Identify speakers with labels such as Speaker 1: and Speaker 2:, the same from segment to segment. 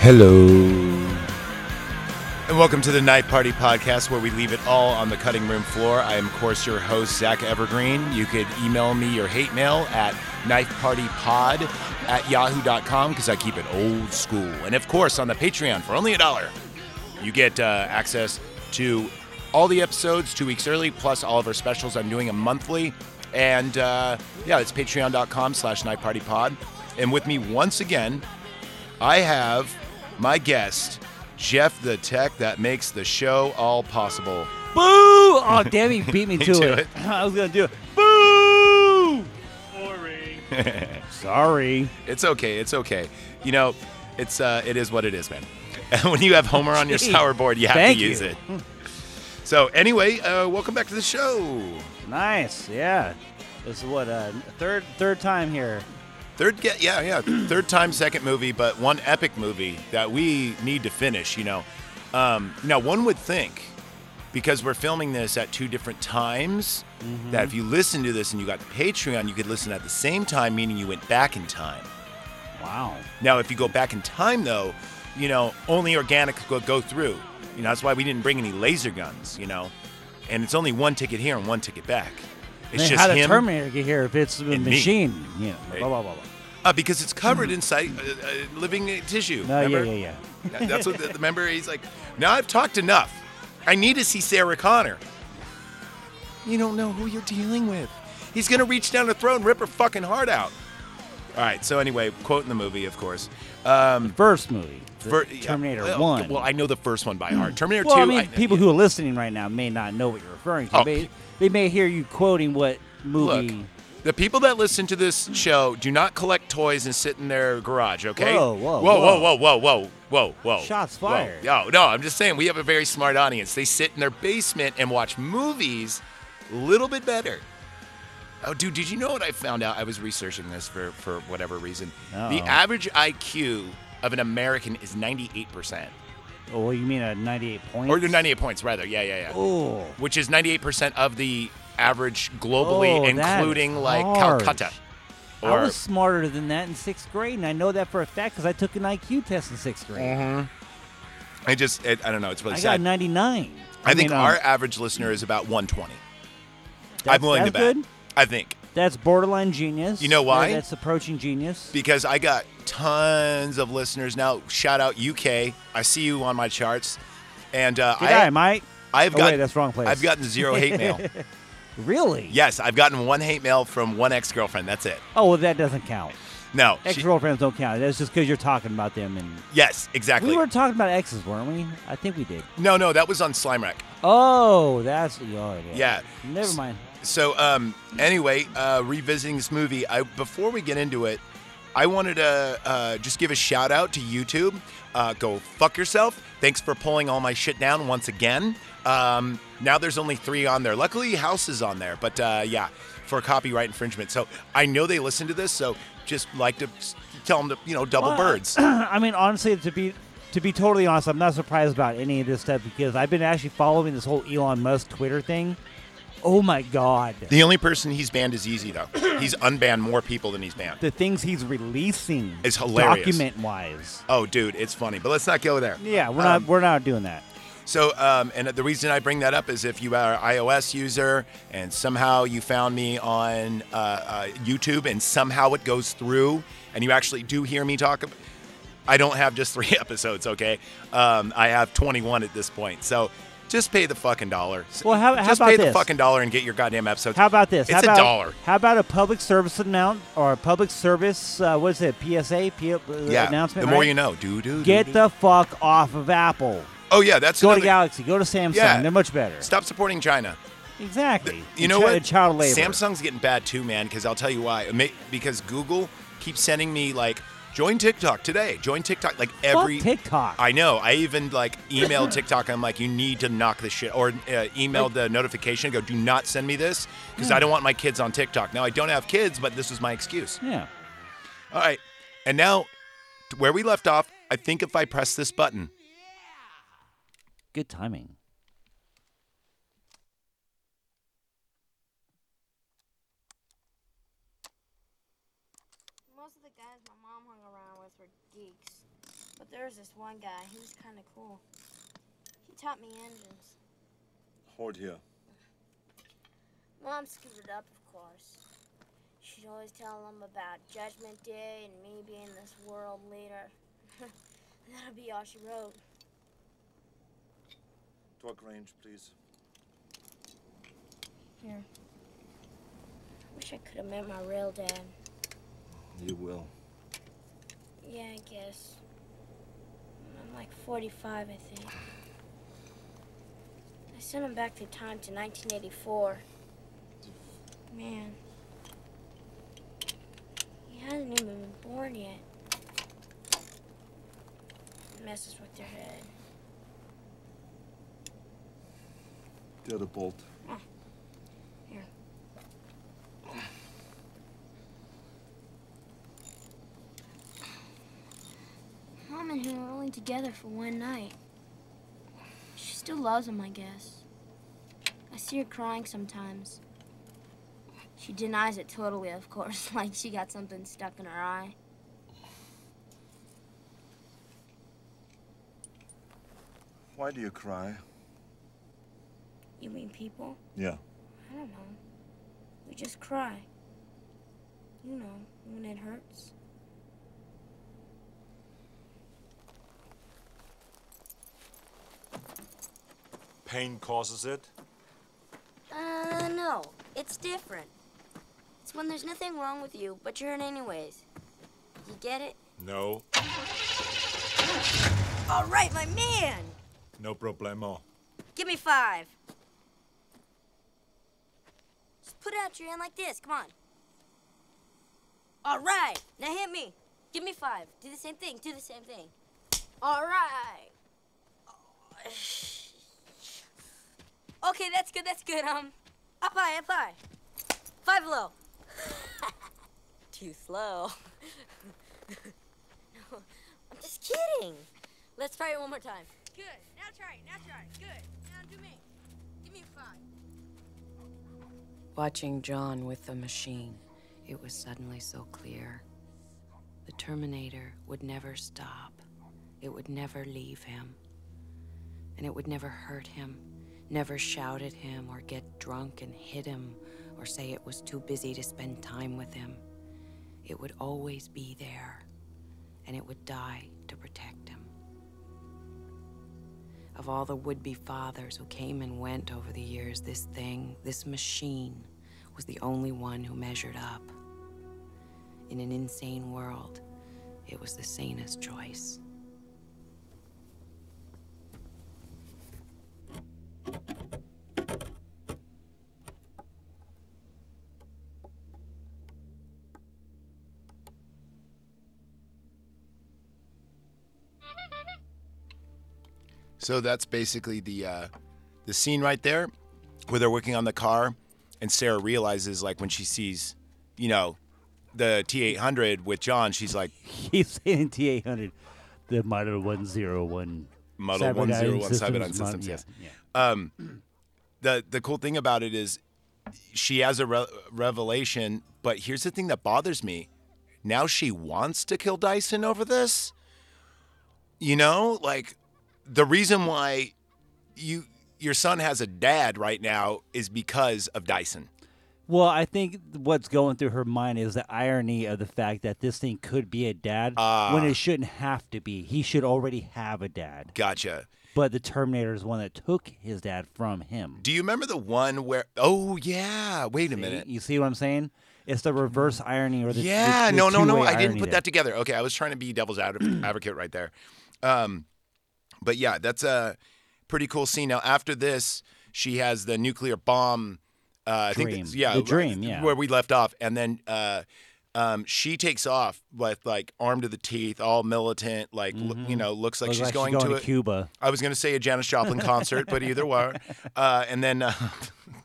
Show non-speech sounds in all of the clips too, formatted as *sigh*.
Speaker 1: Hello.
Speaker 2: And welcome to the Night Party Podcast, where we leave it all on the cutting room floor. I am, of course, your host, Zach Evergreen. You could email me your hate mail at knifepartypod at yahoo.com because I keep it old school. And, of course, on the Patreon for only a dollar, you get uh, access to all the episodes two weeks early, plus all of our specials. I'm doing a monthly. And, uh, yeah, it's patreon.com slash knifepartypod. And with me once again I have my guest, Jeff the Tech, that makes the show all possible.
Speaker 3: Boo! Oh, damn, you beat
Speaker 2: *laughs*
Speaker 3: me to,
Speaker 2: to
Speaker 3: it.
Speaker 2: it.
Speaker 3: *laughs* I was going to do it. Boo! Sorry.
Speaker 2: It's okay, it's okay. You know, it's uh, it is what it is, man. *laughs* when you have Homer on your
Speaker 3: Gee,
Speaker 2: sourboard, you have
Speaker 3: thank
Speaker 2: to use
Speaker 3: you.
Speaker 2: it. So anyway, uh, welcome back to the show.
Speaker 3: Nice. Yeah. This is what uh, third third time here.
Speaker 2: Third, ge- yeah, yeah, third time, second movie, but one epic movie that we need to finish. You know, um, now one would think because we're filming this at two different times
Speaker 3: Mm-hmm.
Speaker 2: that if you listen to this and you got the Patreon, you could listen at the same time, meaning you went back in time.
Speaker 3: Wow.
Speaker 2: Now, if you go back in time, though, you know, only organic go, go through. You know, that's why we didn't bring any laser guns, you know? And it's only one ticket here and one ticket back. It's
Speaker 3: Man,
Speaker 2: just
Speaker 3: how did
Speaker 2: him.
Speaker 3: Terminator get here if it's a
Speaker 2: me.
Speaker 3: machine? Yeah. Blah, blah, blah, blah.
Speaker 2: Uh, because it's covered inside uh, uh, living uh, tissue.
Speaker 3: Mm-hmm. No,
Speaker 2: remember?
Speaker 3: yeah, yeah,
Speaker 2: That- That's what the, the member, he's like, now I've talked enough. I need to see Sarah Connor. You don't know who you're dealing with. He's going to reach down her throat and rip her fucking heart out. All right, so anyway, quote in the movie, of course.
Speaker 3: yeah. First movie. the
Speaker 2: Ver- yeah,
Speaker 3: Terminator
Speaker 2: well,
Speaker 3: 1.
Speaker 2: Well, I know the first one by heart. Terminator
Speaker 3: Well,
Speaker 2: 2.
Speaker 3: I mean,
Speaker 2: know-
Speaker 3: people who are listening right now may not know what you're referring to.
Speaker 2: Oh.
Speaker 3: They, they may hear you quoting what movie.
Speaker 2: Look, the people that listen to this show do not collect toys and sit in their garage, okay?
Speaker 3: Whoa, whoa,
Speaker 2: whoa, whoa, whoa,
Speaker 3: whoa.
Speaker 2: whoa, whoa, whoa, whoa.
Speaker 3: Shots
Speaker 2: whoa.
Speaker 3: fired.
Speaker 2: No, no, I'm just saying we have a very smart audience. They sit in their basement and watch movies a little bit better. Oh, dude, did you know what I found out? I was researching this for, for whatever reason. The
Speaker 3: Uh-oh.
Speaker 2: average IQ of an American is 98%.
Speaker 3: Oh, you mean a 98 point?
Speaker 2: Or 98 points, rather. Yeah, yeah, yeah.
Speaker 3: Oh.
Speaker 2: which is 98% of the average globally,
Speaker 3: Oh, that
Speaker 2: including
Speaker 3: is
Speaker 2: like
Speaker 3: harsh.
Speaker 2: Calcutta.
Speaker 3: I was smarter than that in sixth grade, and I know that for a fact because I took an IQ test in sixth grade.
Speaker 2: I just, it, I don't know. Mm-hmm. It's really
Speaker 3: I got
Speaker 2: sad.
Speaker 3: 99.
Speaker 2: I think
Speaker 3: mean, um,
Speaker 2: our average listener is about 120. I'm
Speaker 3: that's-
Speaker 2: willing to
Speaker 3: that's
Speaker 2: bet.
Speaker 3: good.
Speaker 2: I think
Speaker 3: That's borderline genius.
Speaker 2: You know
Speaker 3: or
Speaker 2: why?
Speaker 3: That's approaching genius.
Speaker 2: because I got tons of listeners now. Shout out UK. I see you on my charts. And uh,
Speaker 3: Did
Speaker 2: I,
Speaker 3: I, Mike?
Speaker 2: I've
Speaker 3: oh,
Speaker 2: got,
Speaker 3: wait, that's wrong place.
Speaker 2: I've gotten zero hate
Speaker 3: *laughs*
Speaker 2: mail.
Speaker 3: Really?
Speaker 2: yes, I've gotten one hate mail from one ex girlfriend. That's it.
Speaker 3: Oh, well, that doesn't count.
Speaker 2: No. she-
Speaker 3: Ex girlfriends don't count. That's just because you're talking about them. and
Speaker 2: yes, exactly.
Speaker 3: We were talking about exes, weren't we? I think we did.
Speaker 2: no, no, that was on Slime Rack.
Speaker 3: Oh, that's. Oh, yeah.
Speaker 2: Yeah.
Speaker 3: Never mind.
Speaker 2: So um, anyway, uh, revisiting this movie, I before we get into it, I wanted to uh, just give a shout out to YouTube. Uh, go fuck yourself. Thanks for pulling all my shit down once again. Um, now there's only three on there. Luckily, House is on there, but uh, yeah, for copyright infringement. So I know they listen to this, so just like to s- tell them to you know double
Speaker 3: Well,
Speaker 2: birds.
Speaker 3: *clears throat* I mean, honestly, to be to be totally honest, I'm not surprised about any of this stuff because I've been actually following this whole Elon Musk Twitter thing. Oh my God,
Speaker 2: the only person he's banned is Easy though. He's unbanned more people than he's banned.
Speaker 3: the things he's releasing
Speaker 2: It's hilarious.
Speaker 3: document wise.
Speaker 2: Oh, dude, it's funny, but let's not go there.
Speaker 3: Yeah, we're
Speaker 2: Um,
Speaker 3: not we're not doing that.
Speaker 2: So, um, and the reason I bring that up is if you are an iOS user and somehow you found me on uh, uh, YouTube and somehow it goes through and you actually do hear me talk, ab- I don't have just *laughs* three episodes, okay? Um, I have 21 at this point. So just pay the fucking dollar.
Speaker 3: Well, how- how
Speaker 2: just
Speaker 3: about
Speaker 2: pay the
Speaker 3: this?
Speaker 2: fucking dollar and get your goddamn episodes.
Speaker 3: How about this?
Speaker 2: It's
Speaker 3: how
Speaker 2: a
Speaker 3: about,
Speaker 2: dollar.
Speaker 3: How about a public service announcement or a public service? Uh, what is it? PSA? P- uh,
Speaker 2: yeah, the
Speaker 3: announcement.
Speaker 2: more
Speaker 3: right?
Speaker 2: you know. Do, do, do,
Speaker 3: Get
Speaker 2: do.
Speaker 3: the fuck off of Apple.
Speaker 2: Oh, yeah, that's
Speaker 3: Go to
Speaker 2: another-
Speaker 3: Galaxy. Go to Samsung.
Speaker 2: Yeah.
Speaker 3: They're much better.
Speaker 2: Stop supporting China.
Speaker 3: Exactly.
Speaker 2: You know
Speaker 3: Chi-
Speaker 2: what?
Speaker 3: Child labor.
Speaker 2: Samsung's getting bad too, man. Because I'll tell you why. Ma- Because Google keeps sending me like, join TikTok today. Join TikTok. Like every
Speaker 3: Fuck TikTok.
Speaker 2: I know. I even like emailed TikTok. I'm like, you need to knock this shit, or uh, emailed the notification. Go, do not send me this because I don't want my kids on TikTok. Now I don't have kids, but this was my excuse.
Speaker 3: yeah.
Speaker 2: All right, and now to where we left off. I think if I press this button,
Speaker 3: Good timing. *laughs*
Speaker 4: Most of the guys my mom hung around with were geeks.
Speaker 1: But there was this one guy, he was kind of cool. He taught me engines.
Speaker 4: Hold here.
Speaker 1: Mom screwed up, of course. She'd always tell him about Judgment Day and me being this world leader. *laughs* That'll be all she wrote.
Speaker 4: Torque range, please.
Speaker 1: Here. Wish I could have met my real dad.
Speaker 4: You will.
Speaker 1: Yeah, I guess. I'm like 45, I think. I sent him back through time to 1984. Man. He hasn't even been born yet. It messes with your head.
Speaker 4: The other bolt.
Speaker 1: Here. Mom and him were only together for one night. She still loves him, I guess. I see her crying sometimes. She denies it totally, of course, *laughs* like she got something stuck in her eye.
Speaker 4: Why do you cry?
Speaker 1: You mean people?
Speaker 4: Yeah.
Speaker 1: I don't know. We just cry. You know, when it hurts.
Speaker 4: Pain causes it?
Speaker 1: Uh, no. It's different. It's when there's nothing wrong with you, but you're hurt anyways. You get it?
Speaker 4: No.
Speaker 1: All right, my man!
Speaker 4: No problemo.
Speaker 1: Give me five. Just put out your hand like this. Come on. All right. Now hit me. Give me five. Do the same thing. Do the same thing. All right. Okay, that's good. That's good. Um, up high, up high. Five low. *laughs* Too slow. *laughs* no, I'm just kidding. Let's try it one more time. Good. Now try it. Now try it. Good. Now do me. Give me a five.
Speaker 5: Watching John with the machine, it was suddenly so clear. The Terminator would never stop, it would never leave him. And it would never hurt him, never shout at him, or get drunk and hit him, or say it was too busy to spend time with him. It would always be there, and it would die to protect him. Of all the would be fathers who came and went over the years, this thing, this machine, was the only one who measured up. In an insane world, it was the sanest choice.
Speaker 2: So that's basically the uh, the scene right there, where they're working on the car, and Sarah realizes like when she sees, you know, the T eight hundred with John, she's like
Speaker 3: He's saying T eight hundred, the model one zero one.
Speaker 2: Model 101 Cyberdyne Systems, yes. the the cool thing about it is she has a re- revelation. But here's the thing that bothers me: now she wants to kill Dyson over this. You know, like the reason why you your son has a dad right now is because of Dyson.
Speaker 3: Well, I think what's going through her mind is the irony of the fact that this thing could be a dad
Speaker 2: Ah.
Speaker 3: when it shouldn't have to be. He should already have a dad.
Speaker 2: Gotcha.
Speaker 3: But the Terminator is one that took his dad from him.
Speaker 2: Do you remember the one where? Oh yeah. Wait a
Speaker 3: See?
Speaker 2: minute.
Speaker 3: You see what I'm saying? It's the reverse irony or the the-
Speaker 2: yeah.
Speaker 3: the
Speaker 2: no, no, no.
Speaker 3: two-way
Speaker 2: I didn't
Speaker 3: irony
Speaker 2: put
Speaker 3: there.
Speaker 2: that together. Okay, I was trying to be devil's
Speaker 3: *clears throat*
Speaker 2: adv- advocate right there. Um, but yeah, that's a pretty cool scene. Now after this, she has the nuclear bomb. Uh, I think
Speaker 3: Dream.
Speaker 2: that's- yeah,
Speaker 3: The dream, yeah.
Speaker 2: where we left off, and then uh, um, she takes off with like armed to the teeth, all militant, like lo- you know, looks like
Speaker 3: Mm-hmm. Looks
Speaker 2: she's
Speaker 3: like
Speaker 2: going,
Speaker 3: to,
Speaker 2: to a-
Speaker 3: Cuba. *laughs*
Speaker 2: I was going to say a Janis Joplin concert, but either way, uh, and then uh,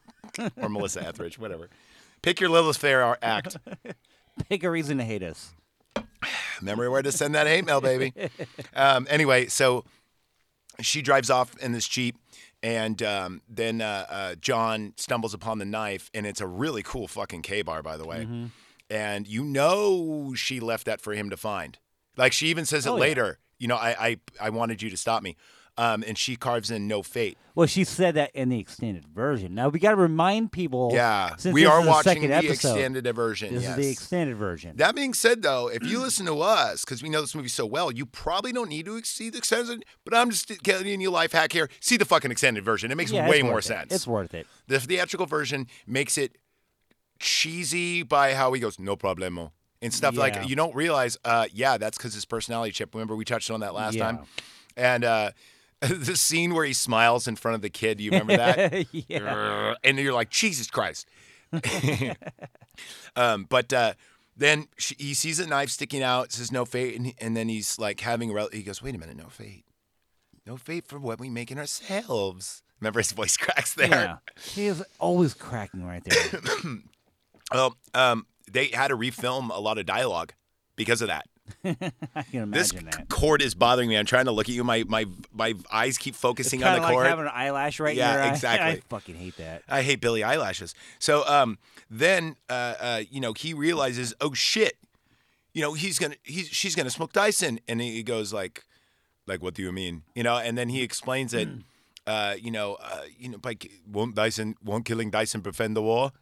Speaker 2: *laughs* or Melissa Etheridge, whatever. Pick your Lilith Fair act.
Speaker 3: Pick a reason to hate us.
Speaker 2: Remember where to send that hate mail, baby. Um, anyway, so she drives off in this jeep, and um, then uh, uh, John stumbles upon the knife, and it's a really cool fucking K bar, by the way. And you know she left that for him to find. Like she even says it
Speaker 3: Oh, yeah.
Speaker 2: later. You know, I I, I wanted you to stop me. Um, and she carves in no fate.
Speaker 3: Well, she said that in the extended version. Now we got to remind people.
Speaker 2: Yeah,
Speaker 3: since
Speaker 2: we
Speaker 3: this
Speaker 2: are
Speaker 3: is
Speaker 2: watching
Speaker 3: the, second
Speaker 2: the
Speaker 3: episode,
Speaker 2: extended version.
Speaker 3: This
Speaker 2: yes.
Speaker 3: is the extended version.
Speaker 2: That being said, though, if you listen to us, because we know this movie so well, you probably don't need to see the extended. But I'm just giving you a life hack here. See the fucking extended version. It makes
Speaker 3: Yeah, it's
Speaker 2: way more
Speaker 3: worth it.
Speaker 2: sense.
Speaker 3: It's worth it. *laughs*
Speaker 2: the theatrical version makes it cheesy by how he goes no problemo and stuff
Speaker 3: Yeah.
Speaker 2: like you don't realize. Uh, yeah, that's because his personality chip. Remember we touched on that last
Speaker 3: Yeah.
Speaker 2: time, and uh, *laughs* the scene where he smiles in front of the kid. You remember that?
Speaker 3: yeah.
Speaker 2: and you're like, Jesus
Speaker 3: *laughs*
Speaker 2: Christ. *laughs* um, but uh, then she, he sees a knife sticking out, says no fate, and, and then he's like having, rel- he goes, wait a minute, no fate. No fate for what we make in ourselves. Remember his voice *laughs* cracks there.
Speaker 3: Yeah. He is always cracking right there. *laughs*
Speaker 2: Well, um, they had to refilm a lot of dialogue because of that.
Speaker 3: I can imagine
Speaker 2: This
Speaker 3: that.
Speaker 2: cord is bothering me. I'm trying to look at you. My my my eyes keep focusing on
Speaker 3: Kinda
Speaker 2: the
Speaker 3: like
Speaker 2: cord.
Speaker 3: having an eyelash right in
Speaker 2: Yeah,
Speaker 3: your eye. *laughs* I
Speaker 2: exactly.
Speaker 3: fucking hate that.
Speaker 2: I hate Billy eyelashes. So um, then uh, uh, you know he realizes, oh shit, you know he's gonna he's she's gonna smoke Dyson, and he goes like, like what do you mean, you know? And then he explains it, uh, you know, uh, you know, by ki- won't Dyson won't killing Dyson prevent the war?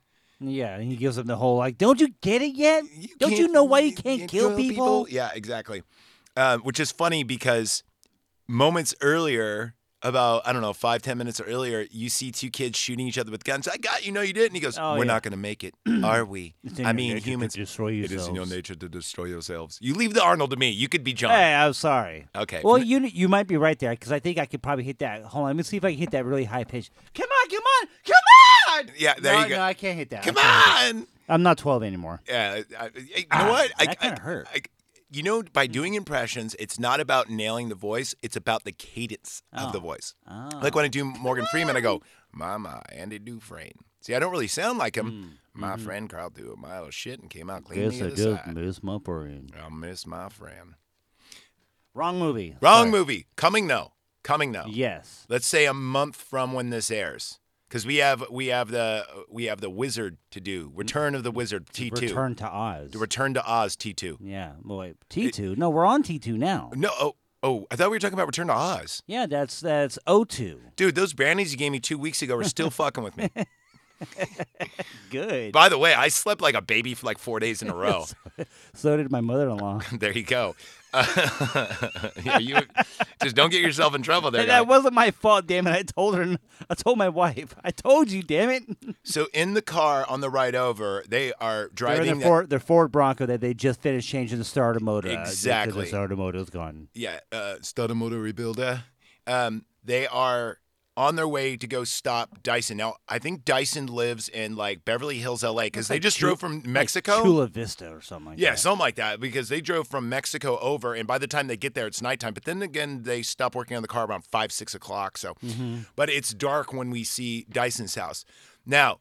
Speaker 3: Yeah, and he gives him the whole like, "Don't you get it yet?
Speaker 2: you
Speaker 3: Don't you
Speaker 2: can't-
Speaker 3: know why you can't, kill, people?"
Speaker 2: Yeah, exactly. Um, which is funny because moments earlier, about I don't know five ten minutes earlier, you see two kids shooting each other with guns. I got you. No, you didn't. He goes,
Speaker 3: Oh,
Speaker 2: "We're
Speaker 3: yeah.
Speaker 2: not going to make
Speaker 3: *clears throat*
Speaker 2: it, are we?
Speaker 3: It's in
Speaker 2: I
Speaker 3: your
Speaker 2: mean,
Speaker 3: nature to
Speaker 2: humans.
Speaker 3: destroy
Speaker 2: It is in your
Speaker 3: yourselves.
Speaker 2: nature to destroy yourselves. You leave the Arnold to me. You could be John.
Speaker 3: Hey, I'm sorry.
Speaker 2: Oh. Okay.
Speaker 3: Well, you you might be right there because I think I could probably hit that. Hold on, let me see if I can hit that really high pitch. Come on, come on, come on!
Speaker 2: Yeah, there
Speaker 3: no,
Speaker 2: you go.
Speaker 3: No, I can't hit that. I
Speaker 2: Come
Speaker 3: can't hit that.
Speaker 2: on.
Speaker 3: I'm not 12 anymore.
Speaker 2: Yeah. I, I- you know
Speaker 3: Ah,
Speaker 2: what? I-
Speaker 3: that
Speaker 2: I-
Speaker 3: kinda hurt. Mm.
Speaker 2: I- you know, by doing impressions, it's not about nailing the voice; it's about the cadence of
Speaker 3: Oh.
Speaker 2: the voice. Like when I do Morgan Freeman, I go, "Mama, Andy Dufresne." See, I don't really sound like him.
Speaker 3: Mm,
Speaker 2: My
Speaker 3: mm-hmm.
Speaker 2: friend Carl threw a mile of shit and came out clean. the other side.
Speaker 3: miss my brain.
Speaker 2: I'll miss my friend.
Speaker 3: Wrong movie.
Speaker 2: Wrong
Speaker 3: Sorry.
Speaker 2: movie. Coming though. Coming though.
Speaker 3: Yes.
Speaker 2: Let's say a month from when this airs, because we have we have the we have the Wizard to do. Return of the Wizard T two.
Speaker 3: Return to Oz.
Speaker 2: The Return to Oz T two.
Speaker 3: yeah. Well, wait. T2. no, we're on T2 now.
Speaker 2: No, oh, oh, I thought we were talking about Return to Oz.
Speaker 3: Yeah, that's that's O2.
Speaker 2: Dude, those brandies you gave me two weeks ago are
Speaker 3: *laughs*
Speaker 2: still fucking with me.
Speaker 3: Good.
Speaker 2: By the way, I slept like a baby for like four days in a row.
Speaker 3: *laughs* So did my mother-in-law.
Speaker 2: there you go. *laughs* Uh, yeah,
Speaker 3: *laughs*
Speaker 2: you just don't get yourself in trouble there.
Speaker 3: And *laughs* that
Speaker 2: guy.
Speaker 3: wasn't my fault, damn it. I told her. I told my wife. I told you, damn it. *laughs*
Speaker 2: So in the car on the ride over, they are
Speaker 3: They're
Speaker 2: driving.
Speaker 3: in
Speaker 2: that-
Speaker 3: their Ford, their Ford Bronco that they just finished changing the starter motor. uh, because
Speaker 2: Exactly.
Speaker 3: The starter motor is gone.
Speaker 2: yeah, uh, Stutter Motor Rebuilder. Um, they are on their way to go stop Dyson. Now, I think Dyson lives in like Beverly Hills, LA, because they just drove from Mexico.
Speaker 3: Like Chula Vista or something like
Speaker 2: Yeah,
Speaker 3: that.
Speaker 2: something like that because they drove from Mexico over, and by the time they get there, it's nighttime. But then again, they stop working on the car around five, six o'clock. So,
Speaker 3: Mm-hmm.
Speaker 2: but it's dark when we see Dyson's house. Now,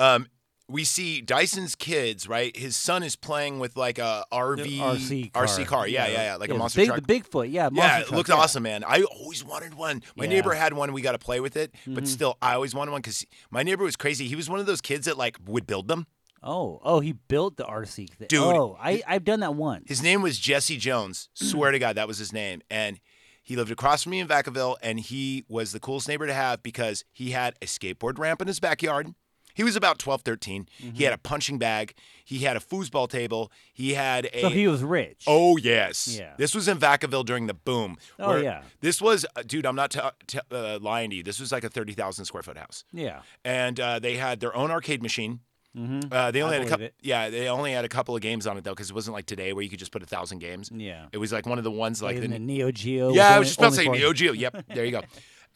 Speaker 2: um, we see Dyson's kids. Right, his son is playing with like a RV,
Speaker 3: RC car.
Speaker 2: Yeah, yeah, yeah, like a
Speaker 3: the
Speaker 2: monster
Speaker 3: big,
Speaker 2: truck.
Speaker 3: The Bigfoot, yeah. Monster
Speaker 2: yeah, it
Speaker 3: truck,
Speaker 2: looked
Speaker 3: yeah.
Speaker 2: awesome, man. I always wanted one. My
Speaker 3: Yeah. Mm-hmm.
Speaker 2: neighbor had one. We got to play with it, but still, I always wanted one because my neighbor was crazy. He was one of those kids that like would build them.
Speaker 3: Oh, oh, he built the RC thing.
Speaker 2: Dude,
Speaker 3: oh, I, I've done that once.
Speaker 2: His name was Jesse Jones. Swear to God, that was his name. And he lived across from me in Vacaville, and he was the coolest neighbor to have because he had a skateboard ramp in his backyard. He was about 12, 13. He had a punching bag. He had a foosball table. He had a.
Speaker 3: So he was rich.
Speaker 2: Oh yes.
Speaker 3: Yeah.
Speaker 2: This was in Vacaville during the boom.
Speaker 3: Oh,
Speaker 2: where-
Speaker 3: yeah.
Speaker 2: This was, uh, dude. I'm not t- t- uh, lying to you. This was like a thirty thousand square foot house
Speaker 3: yeah.
Speaker 2: and uh, they had their own arcade machine. Uh, they only had a
Speaker 3: Mm-hmm. believe
Speaker 2: couple.
Speaker 3: it.
Speaker 2: Yeah, they only had a couple of games on it though, because it wasn't like today where you could just put a thousand games.
Speaker 3: Yeah.
Speaker 2: it was like one of the ones like,
Speaker 3: Like in
Speaker 2: the,
Speaker 3: the Neo Geo.
Speaker 2: yeah. I
Speaker 3: only-
Speaker 2: was just about to
Speaker 3: only
Speaker 2: say
Speaker 3: for-
Speaker 2: Neo Geo. Yep, there
Speaker 3: *laughs*
Speaker 2: you go.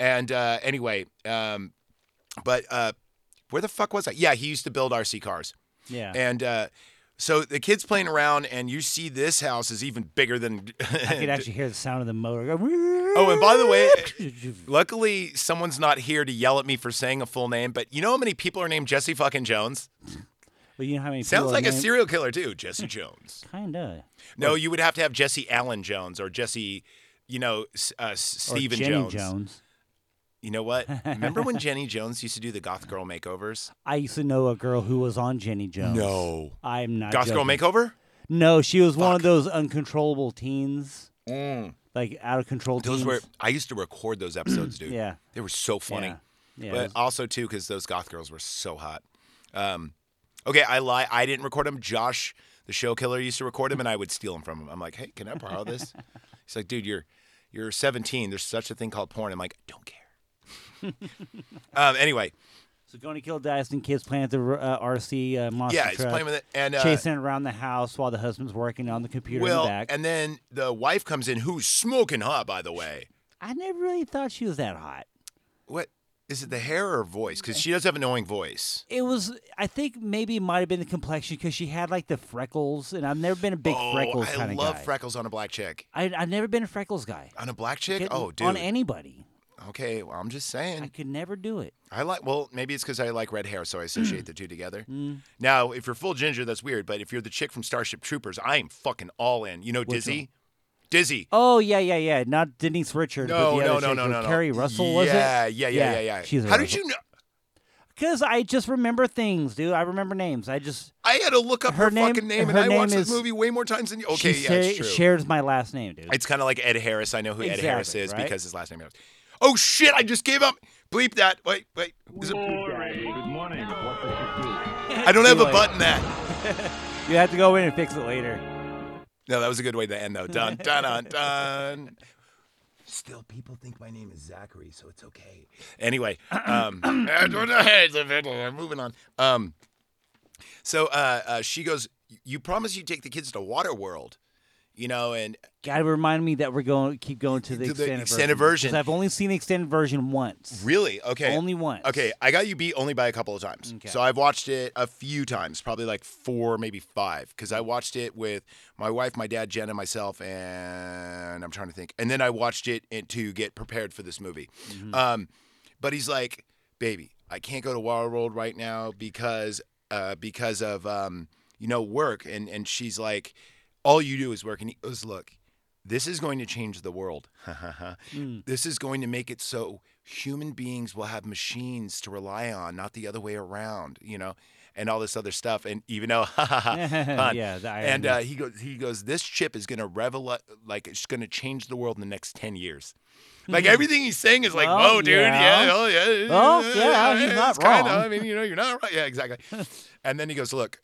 Speaker 2: And uh, anyway, um, but uh, where the fuck was I? Yeah, he used to build RC cars.
Speaker 3: Yeah.
Speaker 2: And uh, so the kids playing around, and you see this house is even bigger than. *laughs*
Speaker 3: I could actually hear the sound of the motor. Go,
Speaker 2: Oh, and by the way, luckily someone's not here to yell at me for saying a full name. But you know how many people are named Jesse fucking Jones?
Speaker 3: *laughs* Well, you know how many
Speaker 2: Sounds
Speaker 3: people
Speaker 2: like
Speaker 3: are
Speaker 2: a
Speaker 3: named-
Speaker 2: serial killer too, *laughs* Jesse Jones.
Speaker 3: Kinda.
Speaker 2: no, you would have to have Jesse Allen Jones or Jesse, you know, S- uh, S-
Speaker 3: Or
Speaker 2: Stephen
Speaker 3: Jenny
Speaker 2: Jones.
Speaker 3: Jones.
Speaker 2: You know what? Remember *laughs* when Jenny Jones used to do the Goth Girl makeovers?
Speaker 3: I used to know a girl who was on Jenny Jones.
Speaker 2: No.
Speaker 3: I'm not.
Speaker 2: Goth Girl
Speaker 3: joking.
Speaker 2: makeover?
Speaker 3: No, she was one of those uncontrollable teens.
Speaker 2: Mm.
Speaker 3: like out of control
Speaker 2: Those
Speaker 3: teams.
Speaker 2: were I used to record those episodes, dude. *clears throat*
Speaker 3: Yeah.
Speaker 2: they were so funny.
Speaker 3: Yeah. Yeah, it
Speaker 2: but
Speaker 3: was-
Speaker 2: also too because those goth girls were so hot. Um, okay, I lie. I didn't record them. Josh, the show killer, used to record them, and I would steal them from him. I'm like, hey, can I borrow
Speaker 3: *laughs*
Speaker 2: this? He's like, dude, you're you're 17. There's such a thing called porn. I'm like, don't care.
Speaker 3: *laughs*
Speaker 2: um, anyway,
Speaker 3: so going to kill Dyson. Kids playing at the uh, RC uh, monster
Speaker 2: yeah, he's
Speaker 3: truck,
Speaker 2: playing with it, and uh,
Speaker 3: chasing it around the house while the husband's working on the computer in
Speaker 2: Well,
Speaker 3: the back.
Speaker 2: and then the wife comes in, who's smoking hot, by the way.
Speaker 3: I never really thought she was that hot.
Speaker 2: What is it, the hair or voice? Because she does have an annoying voice.
Speaker 3: It was, I think, maybe it might have been the complexion because she had like the freckles, and I've never been a big
Speaker 2: oh,
Speaker 3: freckles
Speaker 2: I
Speaker 3: kind of
Speaker 2: love
Speaker 3: guy.
Speaker 2: freckles on a black chick.
Speaker 3: I, I've never been a freckles guy.
Speaker 2: On a black chick?
Speaker 3: Couldn't-
Speaker 2: Oh, dude.
Speaker 3: On anybody,
Speaker 2: okay, well, I'm just
Speaker 3: I
Speaker 2: saying.
Speaker 3: could never do it.
Speaker 2: I like. Well, maybe it's because I like red hair, so I associate the two together.
Speaker 3: Mm.
Speaker 2: Now, if you're full ginger, that's weird. But if you're the chick from Starship Troopers, I am fucking all in. You know,
Speaker 3: Which
Speaker 2: Dizzy. Dizzy.
Speaker 3: Oh yeah, yeah, yeah. Not Denise Richard.
Speaker 2: no,
Speaker 3: but the
Speaker 2: no,
Speaker 3: other
Speaker 2: no,
Speaker 3: chick
Speaker 2: no,
Speaker 3: was
Speaker 2: no, no.
Speaker 3: Carrie Russell was
Speaker 2: yeah,
Speaker 3: it?
Speaker 2: Yeah, yeah, yeah, yeah,
Speaker 3: She's
Speaker 2: How did you know?
Speaker 3: Because I just remember things, dude. I remember names. I just
Speaker 2: I had to look up her,
Speaker 3: Her name-
Speaker 2: fucking name,
Speaker 3: her
Speaker 2: and I
Speaker 3: name
Speaker 2: watched this
Speaker 3: is-
Speaker 2: movie way more times than you. Okay,
Speaker 3: she
Speaker 2: yeah, it's
Speaker 3: sa-
Speaker 2: true.
Speaker 3: shares my last name, dude.
Speaker 2: It's kind of like Ed Harris. I know who Ed Harris
Speaker 3: Exactly,
Speaker 2: is
Speaker 3: right?
Speaker 2: because his last name is. Oh shit! I just gave up. Bleep that. Wait, wait. Is it- I don't have a button that.
Speaker 3: you have to go in and fix it later.
Speaker 2: No, that was a good way to end though. Dun dun dun dun. Still, people think my name is Zachary, so it's okay. *clears throat* Anyway, um, I'm moving on. Um, so uh, uh, she goes. You promised you'd take the kids to Water World, you know, and
Speaker 3: Gotta remind me that we're going keep going to the,
Speaker 2: To the
Speaker 3: extended,
Speaker 2: extended
Speaker 3: version. 'cause
Speaker 2: version.
Speaker 3: I've only seen the extended version once.
Speaker 2: Really? Okay.
Speaker 3: Only once.
Speaker 2: Okay, I got you beat only by a couple of times.
Speaker 3: Okay.
Speaker 2: So I've watched it a few times, probably like four, maybe five, because I watched it with my wife, my dad, Jen, and myself, and I'm trying to think. And then I watched it in- to get prepared for this movie.
Speaker 3: Mm-hmm.
Speaker 2: Um, but he's like, "Baby, I can't go to Wild World right now because uh, because of um, you know work." And and she's like, "All you do is work." And he goes, "Look." This is going to change the world. *laughs* This is going to make it so human beings will have machines to rely on, not the other way around, you know, and all this other stuff. And even though, *laughs* fun.
Speaker 3: *laughs* Yeah, the irony.
Speaker 2: and uh, he goes, he goes, this chip is going to revel, uh, like it's going to change the world in the next ten years. Like everything he's saying is like,
Speaker 3: Hmm. Well,
Speaker 2: whoa, dude, yeah,
Speaker 3: yeah.
Speaker 2: oh yeah,
Speaker 3: Well, *laughs* yeah, he's not
Speaker 2: it's kinda-
Speaker 3: wrong.
Speaker 2: I mean, you know, you're not right. Yeah, exactly. *laughs* and then he goes, look,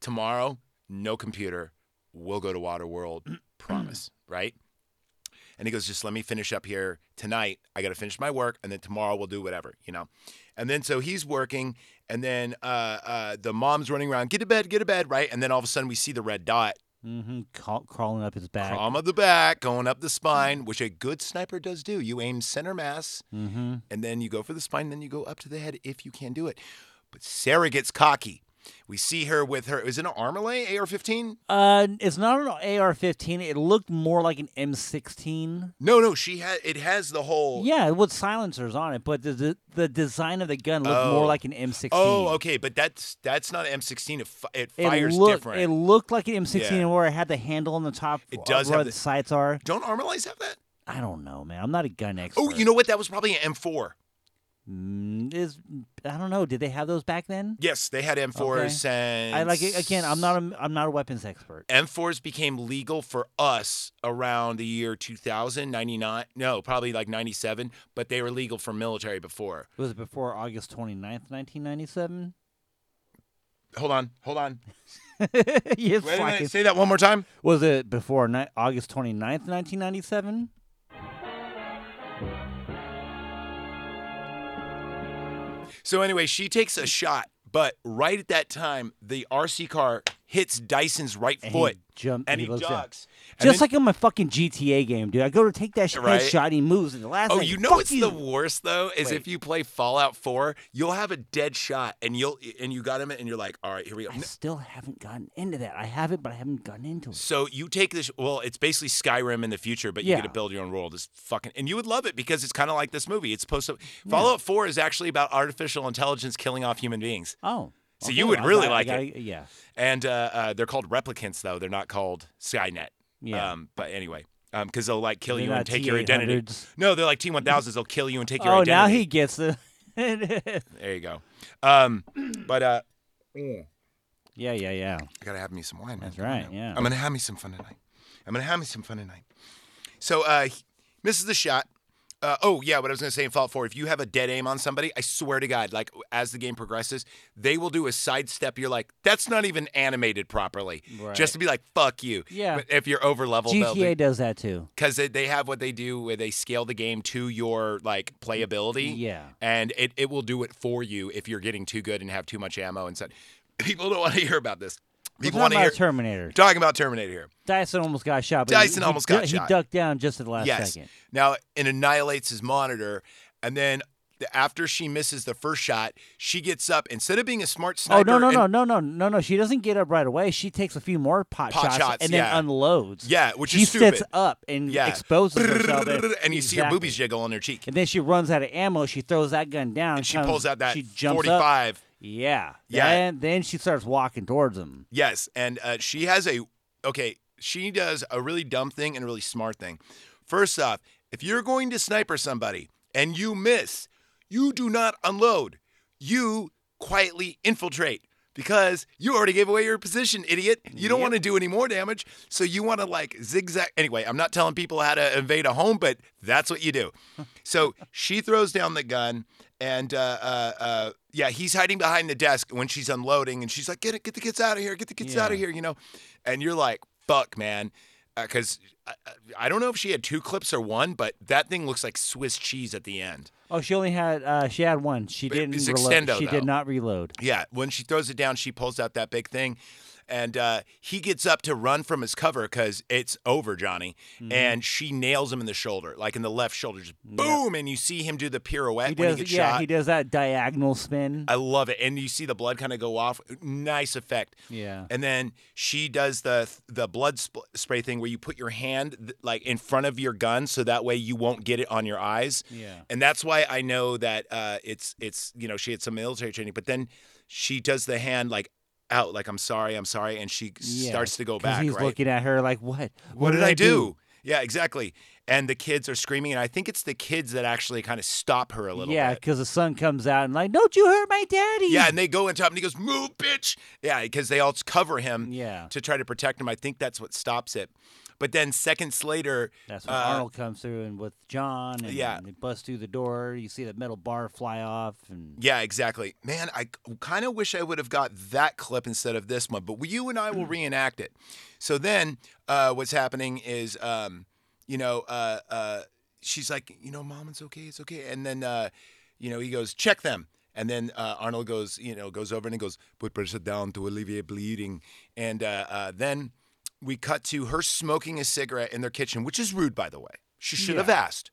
Speaker 2: tomorrow, no computer, we'll go to
Speaker 3: *clears throat*
Speaker 2: Waterworld, promise, right? And he goes, just let me finish up here tonight. I got to finish my work, and then tomorrow we'll do whatever, you know. And then so he's working, and then uh, uh, the mom's running around, get to bed, get to bed, right? And then all of a sudden we see the red dot,
Speaker 3: hmm crawling up his back.
Speaker 2: palm of the back, going up the spine, which a good sniper does do. You aim center mass,
Speaker 3: hmm
Speaker 2: and then you go for the spine, then you go up to the head if you can do it. But Sarah gets cocky. We see her with her. Is it an Armalay AR-15?
Speaker 3: Uh, it's not an AR-15. It looked more like an M16.
Speaker 2: No, no. She had. It has the whole.
Speaker 3: Yeah, with silencers on it, but the the, the design of the gun looked
Speaker 2: Oh.
Speaker 3: more like an M16.
Speaker 2: Oh, okay, but that's that's not an M16. It, fi- it
Speaker 3: It
Speaker 2: fires
Speaker 3: looked
Speaker 2: different.
Speaker 3: it looked like an M16
Speaker 2: Yeah.
Speaker 3: where it had the handle on the top.
Speaker 2: It
Speaker 3: uh,
Speaker 2: does
Speaker 3: where
Speaker 2: have
Speaker 3: the
Speaker 2: the-
Speaker 3: sights are.
Speaker 2: Don't Armalise have that?
Speaker 3: I don't know, man. I'm not a gun expert.
Speaker 2: Oh, you know what? That was probably an M4.
Speaker 3: Mm, is I don't know. Did they have those back then?
Speaker 2: Yes, they had M4s and
Speaker 3: I like again. I'm not. A, I'm not a weapons expert.
Speaker 2: M4s became legal for us around the year 2000, 99. No, probably like 97, but they were legal for military before.
Speaker 3: Was it before August 29th, *laughs* 1997?
Speaker 2: Hold on, hold
Speaker 3: *laughs*
Speaker 2: on.
Speaker 3: yes,
Speaker 2: Wait a
Speaker 3: fucking-
Speaker 2: minute, say that one more time.
Speaker 3: Was it before ni- August 29th, 1997?
Speaker 2: So anyway, she takes a shot, but right at that time, the RC car hits Dyson's right
Speaker 3: And he
Speaker 2: foot
Speaker 3: jumped-
Speaker 2: and
Speaker 3: he
Speaker 2: he,
Speaker 3: looks down.
Speaker 2: ducks. And
Speaker 3: Just
Speaker 2: then-
Speaker 3: like in my fucking GTA game, dude. I go to take that sh-
Speaker 2: Right.
Speaker 3: headshot, he moves, and the last.
Speaker 2: Oh,
Speaker 3: thing,
Speaker 2: you know
Speaker 3: fuck
Speaker 2: what's
Speaker 3: you.
Speaker 2: the worst though is if
Speaker 3: Wait.
Speaker 2: you play Fallout 4, you'll have a dead shot and you'll and you got him and you're like, all right, here we go.
Speaker 3: I still haven't gotten into that. I have it, but I haven't gotten into it.
Speaker 2: So you take this. Well, it's basically Skyrim in the future, but you
Speaker 3: Yeah.
Speaker 2: get to build your own world. It's fucking, and you would love it because it's kind of like this movie. It's supposed to. Fallout Four is actually about artificial intelligence killing off human beings,
Speaker 3: Oh.
Speaker 2: So you would really like
Speaker 3: it. Yeah.
Speaker 2: and uh, uh, they're called replicants though. They're not called Skynet.
Speaker 3: Yeah.
Speaker 2: Um, but anyway, because they'll like kill
Speaker 3: They're
Speaker 2: you and
Speaker 3: not
Speaker 2: take your identity.
Speaker 3: T800s.
Speaker 2: No, they're like T one thousands. They'll kill you and take your
Speaker 3: oh,
Speaker 2: identity.
Speaker 3: now he gets the. *laughs* yeah,
Speaker 2: There you go. Um, *clears throat* but uh,
Speaker 3: yeah, yeah.
Speaker 2: I gotta have me some wine. man.
Speaker 3: That's
Speaker 2: Come on
Speaker 3: right,
Speaker 2: now.
Speaker 3: yeah.
Speaker 2: I'm gonna have me some fun tonight. I'm gonna have me some fun tonight. So uh, he misses the shot. Uh, oh yeah, what I was gonna say in Fallout 4, if you have a dead aim on somebody, I swear to God, like as the game progresses, they will do a sidestep. You're like, that's not even animated properly,
Speaker 3: Right.
Speaker 2: just to be like, fuck you.
Speaker 3: Yeah.
Speaker 2: But If you're over level,
Speaker 3: GTA does that too.
Speaker 2: because they, they have what they do where they scale the game to your like playability.
Speaker 3: Yeah.
Speaker 2: and it it will do it for you if you're getting too good and have too much ammo and stuff. People don't want to hear about this. People
Speaker 3: We're
Speaker 2: want
Speaker 3: talking
Speaker 2: to hear
Speaker 3: about Terminator.
Speaker 2: talking about Terminator here.
Speaker 3: Dyson almost got shot. But
Speaker 2: Dyson
Speaker 3: he,
Speaker 2: almost
Speaker 3: he,
Speaker 2: got
Speaker 3: du-
Speaker 2: shot.
Speaker 3: He ducked down just at the last second.
Speaker 2: Now it annihilates his monitor, and then the- after she misses the first shot, she gets up instead of being a smart
Speaker 3: Oh
Speaker 2: sniper.
Speaker 3: no no
Speaker 2: and-
Speaker 3: no no no no no! She doesn't get up right away. She takes a few more pot,
Speaker 2: Pot
Speaker 3: shots,
Speaker 2: shots,
Speaker 3: and then
Speaker 2: yeah.
Speaker 3: unloads.
Speaker 2: Yeah, which
Speaker 3: she
Speaker 2: is stupid.
Speaker 3: sits up and
Speaker 2: Yeah.
Speaker 3: exposes herself,
Speaker 2: *laughs* and you see her
Speaker 3: Exactly.
Speaker 2: boobies jiggle on her cheek.
Speaker 3: And then she runs out of ammo. She throws that gun down.
Speaker 2: And she
Speaker 3: comes-
Speaker 2: pulls out that
Speaker 3: she jumps Up.
Speaker 2: 45.
Speaker 3: Yeah,
Speaker 2: Yeah.
Speaker 3: And then she starts walking towards him.
Speaker 2: Yes, and uh, she has a okay. She does a really dumb thing and a really smart thing. First off, if you're going to sniper somebody and you miss, you do not unload. You quietly infiltrate because you already gave away your position, idiot. You don't want to do any more damage, so you want to like zigzag. Anyway, I'm not telling people how to invade a home, but that's what you do. so she throws down the gun, and uh, uh, uh, yeah, he's hiding behind the desk when she's unloading, and she's like, "Get it, get the kids out of here, get the kids out of here," you know. And you're like, "Fuck, man," because I, I don't know if she had two clips or one, but that thing looks like Swiss cheese at the end.
Speaker 3: Oh, she only had uh, she had one. She didn't
Speaker 2: it's
Speaker 3: reload.
Speaker 2: extendo,
Speaker 3: she
Speaker 2: though.
Speaker 3: did not reload.
Speaker 2: Yeah, when she throws it down, she pulls out that big thing, and uh, he gets up to run from his cover because it's over, Johnny.
Speaker 3: Mm-hmm.
Speaker 2: And she nails him in the shoulder, like in the left shoulder, just boom, and you see him do the pirouette
Speaker 3: He
Speaker 2: when
Speaker 3: does.
Speaker 2: he gets
Speaker 3: yeah,
Speaker 2: shot. Uh,
Speaker 3: he does that diagonal spin.
Speaker 2: I love it, and you see the blood kind of go off. Nice effect.
Speaker 3: Yeah.
Speaker 2: And then she does the the blood sp- spray thing where you put your hand th- like in front of your gun, so that way you won't get it on your eyes.
Speaker 3: Yeah.
Speaker 2: And that's why I know that uh, it's it's you know she had some military training, but then she does the hand like out like I'm sorry, I'm sorry, and she s-
Speaker 3: Yeah,
Speaker 2: starts to go
Speaker 3: 'cause
Speaker 2: back.
Speaker 3: He's
Speaker 2: right?
Speaker 3: looking at her like, "What?
Speaker 2: What did, I, do? Yeah, exactly. And the kids are screaming, and I think it's the kids that actually kind of stop her a little
Speaker 3: yeah,
Speaker 2: bit.
Speaker 3: because the son comes out and like, "Don't you hurt my daddy?"
Speaker 2: Yeah, and they go on top, and he goes, "Move, bitch!" Yeah, because they all cover him.
Speaker 3: Yeah.
Speaker 2: To try to protect him, I think that's what stops it. But then seconds later,
Speaker 3: That's when
Speaker 2: uh,
Speaker 3: Arnold comes through and with John, and,
Speaker 2: Yeah.
Speaker 3: they bust through the door. You see the metal bar fly off, and
Speaker 2: Mm-hmm. Yeah, exactly. Man, I kind of wish I would have got that clip instead of this one, but you and I will reenact it. So then, uh, what's happening is, um, you know, uh, uh, she's like, you know, mom, it's okay, it's okay. And then, uh, you know, he goes, check them. And then uh, Arnold goes, you know, goes over and he goes, put pressure down to alleviate bleeding. And uh, uh, then we cut to her smoking a cigarette in their kitchen, which is rude, by the way. She should have asked.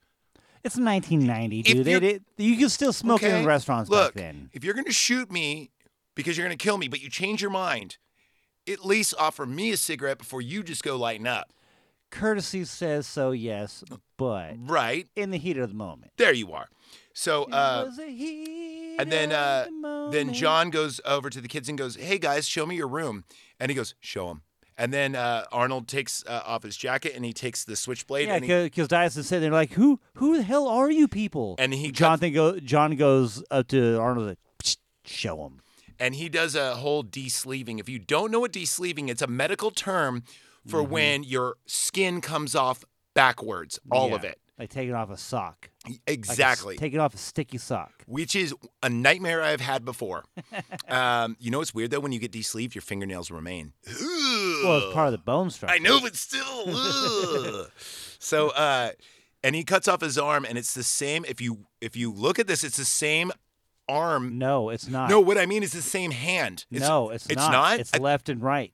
Speaker 3: it's 1990,
Speaker 2: If
Speaker 3: dude. They
Speaker 2: you're-
Speaker 3: did, you can still smoke it
Speaker 2: Okay,
Speaker 3: in restaurants
Speaker 2: Look,
Speaker 3: back then.
Speaker 2: if you're going to shoot me because you're going to kill me, but you change your mind, at least offer me a cigarette before you just go lighten up.
Speaker 3: Courtesy says so, yes, but
Speaker 2: Right
Speaker 3: in the heat of the moment.
Speaker 2: there you are. So,
Speaker 3: It
Speaker 2: uh,
Speaker 3: was the heat
Speaker 2: and then
Speaker 3: of
Speaker 2: uh,
Speaker 3: the moment.
Speaker 2: then John goes over to the kids and goes, "Hey guys, show me your room." And he goes, "Show him." And then uh, Arnold takes uh, off his jacket and he takes the switchblade
Speaker 3: Yeah,
Speaker 2: and he,
Speaker 3: because Dyson said they're like, "Who, who the hell are you people?"
Speaker 2: And he cut-
Speaker 3: Jonathan go, John goes up to Arnold like, "Psst, "Show him."
Speaker 2: and he does a whole de-sleeving. If you don't know what de-sleeving, it's a medical term for
Speaker 3: Mm-hmm.
Speaker 2: when your skin comes off backwards, all of
Speaker 3: Yeah,
Speaker 2: it.
Speaker 3: like taking off a sock. Like a s-
Speaker 2: Exactly.
Speaker 3: taking off a sticky sock.
Speaker 2: which is a nightmare I've had
Speaker 3: *laughs*
Speaker 2: before. um, you know what's weird though? When you get de-sleeved, your fingernails remain.
Speaker 3: Well, it's part of the bone structure.
Speaker 2: I know, but still. ugh.
Speaker 3: *laughs*
Speaker 2: so, uh, and he cuts off his arm, and it's the same. If you if you look at this, it's the same arm.
Speaker 3: No, it's not.
Speaker 2: No, what I mean is the same hand. It's,
Speaker 3: no, it's,
Speaker 2: it's
Speaker 3: not.
Speaker 2: not?
Speaker 3: It's
Speaker 2: I-
Speaker 3: left and right.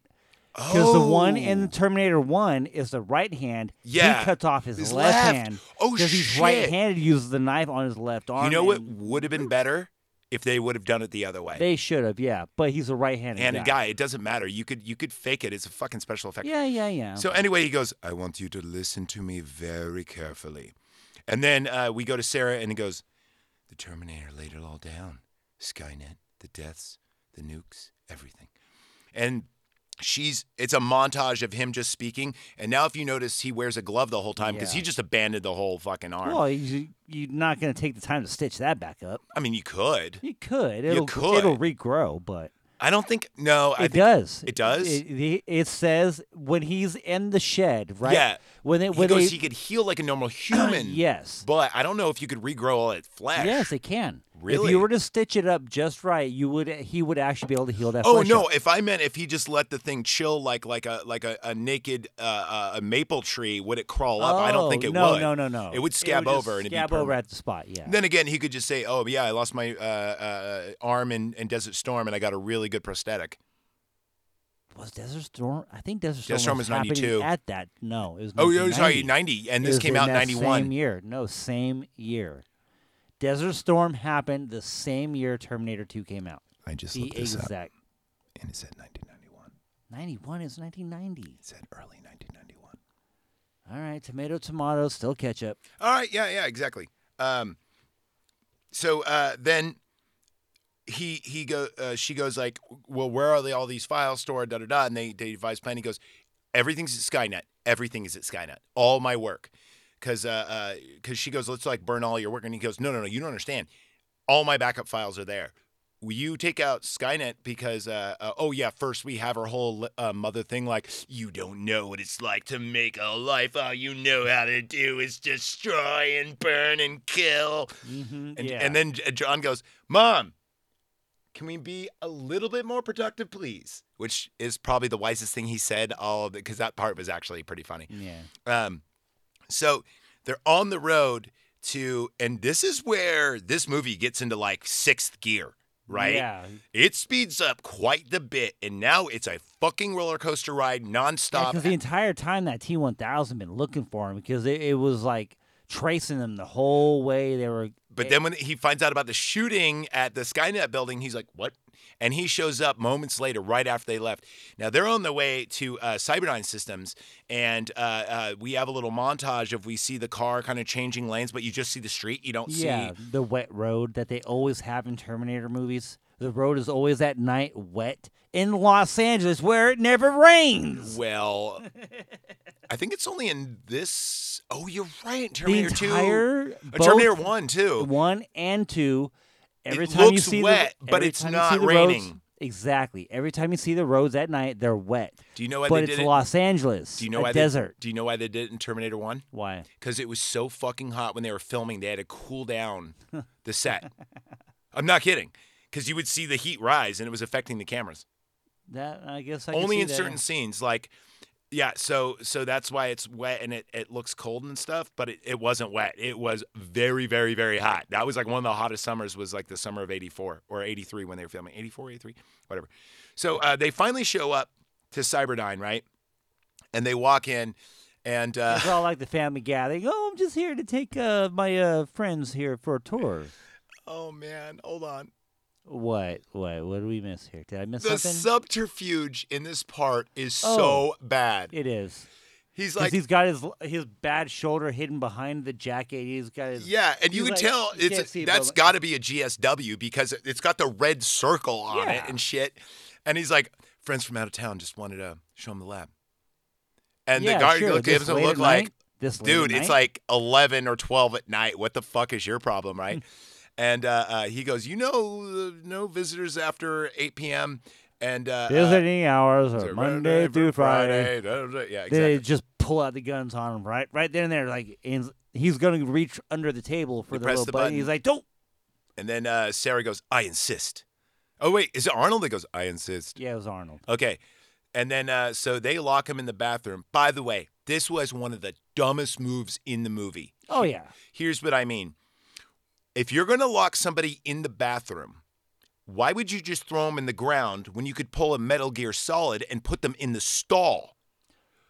Speaker 3: Because the one in
Speaker 2: Oh.
Speaker 3: Terminator One is the right hand.
Speaker 2: Yeah.
Speaker 3: he cuts off his,
Speaker 2: His
Speaker 3: left,
Speaker 2: left.
Speaker 3: hand.
Speaker 2: Oh,
Speaker 3: because he's
Speaker 2: shit.
Speaker 3: right-handed, uses the knife on his left arm.
Speaker 2: You know what
Speaker 3: and
Speaker 2: would have been better if they would have done it the other way.
Speaker 3: They should have, yeah. But he's a right-handed
Speaker 2: and
Speaker 3: guy.
Speaker 2: a guy, it doesn't matter. You could you could fake it. It's a fucking special effect.
Speaker 3: Yeah, yeah, yeah.
Speaker 2: So anyway, he goes, I want you to listen to me very carefully. And then uh, we go to Sarah and he goes, The Terminator laid it all down. Skynet, the deaths, the nukes, everything. And she's it's a montage of him just speaking. And now if you notice he wears a glove the whole time because
Speaker 3: Yeah.
Speaker 2: he just abandoned the whole fucking arm.
Speaker 3: well, you, you're not going to take the time to stitch that back up.
Speaker 2: I mean you could.
Speaker 3: You could. It'll,
Speaker 2: could.
Speaker 3: It'll regrow, but
Speaker 2: I don't think. No, I
Speaker 3: it
Speaker 2: think
Speaker 3: does.
Speaker 2: It does.
Speaker 3: It, it, it says when he's in the shed, right?
Speaker 2: Yeah.
Speaker 3: When they
Speaker 2: he
Speaker 3: when
Speaker 2: goes,
Speaker 3: they,
Speaker 2: he could heal like a
Speaker 3: *clears throat*
Speaker 2: normal human.
Speaker 3: Yes.
Speaker 2: but I don't know if you could regrow all that flesh.
Speaker 3: yes, it can. If
Speaker 2: Really?
Speaker 3: you were to stitch it up just right, you would he would actually be able to heal that.
Speaker 2: Oh
Speaker 3: flesh
Speaker 2: no!
Speaker 3: up.
Speaker 2: If I meant if he just let the thing chill like like a like a, a naked uh, uh, a maple tree, would it crawl up? I don't think
Speaker 3: Oh,
Speaker 2: it
Speaker 3: no,
Speaker 2: would.
Speaker 3: No, no, no.
Speaker 2: It would scab
Speaker 3: just
Speaker 2: over and it'd be
Speaker 3: scab over
Speaker 2: permanent.
Speaker 3: at the spot. Yeah.
Speaker 2: Then again, he could just say, "Oh yeah, I lost my uh, uh, arm in, in Desert Storm, and I got a really good prosthetic."
Speaker 3: was Desert Storm? I think Desert Storm,
Speaker 2: Desert Storm
Speaker 3: was
Speaker 2: was 92.
Speaker 3: happening At that, no, it was.
Speaker 2: Oh, yeah, sorry,
Speaker 3: 1990.
Speaker 2: ninety, and
Speaker 3: It
Speaker 2: this
Speaker 3: was
Speaker 2: came
Speaker 3: in
Speaker 2: out
Speaker 3: that
Speaker 2: ninety
Speaker 3: Same
Speaker 2: one.
Speaker 3: year, no, same year. Desert Storm happened the same year Terminator Two came out.
Speaker 2: I just
Speaker 3: The exact
Speaker 2: and it said nineteen ninety one.
Speaker 3: ninety one is nineteen ninety.
Speaker 2: It said early nineteen ninety one.
Speaker 3: All right, tomato, tomato, still ketchup.
Speaker 2: All right, yeah, yeah, exactly. Um, so uh, then he he go uh, she goes like, well, where are they all these files stored? Da da da. And they they devise a plan. He goes, everything's at Skynet. Everything is at Skynet. All my work, because uh, because she goes, let's like burn all your work. And he goes, no, no, no, you don't understand. All my backup files are there. Will You take out Skynet because, uh, uh, oh yeah, first we have our whole uh, mother thing like, you don't know what it's like to make a life. All you know how to do is destroy and burn and kill.
Speaker 3: Mm-hmm,
Speaker 2: And,
Speaker 3: yeah.
Speaker 2: and then J- John goes, Mom, can we be a little bit more productive, please? Which is probably the wisest thing he said, all because that part was actually pretty funny.
Speaker 3: yeah,
Speaker 2: Um, so they're on the road to, and this is where this movie gets into like sixth gear, right?
Speaker 3: Yeah,
Speaker 2: It speeds up quite the bit, and now it's a fucking roller coaster ride nonstop.
Speaker 3: because the entire time that T one thousand been looking for him because it, it was like tracing them the whole way they were.
Speaker 2: But then when he finds out about the shooting at the Skynet building, he's like, "What?" And he shows up moments later, right after they left. Now they're on the way to uh, Cyberdyne Systems, and uh, uh, we have a little montage of we see the car kind of changing lanes, but you just see the street. You don't
Speaker 3: Yeah,
Speaker 2: see.
Speaker 3: the wet road that they always have in Terminator movies. The road is always at night wet in Los Angeles where it never rains. *laughs*
Speaker 2: Well, I think it's only in this. Oh, you're right.
Speaker 3: The
Speaker 2: Terminator Two,
Speaker 3: entire
Speaker 2: Uh, Terminator
Speaker 3: both
Speaker 2: One too.
Speaker 3: one and two. Every
Speaker 2: It
Speaker 3: time you
Speaker 2: looks
Speaker 3: see
Speaker 2: wet,
Speaker 3: the,
Speaker 2: but
Speaker 3: every
Speaker 2: it's
Speaker 3: time you
Speaker 2: not
Speaker 3: see the roads-
Speaker 2: raining.
Speaker 3: exactly. Every time you see the roads at night, they're wet.
Speaker 2: Do you know why
Speaker 3: but
Speaker 2: they
Speaker 3: it's
Speaker 2: did it?
Speaker 3: Los Angeles.
Speaker 2: Do you know
Speaker 3: a
Speaker 2: why
Speaker 3: desert?
Speaker 2: They, do you know why they did it in Terminator One?
Speaker 3: Why?
Speaker 2: because it was so fucking hot when they were filming. They had to cool down the set. I'm not kidding, because you would see the heat rise and it was affecting the cameras.
Speaker 3: That I guess I can
Speaker 2: Only
Speaker 3: see
Speaker 2: in
Speaker 3: that,
Speaker 2: certain
Speaker 3: yeah.
Speaker 2: scenes, like yeah. So so that's why it's wet and it, it looks cold and stuff. But it, it wasn't wet. It was very very very hot. That was like one of the hottest summers. Was like the summer of '84 or '83 when they were filming '84 '83 whatever. So uh, they finally show up to Cyberdyne, right? And they walk in, and uh,
Speaker 3: It's all like the family gathering. Oh, I'm just here to take uh, my uh, friends here for a tour.
Speaker 2: *laughs* oh man, hold on.
Speaker 3: What? What? What did we miss here? Did I miss
Speaker 2: The
Speaker 3: something?
Speaker 2: subterfuge in this part is
Speaker 3: Oh.
Speaker 2: so bad.
Speaker 3: it is
Speaker 2: He's
Speaker 3: because
Speaker 2: like,
Speaker 3: he's got his his bad shoulder hidden behind the jacket. He's got his
Speaker 2: yeah, and you
Speaker 3: he's
Speaker 2: can
Speaker 3: like,
Speaker 2: tell
Speaker 3: you can't
Speaker 2: it's
Speaker 3: see it,
Speaker 2: that's
Speaker 3: but-
Speaker 2: got to be a GSW because it's got the red circle on it
Speaker 3: Yeah.
Speaker 2: and shit. And he's like, friends from out of town just wanted to show him the lab. And
Speaker 3: Yeah,
Speaker 2: the guard
Speaker 3: sure,
Speaker 2: look-
Speaker 3: this
Speaker 2: gives him a
Speaker 3: late
Speaker 2: look
Speaker 3: at
Speaker 2: like,
Speaker 3: night? This late at
Speaker 2: dude, it's
Speaker 3: night?
Speaker 2: like eleven or twelve at night. What the fuck is your problem, right?
Speaker 3: Hmm.
Speaker 2: and uh, uh, he goes, you know, uh, no visitors after eight p.m. And uh, uh,
Speaker 3: visiting hours are Monday through Friday.
Speaker 2: da, da, da. Yeah,
Speaker 3: Then
Speaker 2: exactly.
Speaker 3: They just pull out the guns on him right right then and there. Like and he's gonna reach under the table for
Speaker 2: You
Speaker 3: the
Speaker 2: press
Speaker 3: little
Speaker 2: the
Speaker 3: button.
Speaker 2: button.
Speaker 3: He's like, don't.
Speaker 2: And then uh, Sarah goes, I insist. Oh, wait, is it Arnold that goes, I insist?
Speaker 3: Yeah, it was Arnold.
Speaker 2: Okay. And then, uh, so they lock him in the bathroom. By the way, this was one of the dumbest moves in the movie.
Speaker 3: Oh yeah,
Speaker 2: Here's what I mean if you're going to lock somebody in the bathroom, why would you just throw them in the ground when you could pull a Metal Gear Solid and put them in the stall?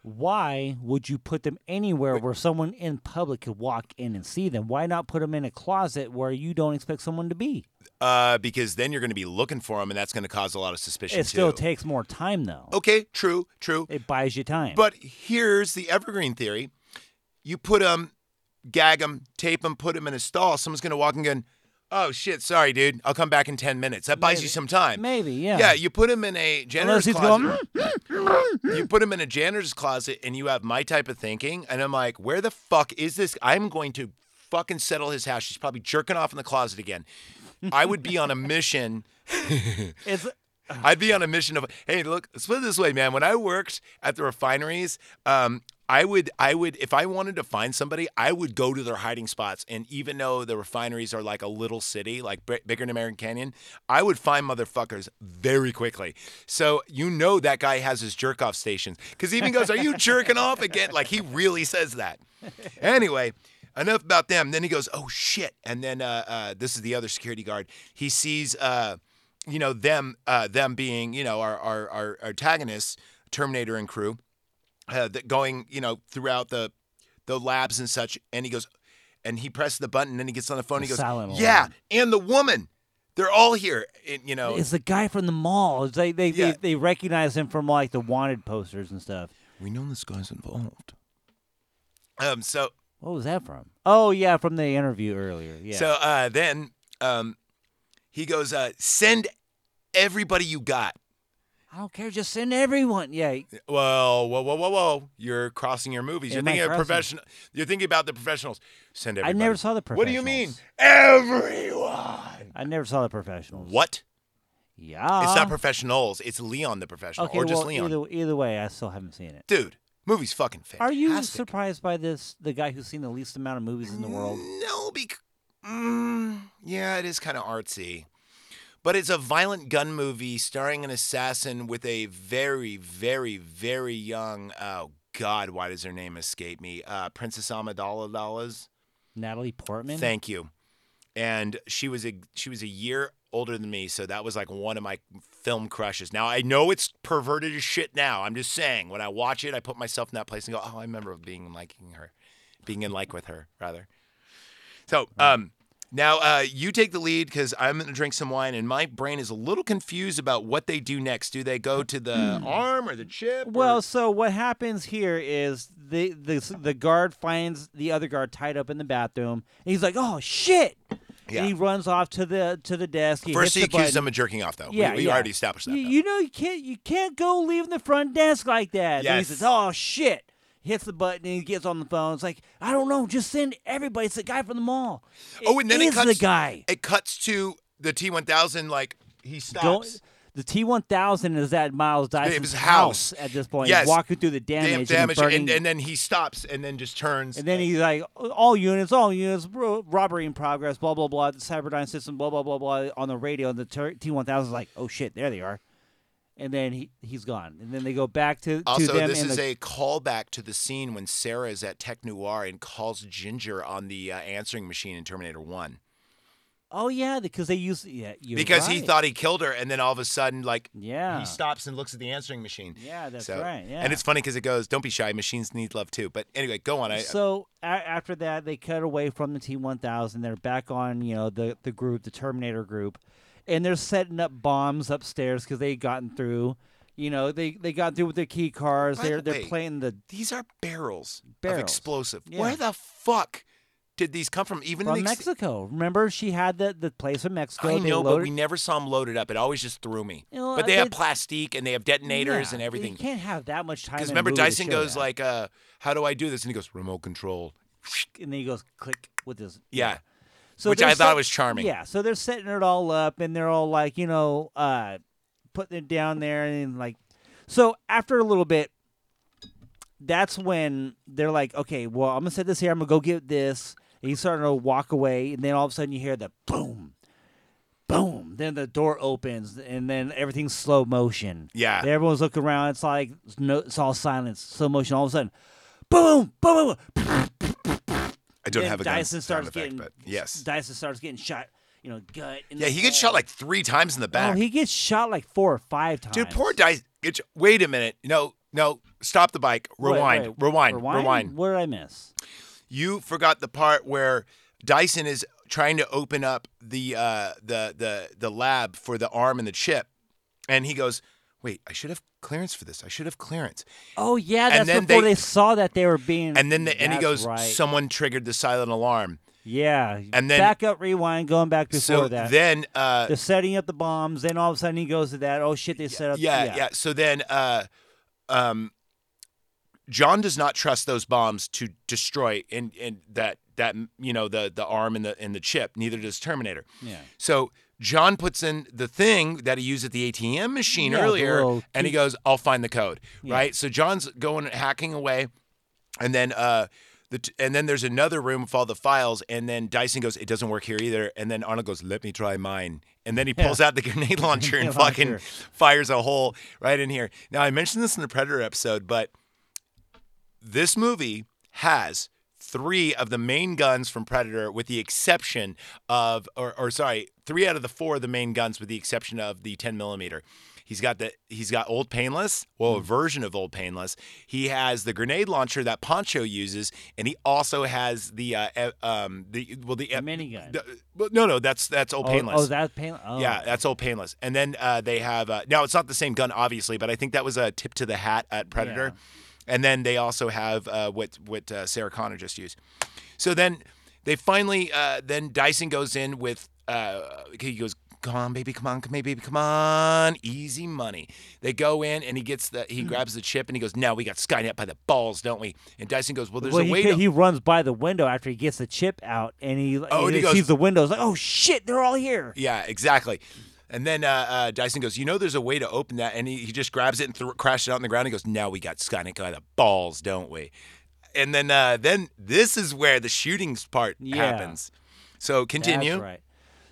Speaker 3: why would you put them anywhere where someone in public could walk in and see them? Why not put them in a closet where you don't expect someone to be?
Speaker 2: Uh, because then you're going to be looking for them, and that's going to cause a lot of suspicion.
Speaker 3: It still
Speaker 2: too.
Speaker 3: takes more time though.
Speaker 2: Okay, true, true.
Speaker 3: It buys you time.
Speaker 2: But here's the evergreen theory: you put them, gag them, tape them, put them in a stall. Someone's gonna walk and go, "Oh shit, sorry, dude. I'll come back in ten minutes." That buys you some time.
Speaker 3: maybe, yeah.
Speaker 2: uh, Yeah, you put him in a janitor's
Speaker 3: Unless he's
Speaker 2: closet. you put him in a janitor's closet, and you have my type of thinking. And I'm like, where the fuck is this? I'm going to fucking settle his house. She's probably jerking off in the closet again. I would be on a mission.
Speaker 3: "Hmm, it's
Speaker 2: *laughs* I'd be on a mission of, hey, look, let's put it this way, man. When I worked at the refineries, um, I would, I would, if I wanted to find somebody, I would go to their hiding spots. And even though the refineries are like a little city, like b- bigger than American Canyon, I would find motherfuckers very quickly. So you know that guy has his jerk off stations because even goes, "Are you jerking off again?" Like he really says that. Anyway, enough about them. Then he goes, "Oh shit!" And then uh, uh, this is the other security guard. He sees, uh, you know, them uh, them being you know our our, our antagonists, Terminator and crew, uh, that going you know throughout the the labs and such. And he goes, and he presses the button. And then he gets on the phone.
Speaker 3: The
Speaker 2: he goes,
Speaker 3: silent
Speaker 2: "Yeah,
Speaker 3: alarm.
Speaker 2: and the woman." They're all here, and, you know.
Speaker 3: It's the guy from the mall. It's like they,
Speaker 2: Yeah.
Speaker 3: they they recognize him from like the wanted posters and stuff.
Speaker 2: we know this guy's involved. Um. So
Speaker 3: What was that from? Oh yeah, from the interview earlier. Yeah.
Speaker 2: So uh, then um, he goes, uh, send everybody you got.
Speaker 3: I don't care. Just send everyone. Yeah.
Speaker 2: Well, whoa, whoa, whoa, whoa! You're crossing your movies. You're
Speaker 3: Am I
Speaker 2: thinking of
Speaker 3: crossing?
Speaker 2: professional. You're thinking about the professionals. Send
Speaker 3: I
Speaker 2: everybody.
Speaker 3: never saw the
Speaker 2: What do you mean,
Speaker 3: Professionals.
Speaker 2: everyone?
Speaker 3: I never saw the professionals.
Speaker 2: What?
Speaker 3: Yeah.
Speaker 2: it's not professionals. It's Leon the professional,
Speaker 3: Uh-huh. Okay.
Speaker 2: or just
Speaker 3: well,
Speaker 2: Leon.
Speaker 3: either either way, I still haven't seen it.
Speaker 2: Dude, movie's fucking fantastic.
Speaker 3: Are you surprised by this? The guy who's seen the least amount of movies in the world.
Speaker 2: No, because mm, yeah, it is kind of artsy, but it's a violent gun movie starring an assassin with a very, very, very young. Oh God, why does her name escape me? Uh, Princess Amidala Dallas.
Speaker 3: Natalie Portman.
Speaker 2: Thank you. And she was a she was a year older than me, so that was like one of my film crushes. Now I know it's perverted as shit. Now I'm just saying, when I watch it, I put myself in that place and go, oh, I remember being liking her, being in like with her rather. So um, now uh, you take the lead because I'm gonna drink some wine, and my brain is a little confused about what they do next. Do they go to the arm or the chip? or-
Speaker 3: Hmm. Well, so what happens here is the the the guard finds the other guard tied up in the bathroom, and he's like, "Oh shit!"
Speaker 2: Yeah.
Speaker 3: And he runs off to the to the desk. He
Speaker 2: first he
Speaker 3: hits the
Speaker 2: accuses
Speaker 3: button.
Speaker 2: them of jerking off, though. We-
Speaker 3: Yeah,
Speaker 2: we,
Speaker 3: yeah.
Speaker 2: already established that.
Speaker 3: You,
Speaker 2: though.
Speaker 3: you know you can't you can't go leaving the front desk like that. And he
Speaker 2: Yes.
Speaker 3: says, "Oh shit!" Hits the button and he gets on the phone. It's like I don't know. Just send everybody. It's the guy from the mall.
Speaker 2: Oh, and then it
Speaker 3: is
Speaker 2: cuts
Speaker 3: the guy.
Speaker 2: It cuts to the T one thousand. Like he stops.
Speaker 3: Don't- the T one thousand is at Miles
Speaker 2: his
Speaker 3: Dyson's
Speaker 2: house.
Speaker 3: at this point.
Speaker 2: Yes.
Speaker 3: walking through the
Speaker 2: Damn
Speaker 3: damage,
Speaker 2: damage,
Speaker 3: and,
Speaker 2: and,
Speaker 3: burning-
Speaker 2: and, then he stops, and then just turns.
Speaker 3: And then he's like, all units, all units, ro- robbery in progress, blah, blah, blah, the Cyberdyne system, blah, blah, blah, blah, on the radio. And the ter- T-1000 is like, oh, shit, there they are. And then he, he's gone. And then they go back to, to
Speaker 2: also,
Speaker 3: them.
Speaker 2: this
Speaker 3: and
Speaker 2: is
Speaker 3: the,
Speaker 2: a callback to the scene when Sarah is at Tech Noir and calls Ginger on the uh, answering machine in Terminator One
Speaker 3: oh, yeah, because they use, yeah, you're
Speaker 2: because he
Speaker 3: right.
Speaker 2: thought he killed her, and then all of a sudden, like
Speaker 3: Yeah.
Speaker 2: he stops and looks at the answering machine.
Speaker 3: Yeah, that's
Speaker 2: So-
Speaker 3: right, yeah.
Speaker 2: and it's funny because it goes, "Don't be shy, machines need love too." But anyway, go on. I,
Speaker 3: so a- after that, they cut away from the T1000. They're back on, you know, the the group, the Terminator group, and they're setting up bombs upstairs because they gotten through. You know, they they got through with their key cards.
Speaker 2: By the
Speaker 3: they're they're
Speaker 2: way,
Speaker 3: playing the
Speaker 2: these are barrels,
Speaker 3: Barrels.
Speaker 2: of explosive.
Speaker 3: Yeah.
Speaker 2: Where the fuck did these come from? Even
Speaker 3: from
Speaker 2: in the ex-
Speaker 3: Mexico. Remember, she had the the place in Mexico.
Speaker 2: I
Speaker 3: they
Speaker 2: know,
Speaker 3: loaded,
Speaker 2: but we never saw them loaded up. It always just threw me.
Speaker 3: You know,
Speaker 2: but they
Speaker 3: I
Speaker 2: have
Speaker 3: did-
Speaker 2: plastique and they have detonators
Speaker 3: Yeah,
Speaker 2: and
Speaker 3: You
Speaker 2: everything.
Speaker 3: can't have that much time.
Speaker 2: Because
Speaker 3: in a
Speaker 2: remember,
Speaker 3: movie to
Speaker 2: Dyson
Speaker 3: show
Speaker 2: goes
Speaker 3: that.
Speaker 2: like, uh, "How do I do this?" And he goes, "Remote control."
Speaker 3: and then he goes click with his
Speaker 2: Yeah,
Speaker 3: So
Speaker 2: Which
Speaker 3: they're
Speaker 2: I thought was charming.
Speaker 3: Yeah, so they're setting it all up, and they're all like, you know, uh, putting it down there, and like, so after a little bit, that's when they're like, okay, well, I'm gonna set this here. I'm gonna go get this. And he's starting to walk away, and then all of a sudden you hear the boom, boom. Then the door opens, and then everything's slow motion.
Speaker 2: Yeah.
Speaker 3: everyone's looking around. It's like it's no, it's all silence, slow motion. All of a sudden, boom, boom, boom.
Speaker 2: I don't
Speaker 3: then
Speaker 2: have a gun
Speaker 3: Dyson
Speaker 2: sound
Speaker 3: starts
Speaker 2: effect,
Speaker 3: getting
Speaker 2: but yes,
Speaker 3: Dyson starts getting shot. You know, gut. in
Speaker 2: yeah,
Speaker 3: the
Speaker 2: he gets
Speaker 3: head.
Speaker 2: shot like three times in the back.
Speaker 3: Oh, he gets shot like four or five times.
Speaker 2: Dude, poor Dyson. Get your- Wait a minute. No, no. Stop the bike.
Speaker 3: Wait,
Speaker 2: Rewind.
Speaker 3: wait,
Speaker 2: Rewind. Rewind.
Speaker 3: What did I miss?
Speaker 2: You forgot the part where Dyson is trying to open up the uh, the the the lab for the arm and the chip, and he goes, "Wait, I should have clearance for this. I should have clearance."
Speaker 3: Oh yeah,
Speaker 2: And
Speaker 3: that's
Speaker 2: then
Speaker 3: before
Speaker 2: they-
Speaker 3: they, saw that they were being.
Speaker 2: And then the, and he
Speaker 3: That's
Speaker 2: goes,
Speaker 3: right.
Speaker 2: "Someone triggered the silent alarm."
Speaker 3: yeah,
Speaker 2: and then-
Speaker 3: back up, rewind, going back before
Speaker 2: so
Speaker 3: that.
Speaker 2: then, uh,
Speaker 3: They're setting up the bombs. Then all of a sudden he goes to that. Oh shit, they set up.
Speaker 2: yeah, yeah, So then, uh, um, John does not trust those bombs to destroy and and that that you know the the arm and the and the chip. Neither does Terminator.
Speaker 3: Yeah.
Speaker 2: So John puts in the thing that he used at the ATM machine
Speaker 3: Yeah, the
Speaker 2: earlier,
Speaker 3: little
Speaker 2: and he
Speaker 3: key-
Speaker 2: goes, "I'll find the code."
Speaker 3: Yeah.
Speaker 2: Right. So John's going hacking away, and then uh. The t- and then there's another room with all the files, and then Dyson goes, "It doesn't work here either." And then Arnold goes, "Let me try mine." And then he pulls out the *laughs*
Speaker 3: *laughs*
Speaker 2: grenade launcher and
Speaker 3: Grenade
Speaker 2: fucking
Speaker 3: launcher.
Speaker 2: fires a hole right in here. Now I mentioned this in the Predator episode, but this movie has three of the main guns from Predator, with the exception of, or, or sorry, three out of the four of the main guns, with the exception of the 10 millimeter. He's got the he's got old painless, well,
Speaker 3: Hmm.
Speaker 2: a version of old painless. He has the grenade launcher that Poncho uses, and he also has the uh, eh, um the well the eh,
Speaker 3: minigun.
Speaker 2: the- well, no, no, that's that's old
Speaker 3: Oh,
Speaker 2: painless.
Speaker 3: Oh, that painless. Oh.
Speaker 2: Yeah, that's all painless. And then uh, they have uh, now it's not the same gun, obviously, but I think that was a tip to the hat at Predator. And then they also have uh, what what uh, Sarah Connor just used. So then they finally uh, then Dyson goes in with uh, he goes, "Come on, baby, come on, come on, baby, come on, easy money." They go in and he gets the he grabs the chip and he goes, "Now we got Skynet by the balls, don't we?" And Dyson goes, "Well, there's
Speaker 3: well,
Speaker 2: a
Speaker 3: he,
Speaker 2: way
Speaker 3: could-
Speaker 2: to."
Speaker 3: he runs by the window after he gets the chip out, and he,
Speaker 2: Oh, and he goes-
Speaker 3: sees the windows like, oh shit, they're all here.
Speaker 2: Yeah, exactly. And then uh, uh, Dyson goes, You know, there's a way to open that. And he, he just grabs it and thro- crashes it out on the ground. He goes, Now we got Skynet by the balls, don't we? And then uh, then this is where the shootings part
Speaker 3: Yeah.
Speaker 2: happens. So continue.
Speaker 3: That's right.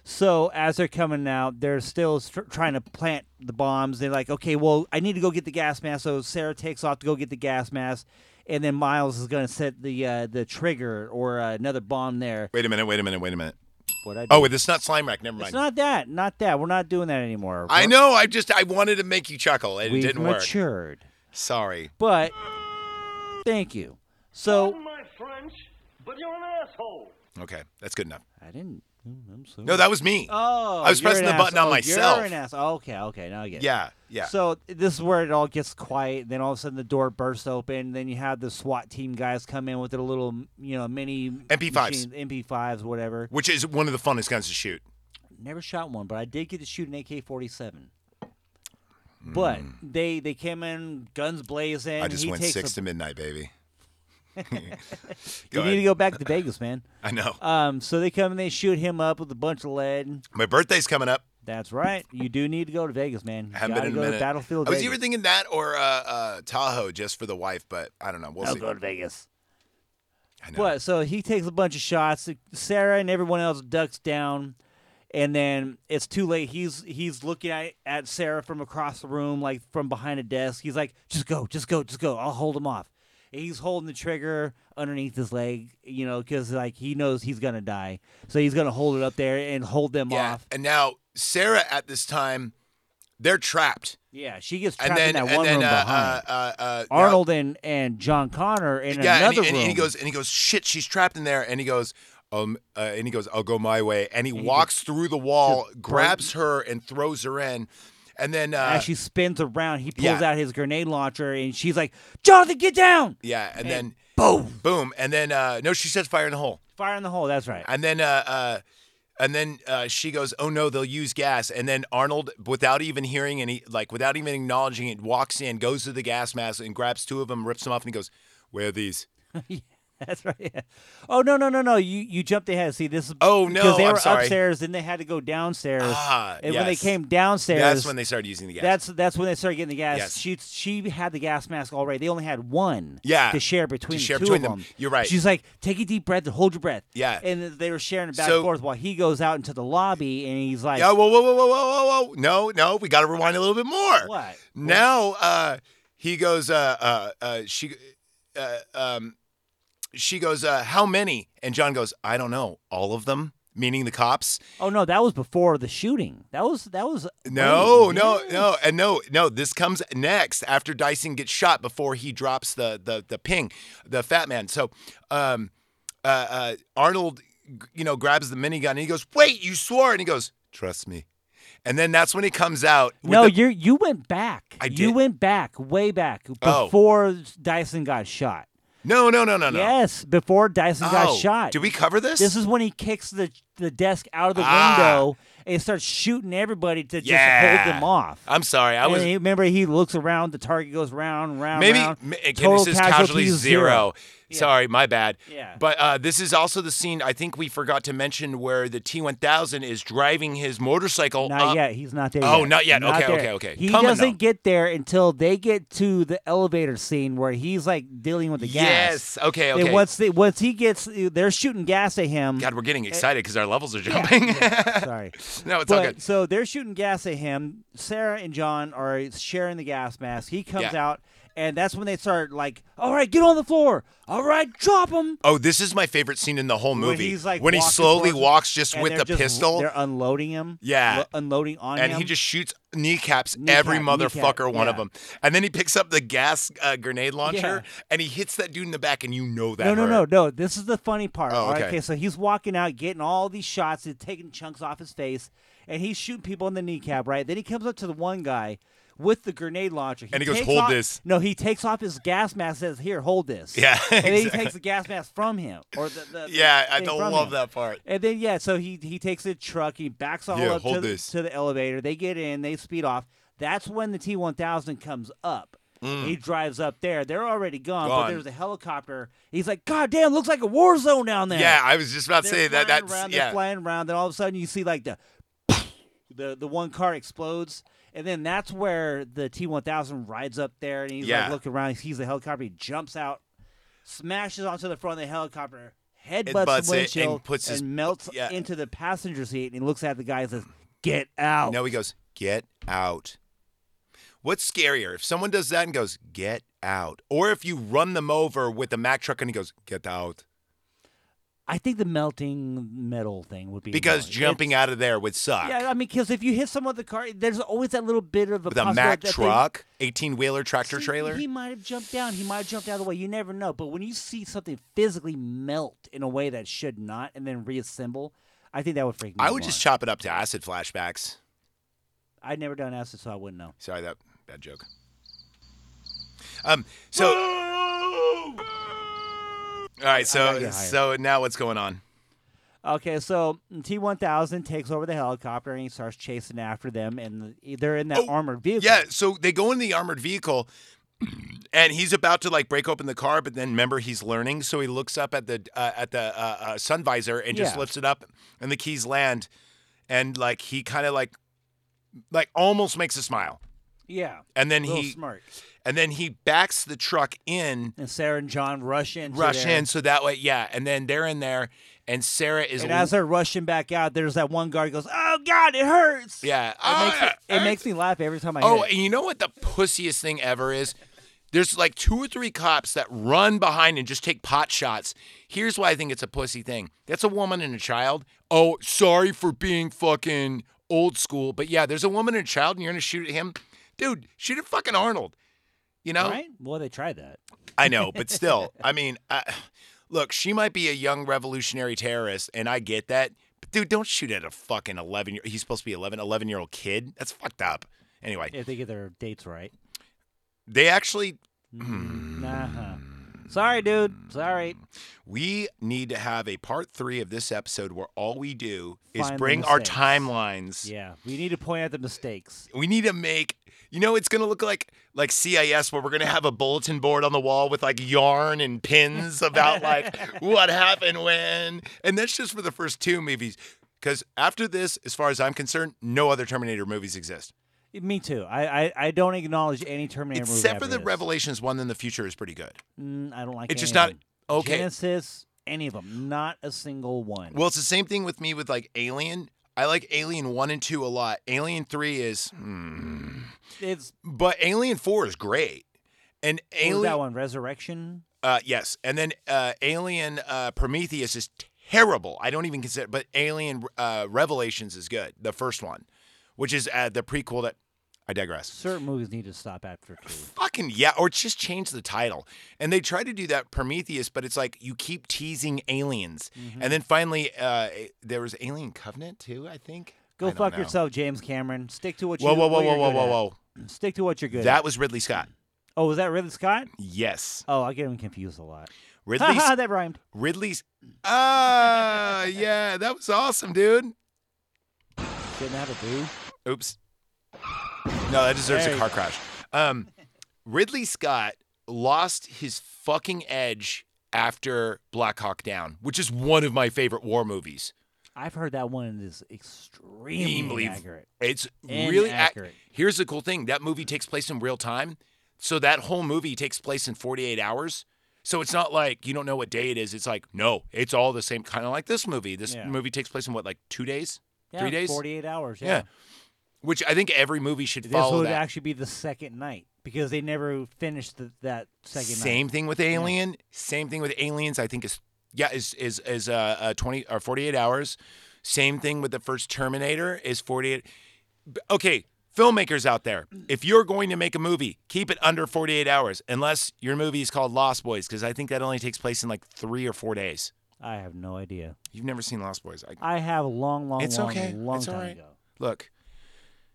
Speaker 3: So as they're coming out, they're still str- trying to plant the bombs. They're like, okay, well, I need to go get the gas mask. So Sarah takes off to go get the gas mask, and then Miles is going to set the uh, the trigger or uh, another bomb there.
Speaker 2: Wait a minute, wait a minute, wait a minute.
Speaker 3: What I do?
Speaker 2: Oh, wait, this is not Slime Rack. Never
Speaker 3: it's
Speaker 2: mind.
Speaker 3: not that, not that. We're not doing that anymore.
Speaker 2: I
Speaker 3: We're-
Speaker 2: know. I just, I wanted to make you chuckle. and It
Speaker 3: We've
Speaker 2: didn't work.
Speaker 3: matured,
Speaker 2: Sorry.
Speaker 3: but thank you. So
Speaker 6: my French, but you're an asshole.
Speaker 2: Okay, that's good enough.
Speaker 3: I didn't. I'm so.
Speaker 2: No, that was me.
Speaker 3: Oh,
Speaker 2: I was
Speaker 3: you're
Speaker 2: pressing
Speaker 3: an
Speaker 2: the button
Speaker 3: ass-
Speaker 2: on
Speaker 3: oh,
Speaker 2: myself.
Speaker 3: You're an ass. Okay, okay, now I get it.
Speaker 2: yeah, yeah.
Speaker 3: So this is where it all gets quiet. Then all of a sudden the door bursts open. Then you have the SWAT team guys come in with their little, you know, mini
Speaker 2: MP5s.
Speaker 3: machines, MP5s, whatever.
Speaker 2: Which is one of the funnest guns to shoot.
Speaker 3: Never shot one, but I did get to shoot an AK-47. But they they came in guns blazing.
Speaker 2: Hmm. I just
Speaker 3: he
Speaker 2: went
Speaker 3: takes
Speaker 2: six
Speaker 3: a-
Speaker 2: to midnight,
Speaker 3: *laughs*
Speaker 2: baby. *laughs*
Speaker 3: You
Speaker 2: Go
Speaker 3: need
Speaker 2: ahead.
Speaker 3: to go back to Vegas, man.
Speaker 2: I know.
Speaker 3: Um, so they come and they shoot him up with a bunch of lead.
Speaker 2: My birthday's coming up.
Speaker 3: That's right. You do need to go to Vegas, man.
Speaker 2: I haven't
Speaker 3: Gotta
Speaker 2: been in
Speaker 3: go
Speaker 2: a
Speaker 3: to
Speaker 2: minute.
Speaker 3: Battlefield.
Speaker 2: I was
Speaker 3: Vegas.
Speaker 2: either thinking that or uh, uh, Tahoe just for the wife, but I don't know. We'll
Speaker 3: I'll
Speaker 2: see.
Speaker 3: go to Vegas.
Speaker 2: I know.
Speaker 3: But so he takes a bunch of shots. Sarah and everyone else ducks down, and then it's too late. He's he's looking at, at Sarah from across the room, like from behind a desk. He's like, "Just go, just go, just go. I'll hold him off." And he's holding the trigger underneath his leg, you know, because like he knows he's gonna die, so he's gonna hold it up there and hold them
Speaker 2: yeah.
Speaker 3: off.
Speaker 2: And now Sarah at this time, they're trapped.
Speaker 3: Yeah, she gets trapped
Speaker 2: And then
Speaker 3: in that
Speaker 2: and
Speaker 3: one
Speaker 2: then
Speaker 3: room
Speaker 2: uh,
Speaker 3: behind.
Speaker 2: uh, uh, uh, now-
Speaker 3: Arnold and, and John Connor in
Speaker 2: yeah, and
Speaker 3: another
Speaker 2: he, and,
Speaker 3: room.
Speaker 2: he goes and he goes shit. She's trapped in there, and he goes. Um, uh, and he goes, I'll go my way. And he walks through the wall, grabs her, and throws her in. And then, uh,
Speaker 3: as she spins around, he pulls
Speaker 2: yeah.
Speaker 3: out his grenade launcher, and she's like, "Jonathan, get down!"
Speaker 2: yeah, and, then,
Speaker 3: Boom!
Speaker 2: boom. And then, uh, no, she says fire in the hole.
Speaker 3: Fire in the hole. That's right.
Speaker 2: And then, uh, uh, and then uh, she goes, "Oh no, they'll use gas." And then Arnold, without even hearing any, like without even acknowledging it, walks in, goes to the gas mask, and grabs two of them, rips them off, and he goes, "Where are these?"
Speaker 3: *laughs* That's right. yeah. Oh no no no no! You you jumped ahead. See this is
Speaker 2: Oh, no,
Speaker 3: because they
Speaker 2: I'm
Speaker 3: were
Speaker 2: sorry.
Speaker 3: upstairs, then they had to go downstairs,
Speaker 2: Ah,
Speaker 3: and when they
Speaker 2: yes.
Speaker 3: came downstairs,
Speaker 2: That's when they started using the gas.
Speaker 3: That's that's when they started getting the gas.
Speaker 2: Yes.
Speaker 3: She she had the gas mask already. They only had one.
Speaker 2: Yeah,
Speaker 3: To share between
Speaker 2: to
Speaker 3: the
Speaker 2: share
Speaker 3: two
Speaker 2: between
Speaker 3: of
Speaker 2: them.
Speaker 3: them.
Speaker 2: You're right.
Speaker 3: She's like, take a deep breath and hold your breath.
Speaker 2: Yeah.
Speaker 3: And then they were sharing it back
Speaker 2: So-
Speaker 3: and forth while he goes out into the lobby and he's like,
Speaker 2: yeah, whoa, whoa, whoa, whoa, whoa, whoa, whoa! No, no, we got to rewind a little bit more.
Speaker 3: What?
Speaker 2: Now uh, he goes, uh, uh, uh, she, uh, um, she goes, uh, "How many?" And John goes, "I don't know, all of them." Meaning the cops.
Speaker 3: Oh no, that was before the shooting. That was that was
Speaker 2: No,
Speaker 3: wait,
Speaker 2: no,
Speaker 3: yeah.
Speaker 2: no, and no, no. This comes next after Dyson gets shot before he drops the the the ping, the fat man. So, um, uh, uh Arnold, g- you know, grabs the minigun and he goes, "Wait, you swore!" And he goes, "Trust me." And then that's when he comes out. with
Speaker 3: No,
Speaker 2: the-
Speaker 3: you you went back.
Speaker 2: I
Speaker 3: You
Speaker 2: did.
Speaker 3: went back way back
Speaker 2: Oh.
Speaker 3: before Dyson got shot.
Speaker 2: no, no, no, no, no.
Speaker 3: Yes, before Dyson got
Speaker 2: Oh,
Speaker 3: shot.
Speaker 2: Did we cover this?
Speaker 3: This is when he kicks the the desk out of the
Speaker 2: Ah.
Speaker 3: window and starts shooting everybody to just
Speaker 2: yeah.
Speaker 3: hold them off.
Speaker 2: I'm sorry. I
Speaker 3: And
Speaker 2: was
Speaker 3: he- remember he looks around, the target goes round, round,
Speaker 2: Maybe
Speaker 3: round.
Speaker 2: m- again,
Speaker 3: Total
Speaker 2: this is casualty
Speaker 3: casualties
Speaker 2: zero. Sorry, my bad.
Speaker 3: Yeah.
Speaker 2: But uh, this is also the scene I think we forgot to mention where the T1000 is driving his motorcycle
Speaker 3: Not
Speaker 2: up.
Speaker 3: yet. He's not there.
Speaker 2: Oh,
Speaker 3: yet.
Speaker 2: not yet. Okay,
Speaker 3: there.
Speaker 2: okay, okay.
Speaker 3: He
Speaker 2: Coming,
Speaker 3: doesn't
Speaker 2: though.
Speaker 3: get there until they get to the elevator scene where he's like dealing with the gas.
Speaker 2: Yes. Okay,
Speaker 3: And
Speaker 2: okay.
Speaker 3: once they, once he gets, they're shooting gas at him.
Speaker 2: God, we're getting excited because our levels are jumping.
Speaker 3: Sorry.
Speaker 2: *laughs* no, it's all
Speaker 3: But
Speaker 2: good.
Speaker 3: so they're shooting gas at him. Sarah and John are sharing the gas mask. He comes
Speaker 2: Yeah.
Speaker 3: out, and that's when they start like, "All right, get on the floor. All right, drop him."
Speaker 2: Oh, this is my favorite scene in the whole movie.
Speaker 3: When he's like
Speaker 2: when he
Speaker 3: walking
Speaker 2: slowly
Speaker 3: towards him,
Speaker 2: walks just
Speaker 3: and
Speaker 2: with
Speaker 3: they're
Speaker 2: the
Speaker 3: just-
Speaker 2: pistol
Speaker 3: They're unloading him.
Speaker 2: Yeah.
Speaker 3: lo- unloading on
Speaker 2: and
Speaker 3: him.
Speaker 2: he just shoots kneecaps
Speaker 3: Kneecap,
Speaker 2: every motherfucker
Speaker 3: kneecap,
Speaker 2: one of
Speaker 3: yeah.
Speaker 2: them. And then he picks up the gas uh, grenade launcher
Speaker 3: Yeah.
Speaker 2: and he hits that dude in the back, and you know that.
Speaker 3: No, no,
Speaker 2: hurt.
Speaker 3: no, no. This is the funny part.
Speaker 2: Oh,
Speaker 3: All right,
Speaker 2: okay.
Speaker 3: So he's walking out, getting all these shots, he's taking chunks off his face, and he's shooting people in the kneecap. Right. Then he comes up to the one guy with the grenade launcher,
Speaker 2: And he goes,
Speaker 3: takes
Speaker 2: "Hold
Speaker 3: off-
Speaker 2: this."
Speaker 3: No, he takes off his gas mask. Says, "Here, hold this."
Speaker 2: Yeah,
Speaker 3: And then he
Speaker 2: exactly.
Speaker 3: takes the gas mask from him, or the, the the
Speaker 2: Yeah, I
Speaker 3: thing
Speaker 2: don't
Speaker 3: from
Speaker 2: love
Speaker 3: him.
Speaker 2: that part.
Speaker 3: And then yeah, so he he takes the truck, he backs all
Speaker 2: Yeah,
Speaker 3: up
Speaker 2: hold
Speaker 3: to, the-
Speaker 2: this.
Speaker 3: to the elevator. They get in, they speed off. That's when the T1000 comes up. He drives up there. They're already gone,
Speaker 2: Mm. Gone.
Speaker 3: but there's a helicopter. He's like, "God damn, looks like a war zone down there."
Speaker 2: Yeah, I was just about to
Speaker 3: they're
Speaker 2: say that.
Speaker 3: flying
Speaker 2: That's
Speaker 3: around,
Speaker 2: yeah.
Speaker 3: They're flying around. Then all of a sudden, you see like the *laughs* the the one car explodes, and then that's where the T1000 rides up there, and he's
Speaker 2: Yeah.
Speaker 3: like looking around. He sees the helicopter. He jumps out, smashes onto the front of the helicopter,
Speaker 2: Headbutts
Speaker 3: headbutts
Speaker 2: it
Speaker 3: the
Speaker 2: and
Speaker 3: windshield,
Speaker 2: puts his-
Speaker 3: melts
Speaker 2: yeah.
Speaker 3: into the passenger seat. And he looks at the guy and says, "Get out!"
Speaker 2: No, he goes, get out. What's scarier? If someone does that and goes, get out. Or if you run them over with a Mack truck and he goes, get out.
Speaker 3: I think the melting metal thing would be
Speaker 2: Because
Speaker 3: annoying.
Speaker 2: jumping out of there would suck.
Speaker 3: It's- Yeah, I mean, because if you hit someone with the car, there's always that little bit of a
Speaker 2: with a
Speaker 3: possibility
Speaker 2: Mack
Speaker 3: that they-
Speaker 2: truck, 18 wheeler tractor
Speaker 3: See,
Speaker 2: trailer.
Speaker 3: He might have jumped down. He might have jumped out of the way. You never know. But when you see something physically melt in a way that should not and then reassemble, I think that would freak me
Speaker 2: I
Speaker 3: out
Speaker 2: would
Speaker 3: more.
Speaker 2: just chop it up to acid flashbacks.
Speaker 3: I'd never done acid, so I wouldn't know.
Speaker 2: Sorry, that bad joke. Um, so. All right,
Speaker 3: gotta
Speaker 2: so
Speaker 3: get higher.
Speaker 2: so now what's going on?
Speaker 3: Okay, so T one thousand takes over the helicopter and he starts chasing after them, and they're in that
Speaker 2: Oh,
Speaker 3: armored vehicle.
Speaker 2: Yeah, so they go in the armored vehicle and he's about to like break open the car, but then remember he's learning, so he looks up at the uh, at the uh, uh, sun visor and just
Speaker 3: Yeah.
Speaker 2: lifts it up and the keys land and like he kind of like like almost makes a smile.
Speaker 3: yeah.
Speaker 2: And then
Speaker 3: Real
Speaker 2: he
Speaker 3: smart.
Speaker 2: and then he backs the truck in,
Speaker 3: And Sarah and John rush in.
Speaker 2: rush in so that way yeah, and then they're in there and Sarah is
Speaker 3: and as they're rushing back out, there's that one guard goes, "Oh God, it hurts."
Speaker 2: yeah,
Speaker 3: It, makes,
Speaker 2: "Ah,
Speaker 3: it, it makes me laugh every time I hear
Speaker 2: Oh,
Speaker 3: it.
Speaker 2: and you know what the pussiest thing ever is? There's like two or three cops that run behind and just take pot shots. Here's why I think it's a pussy thing. That's a woman and a child. Oh, sorry for being fucking old school, but yeah, there's a woman and a child, and you're gonna shoot at him, dude. Shoot at fucking Arnold. You know,
Speaker 3: Right? Well, they tried that.
Speaker 2: I know, but still, I mean, I, look, she might be a young revolutionary terrorist, and I get that. But dude, don't shoot at a fucking 11 year. He's supposed to be 11, 11 year old kid. That's fucked up. Anyway,
Speaker 3: If they get their dates right.
Speaker 2: they actually Hmm.
Speaker 3: Nah. Uh-huh. Sorry, dude. Sorry.
Speaker 2: We need to have a part three of this episode where all we do is
Speaker 3: Find the
Speaker 2: bring our
Speaker 3: mistakes.
Speaker 2: timelines.
Speaker 3: Yeah, we need to point out the mistakes.
Speaker 2: We need to make, you know, it's gonna look like like CIS where we're gonna have a bulletin board on the wall with like yarn and pins about
Speaker 3: *laughs*
Speaker 2: like what happened when, and that's just for the first two movies. Because after this, as far as I'm concerned, no other Terminator movies exist,
Speaker 3: Me too. I I, I don't acknowledge any Terminator movie
Speaker 2: except for
Speaker 3: after
Speaker 2: the
Speaker 3: this.
Speaker 2: Revelations one. Then the future is pretty good.
Speaker 3: Mm, I don't like.
Speaker 2: It's
Speaker 3: any
Speaker 2: just
Speaker 3: of
Speaker 2: not-
Speaker 3: them.
Speaker 2: okay.
Speaker 3: Genesis, any of them, not a single one.
Speaker 2: Well, it's the same thing with me with like Alien. I like Alien one and two a lot. Alien three is. hmm.
Speaker 3: it's
Speaker 2: But Alien Four is great, and
Speaker 3: what was that
Speaker 2: Alien,
Speaker 3: one, Resurrection.
Speaker 2: uh, yes, and then uh, Alien uh, Prometheus is terrible. I don't even consider, but Alien uh, Revelations is good, the first one, which is uh, the prequel that. I digress.
Speaker 3: Certain movies need to stop after two.
Speaker 2: Fucking yeah, or just change the title. And they try to do that Prometheus, but it's like you keep teasing aliens,
Speaker 3: Mm-hmm.
Speaker 2: and then finally uh, there was Alien Covenant too. I think. I
Speaker 3: Go
Speaker 2: don't
Speaker 3: fuck
Speaker 2: know.
Speaker 3: yourself, James Cameron. Stick to what
Speaker 2: Whoa,
Speaker 3: you.
Speaker 2: whoa, whoa,
Speaker 3: what
Speaker 2: whoa,
Speaker 3: you're
Speaker 2: whoa,
Speaker 3: good
Speaker 2: whoa,
Speaker 3: at.
Speaker 2: whoa!
Speaker 3: Stick to what you're good.
Speaker 2: That
Speaker 3: at.
Speaker 2: was Ridley Scott.
Speaker 3: Oh, was that Ridley Scott? *laughs*
Speaker 2: Yes,
Speaker 3: Oh, I get him confused a lot.
Speaker 2: Ridley.
Speaker 3: Ha ha, that rhymed.
Speaker 2: Ridley's. Ah, yeah, that was awesome, dude.
Speaker 3: Shouldn't have a boo.
Speaker 2: Oops. No, that deserves
Speaker 3: Hey.
Speaker 2: a car crash. Um, Ridley Scott lost his fucking edge after Black Hawk Down, which is one of my favorite war movies.
Speaker 3: I've heard that one is extremely
Speaker 2: Extremely-
Speaker 3: accurate.
Speaker 2: It's
Speaker 3: And
Speaker 2: really ac-
Speaker 3: accurate.
Speaker 2: Here's the cool thing: that movie takes place in real time, so that whole movie takes place in 48 hours. So it's not like you don't know what day it is. It's like no, it's all the same. Kind of like this movie. This
Speaker 3: Yeah.
Speaker 2: movie takes place in what, like two days,
Speaker 3: Yeah,
Speaker 2: three days,
Speaker 3: forty-eight hours.
Speaker 2: Yeah. which I think every movie should
Speaker 3: This
Speaker 2: follow
Speaker 3: would
Speaker 2: that.
Speaker 3: actually be the second night because they never finished the, that second night.
Speaker 2: Same thing with Alien. Same thing with Aliens. I think is yeah is is is uh, uh twenty or forty eight hours. Same thing with the first Terminator is forty eight. Okay, filmmakers out there,
Speaker 3: Mm.
Speaker 2: if you're going to make a movie, keep it under forty eight hours, unless your movie is called Lost Boys, because I think that only takes place in like three or four days.
Speaker 3: I have no idea.
Speaker 2: You've never seen Lost Boys. I,
Speaker 3: I have a long, long,
Speaker 2: it's
Speaker 3: long,
Speaker 2: okay.
Speaker 3: long
Speaker 2: it's
Speaker 3: time
Speaker 2: all right.
Speaker 3: ago.
Speaker 2: Look,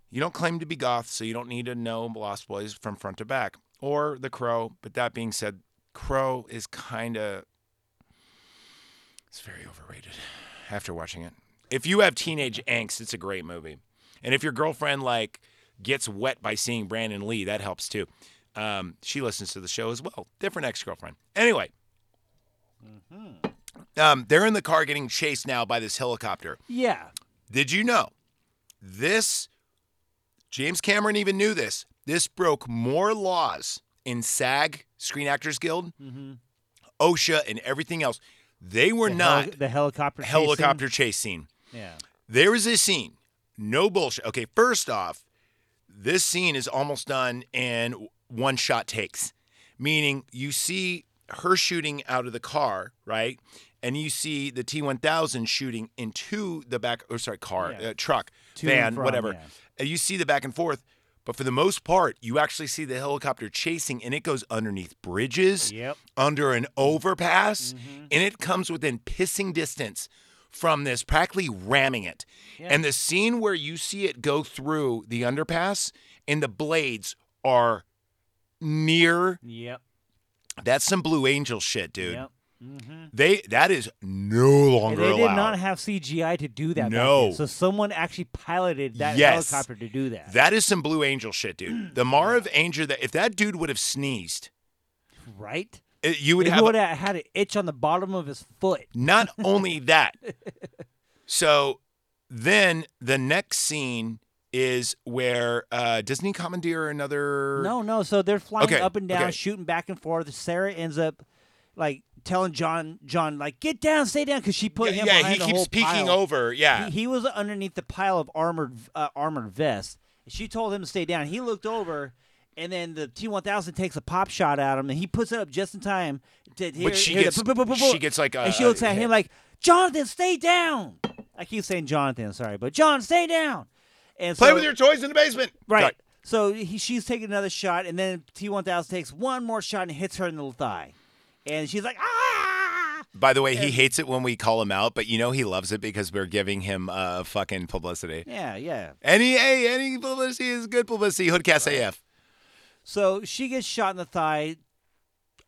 Speaker 2: you don't claim to be goth, so you don't need to know Lost Boys from front to back or The Crow. But that being said, Crow is kind of it's very overrated after watching it. If you have teenage angst, it's a great movie. And if your girlfriend like gets wet by seeing Brandon Lee, that helps too. Um, she listens to the show as well. Different ex-girlfriend. Anyway,
Speaker 3: Mm-hmm.
Speaker 2: um, they're in the car getting chased now by this helicopter.
Speaker 3: Yeah.
Speaker 2: Did you know this? James Cameron even knew this. This broke more laws in SAG, Screen Actors Guild, OSHA, and everything else. They were
Speaker 3: Mm-hmm. The
Speaker 2: not
Speaker 3: heli- the helicopter. chasing?
Speaker 2: helicopter chase scene.
Speaker 3: Yeah.
Speaker 2: There is a scene. No bullshit. Okay, first off, this scene is almost done in one shot takes, meaning you see her shooting out of the car, right? And you see the T1000 shooting into the back, or sorry, car,
Speaker 3: Yeah.
Speaker 2: uh, truck,
Speaker 3: To and
Speaker 2: van,
Speaker 3: from,
Speaker 2: whatever.
Speaker 3: yeah.
Speaker 2: And you see the back and forth. But for the most part, you actually see the helicopter chasing and it goes underneath bridges,
Speaker 3: Yep.
Speaker 2: under an overpass,
Speaker 3: Mm-hmm.
Speaker 2: and it comes within pissing distance from this, practically ramming it. And the scene where you see it go through the underpass and the blades are near
Speaker 3: Yep.
Speaker 2: that's some Blue Angel shit, dude.
Speaker 3: Yep.
Speaker 2: They that is no longer
Speaker 3: they did
Speaker 2: allowed.
Speaker 3: not have CGI to do that. back then.
Speaker 2: No.
Speaker 3: So someone actually piloted that
Speaker 2: Yes.
Speaker 3: helicopter to do that.
Speaker 2: that is some Blue Angel shit,
Speaker 3: *clears throat*
Speaker 2: dude. The Marv Angel that if that dude would have sneezed,
Speaker 3: right?
Speaker 2: it- you would
Speaker 3: He
Speaker 2: have
Speaker 3: would have had an itch on the bottom of his foot. *laughs*
Speaker 2: Not only that, so then the next scene is where uh, Disney commandeer another.
Speaker 3: No, no. So they're flying
Speaker 2: Okay,
Speaker 3: up and down,
Speaker 2: okay.
Speaker 3: shooting back and forth. Sarah ends up like telling John, John, like get down, stay down, because she put
Speaker 2: yeah,
Speaker 3: him.
Speaker 2: yeah
Speaker 3: behind
Speaker 2: he
Speaker 3: the
Speaker 2: keeps
Speaker 3: whole
Speaker 2: peeking
Speaker 3: pile.
Speaker 2: over. Yeah,
Speaker 3: He, he was underneath the pile of armored uh, armored vests. She told him to stay down. He looked over, and then the T1000 takes a pop shot at him, and he puts it up just in time to hear.
Speaker 2: she
Speaker 3: hear
Speaker 2: gets-
Speaker 3: the, boop, boop, boop, boop,
Speaker 2: she
Speaker 3: boop.
Speaker 2: gets like a-
Speaker 3: and she looks
Speaker 2: a
Speaker 3: at
Speaker 2: hit.
Speaker 3: him like, Jonathan, stay down. I keep saying Jonathan, sorry, but John, stay down. And
Speaker 2: play
Speaker 3: so,
Speaker 2: with your toys in the basement.
Speaker 3: Right.
Speaker 2: Cut.
Speaker 3: So he, she's taking another shot, and then T1000 takes one more shot and hits her in the thigh. And she's like, ah!
Speaker 2: By the way, he hates it when we call him out, but you know he loves it because we're giving him uh, fucking publicity.
Speaker 3: Yeah, yeah.
Speaker 2: Any hey, any publicity is good publicity. Hoodcast AF.
Speaker 3: So she gets shot in the thigh.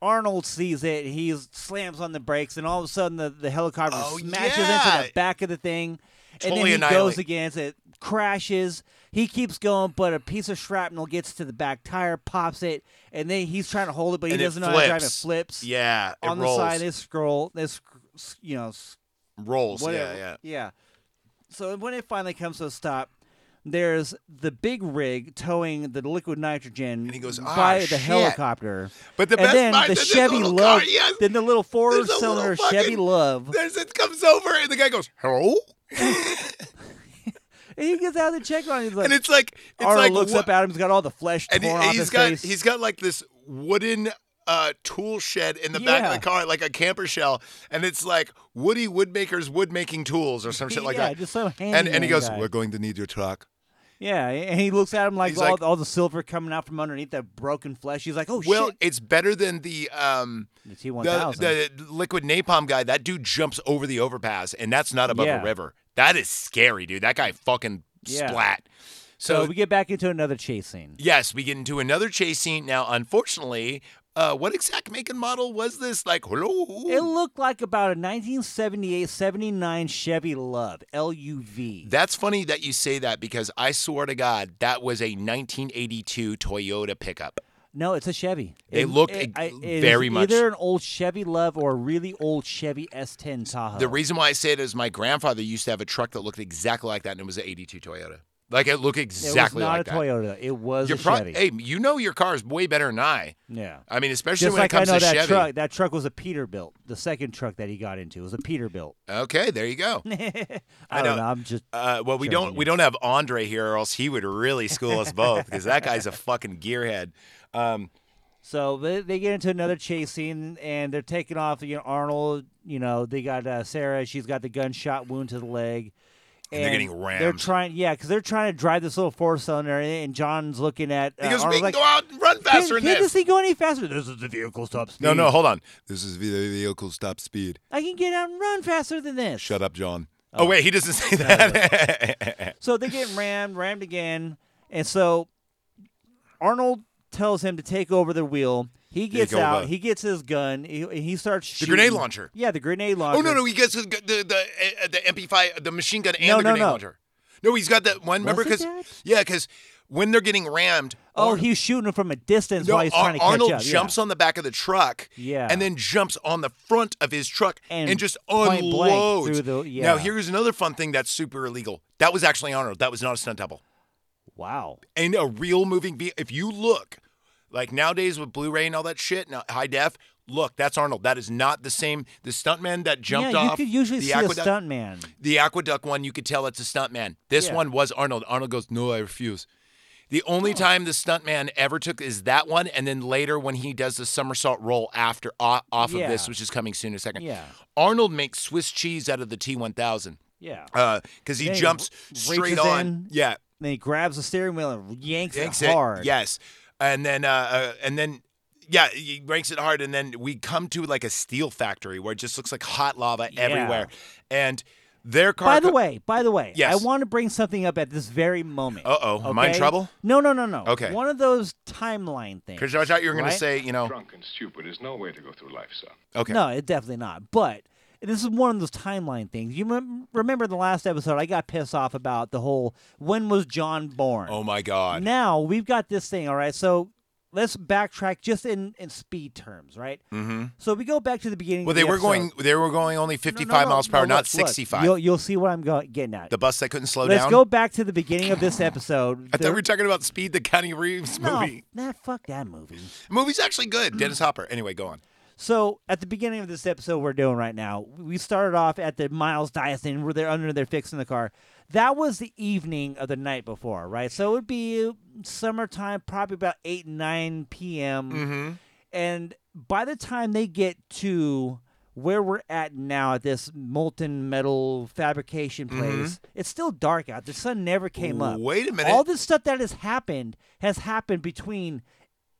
Speaker 3: Arnold sees it. He slams on the brakes, and all of a sudden, the, the helicopter
Speaker 2: Oh,
Speaker 3: smashes
Speaker 2: yeah.
Speaker 3: into the back of the thing.
Speaker 2: Totally
Speaker 3: and then he
Speaker 2: annihilate.
Speaker 3: goes against it, crashes. He keeps going, but a piece of shrapnel gets to the back tire, pops it, and then he's trying to hold it, but he
Speaker 2: And it
Speaker 3: doesn't know how to drive. It
Speaker 2: flips.
Speaker 3: flips
Speaker 2: Yeah, it
Speaker 3: on the
Speaker 2: rolls.
Speaker 3: side. This scroll, this you know, s-
Speaker 2: rolls.
Speaker 3: whatever.
Speaker 2: Yeah, yeah.
Speaker 3: So when it finally comes to a stop, there's the big rig towing the liquid nitrogen
Speaker 2: And he goes, "Ah,
Speaker 3: by the
Speaker 2: shit."
Speaker 3: helicopter.
Speaker 2: But the
Speaker 3: and
Speaker 2: best
Speaker 3: then
Speaker 2: part
Speaker 3: the
Speaker 2: is this
Speaker 3: Chevy
Speaker 2: little
Speaker 3: Love,
Speaker 2: car, yes.
Speaker 3: then the little four
Speaker 2: There's a
Speaker 3: cylinder
Speaker 2: little
Speaker 3: Chevy
Speaker 2: fucking- *laughs*
Speaker 3: Love.
Speaker 2: There's it comes over and the guy goes, "Hello,"
Speaker 3: And he gets out the check on. it, He's like,
Speaker 2: and it's like it's
Speaker 3: Arnold
Speaker 2: like
Speaker 3: looks
Speaker 2: what-
Speaker 3: up at him. He's got all the flesh
Speaker 2: and he,
Speaker 3: torn off
Speaker 2: has
Speaker 3: his
Speaker 2: got
Speaker 3: face.
Speaker 2: he's got like this wooden uh, tool shed in the back of
Speaker 3: Yeah.
Speaker 2: the car, like a camper shell, and it's like Woody Woodmaker's wood making tools or some shit like
Speaker 3: Yeah,
Speaker 2: that.
Speaker 3: just some
Speaker 2: and and he
Speaker 3: handyman
Speaker 2: goes,
Speaker 3: guy.
Speaker 2: "We're going to need your truck."
Speaker 3: yeah, and he looks at him like
Speaker 2: He's
Speaker 3: all,
Speaker 2: like-
Speaker 3: all the silver coming out from underneath that broken flesh. He's like, oh
Speaker 2: Well,
Speaker 3: shit.
Speaker 2: it's better than the um
Speaker 3: The T one
Speaker 2: the,
Speaker 3: thousand.
Speaker 2: the liquid napalm guy. That dude jumps over the overpass, and that's not above
Speaker 3: Yeah.
Speaker 2: a river. That is scary, dude. That guy fucking
Speaker 3: Yeah.
Speaker 2: splat.
Speaker 3: So
Speaker 2: So
Speaker 3: we get back into another chase scene.
Speaker 2: Yes, we get into another chase scene. Now, unfortunately, Uh, what exact make and model was this? Like, hello?
Speaker 3: It looked like about a 1978-79 Chevy Love LUV.
Speaker 2: That's funny that you say that because I swear to God, that was a 1982 Toyota pickup.
Speaker 3: No, it's a Chevy.
Speaker 2: They look
Speaker 3: I- is
Speaker 2: very much-
Speaker 3: either an old Chevy Love or a really old Chevy S10 Tahoe.
Speaker 2: The reason why I say it is my grandfather used to have a truck that looked exactly like that, and it was an 82 Toyota. Like, it looked
Speaker 3: it was
Speaker 2: exactly
Speaker 3: not
Speaker 2: like
Speaker 3: a
Speaker 2: that.
Speaker 3: Toyota. It was
Speaker 2: You're
Speaker 3: a
Speaker 2: pro-
Speaker 3: Chevy.
Speaker 2: hey, you know your car is way better than I.
Speaker 3: yeah.
Speaker 2: I mean, especially
Speaker 3: Just
Speaker 2: when
Speaker 3: like
Speaker 2: it comes
Speaker 3: I know
Speaker 2: to
Speaker 3: that
Speaker 2: Chevy.
Speaker 3: truck. That truck was a Peterbilt. The second truck that he got into was a Peterbilt.
Speaker 2: Okay, there you
Speaker 3: *laughs*
Speaker 2: go.
Speaker 3: I,
Speaker 2: I
Speaker 3: don't
Speaker 2: know.
Speaker 3: know. I'm just
Speaker 2: Uh, well, we don't we don't have Andre here, or else he would really school us both because that guy's a fucking gearhead. Um,
Speaker 3: So they, they get into another chase scene, and they're taking off. You know, Arnold. You know, they got uh, Sarah. She's got the gunshot wound to the leg.
Speaker 2: And they're getting
Speaker 3: They're
Speaker 2: rammed.
Speaker 3: trying, yeah, because they're trying to drive this little four cylinder, and John's looking at. Uh,
Speaker 2: he goes,
Speaker 3: Arnold's
Speaker 2: "We can
Speaker 3: like,
Speaker 2: go out and run
Speaker 3: "Can-
Speaker 2: faster
Speaker 3: Can,
Speaker 2: than
Speaker 3: this
Speaker 2: this."
Speaker 3: thing go any faster? This is the vehicle stop speed.
Speaker 2: No, no, hold on. Mm. This is the vehicle stop speed.
Speaker 3: I can get out and run faster than this.
Speaker 2: Shut up, John. Oh, wait, he doesn't *laughs* say that.
Speaker 3: So they get rammed, rammed again, and so Arnold tells him to take over the wheel. He gets
Speaker 2: over.
Speaker 3: out. He gets his gun. He, he starts
Speaker 2: The
Speaker 3: shooting.
Speaker 2: grenade launcher.
Speaker 3: Yeah, the grenade launcher.
Speaker 2: oh no, no, he gets the the the, uh, the MP5, the machine gun, and
Speaker 3: No,
Speaker 2: the
Speaker 3: no,
Speaker 2: grenade
Speaker 3: no.
Speaker 2: launcher. No, he's got that one. Remember,
Speaker 3: it
Speaker 2: because
Speaker 3: that?
Speaker 2: yeah, because when they're getting rammed,
Speaker 3: Oh,
Speaker 2: Arnold-
Speaker 3: he's shooting him from a distance
Speaker 2: No,
Speaker 3: while he's
Speaker 2: Ar-
Speaker 3: trying to
Speaker 2: Arnold
Speaker 3: catch up.
Speaker 2: jumps on the back of the truck,
Speaker 3: Yeah.
Speaker 2: and then jumps on the front of his truck and,
Speaker 3: And
Speaker 2: just
Speaker 3: point blank
Speaker 2: unloads.
Speaker 3: through the-
Speaker 2: Now
Speaker 3: yeah.
Speaker 2: here's another fun thing that's super illegal. That was actually Arnold. That was not a stunt double.
Speaker 3: Wow.
Speaker 2: In a real moving vehicle, if you look, like nowadays with Blu-ray and all that shit, now high def. Look, that's Arnold. That is not the same. The stuntman that jumped
Speaker 3: yeah,
Speaker 2: off.
Speaker 3: you could usually
Speaker 2: the
Speaker 3: see
Speaker 2: aqueduct,
Speaker 3: a stuntman.
Speaker 2: the aqueduct one, you could tell it's a stuntman. This
Speaker 3: Yeah.
Speaker 2: one was Arnold. Arnold goes, "No, I refuse." The only time the stuntman ever took is that one, and then later when he does the somersault roll after o- off of this,
Speaker 3: Yeah.
Speaker 2: which is coming soon in a second.
Speaker 3: Yeah.
Speaker 2: Arnold makes Swiss cheese out of the T1000
Speaker 3: Yeah.
Speaker 2: because uh, he
Speaker 3: Yeah, he
Speaker 2: jumps
Speaker 3: r-
Speaker 2: straight
Speaker 3: reaches
Speaker 2: on.
Speaker 3: in,
Speaker 2: yeah,
Speaker 3: Then he grabs the steering wheel and yanks,
Speaker 2: yanks
Speaker 3: it hard.
Speaker 2: Yes, and then uh, uh, and then. Yeah, he ranks it hard, and then we come to like a steel factory where it just looks like hot lava
Speaker 3: Yeah.
Speaker 2: everywhere. And their car.
Speaker 3: By the
Speaker 2: co-
Speaker 3: way, by the way,
Speaker 2: Yes.
Speaker 3: I want to bring something up at this very moment.
Speaker 2: Uh-oh, am I in
Speaker 3: okay?
Speaker 2: trouble?
Speaker 3: No, no, no, no.
Speaker 2: Okay.
Speaker 3: One of those timeline things.
Speaker 2: Because I thought you were going
Speaker 3: right?
Speaker 2: to say, you know,
Speaker 7: Drunk and stupid is no way to go through life, son.
Speaker 2: okay,
Speaker 3: No, it definitely not. But this is one of those timeline things. You mem- remember in the last episode, I got pissed off about the whole when was John born?
Speaker 2: oh my god,
Speaker 3: Now we've got this thing, all right? So let's backtrack just in, in speed terms, right? Mm-hmm. So we go back to the beginning.
Speaker 2: Well,
Speaker 3: of
Speaker 2: they
Speaker 3: the
Speaker 2: were
Speaker 3: episode.
Speaker 2: going. They were going only
Speaker 3: No, no,
Speaker 2: 55
Speaker 3: no,
Speaker 2: miles per hour,
Speaker 3: no,
Speaker 2: not
Speaker 3: look, look.
Speaker 2: 65.
Speaker 3: You'll, you'll see what I'm go- getting at.
Speaker 2: the bus that couldn't slow
Speaker 3: Let's
Speaker 2: down.
Speaker 3: go back to the beginning of this episode.
Speaker 2: I thought we
Speaker 3: There-
Speaker 2: were talking about Speed, the County Reeves
Speaker 3: no, Mm.
Speaker 2: movie.
Speaker 3: nah, fuck that movie.
Speaker 2: The movie's actually good. Dennis Hopper. Anyway, go on.
Speaker 3: So at the beginning of this episode we're doing right now, we started off at the Miles Dyson where they're under there fixing the car. That was the evening of the night before, right? So it would be summertime, probably about eight nine p.m.
Speaker 2: Mm-hmm.
Speaker 3: And by the time they get to where we're at now at this molten metal fabrication place, it's still dark out. The sun never came up.
Speaker 2: Mm-hmm. Wait a minute.
Speaker 3: All this stuff that has happened has happened between,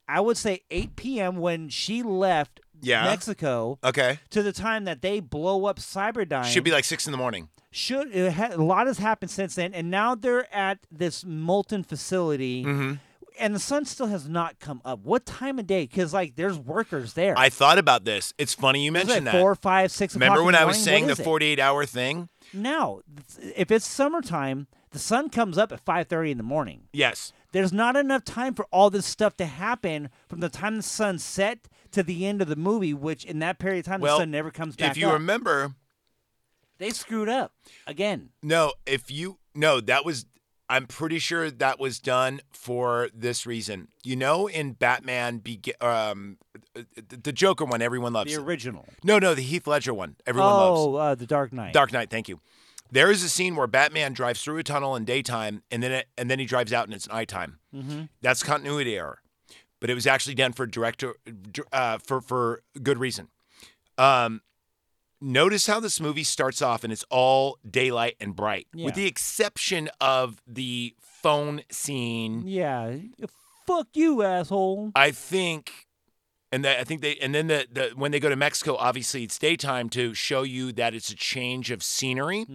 Speaker 3: I would say, 8 p.m. when she left
Speaker 2: Yeah.
Speaker 3: Mexico
Speaker 2: Okay.
Speaker 3: to the time that they blow up Cyberdyne.
Speaker 2: Should be like six in the morning.
Speaker 3: Should it ha- a lot has happened since then, and now they're at this molten facility.
Speaker 2: Mm-hmm.
Speaker 3: And the sun still has not come up. What time of day? Because like, there's workers there.
Speaker 2: I thought about this. It's funny you
Speaker 3: It's like
Speaker 2: mentioned that.
Speaker 3: four, five, six. o'clock
Speaker 2: Remember
Speaker 3: in
Speaker 2: when
Speaker 3: the
Speaker 2: I was
Speaker 3: morning?
Speaker 2: saying
Speaker 3: What
Speaker 2: the
Speaker 3: is it?
Speaker 2: 48 hour thing?
Speaker 3: Now, th- if it's summertime, the sun comes up at five thirty in the morning.
Speaker 2: Yes.
Speaker 3: There's not enough time for all this stuff to happen from the time the sun set to the end of the movie, which in that period of time
Speaker 2: well,
Speaker 3: the sun never comes back.
Speaker 2: If you
Speaker 3: up.
Speaker 2: remember,
Speaker 3: they screwed up again.
Speaker 2: No, if you no, that was I'm pretty sure that was done for this reason. You know, in Batman, Begi- um, the the Joker one, everyone loves.
Speaker 3: The original.
Speaker 2: no, no, the Heath Ledger one, everyone
Speaker 3: oh,
Speaker 2: loves.
Speaker 3: Uh, the Dark Knight.
Speaker 2: Dark Knight, thank you. There is a scene where Batman drives through a tunnel in daytime, and then it, and then he drives out, and it's nighttime.
Speaker 3: Mm-hmm.
Speaker 2: That's continuity error, but it was actually done for director uh, for for good reason. Um, notice how this movie starts off, and it's all daylight and bright,
Speaker 3: Yeah.
Speaker 2: with the exception of the phone scene.
Speaker 3: Yeah. Fuck you, asshole.
Speaker 2: I think, and that I think they, and then the, the when they go to Mexico, obviously it's daytime to show you that it's a
Speaker 3: Mm-hmm.
Speaker 2: change of scenery.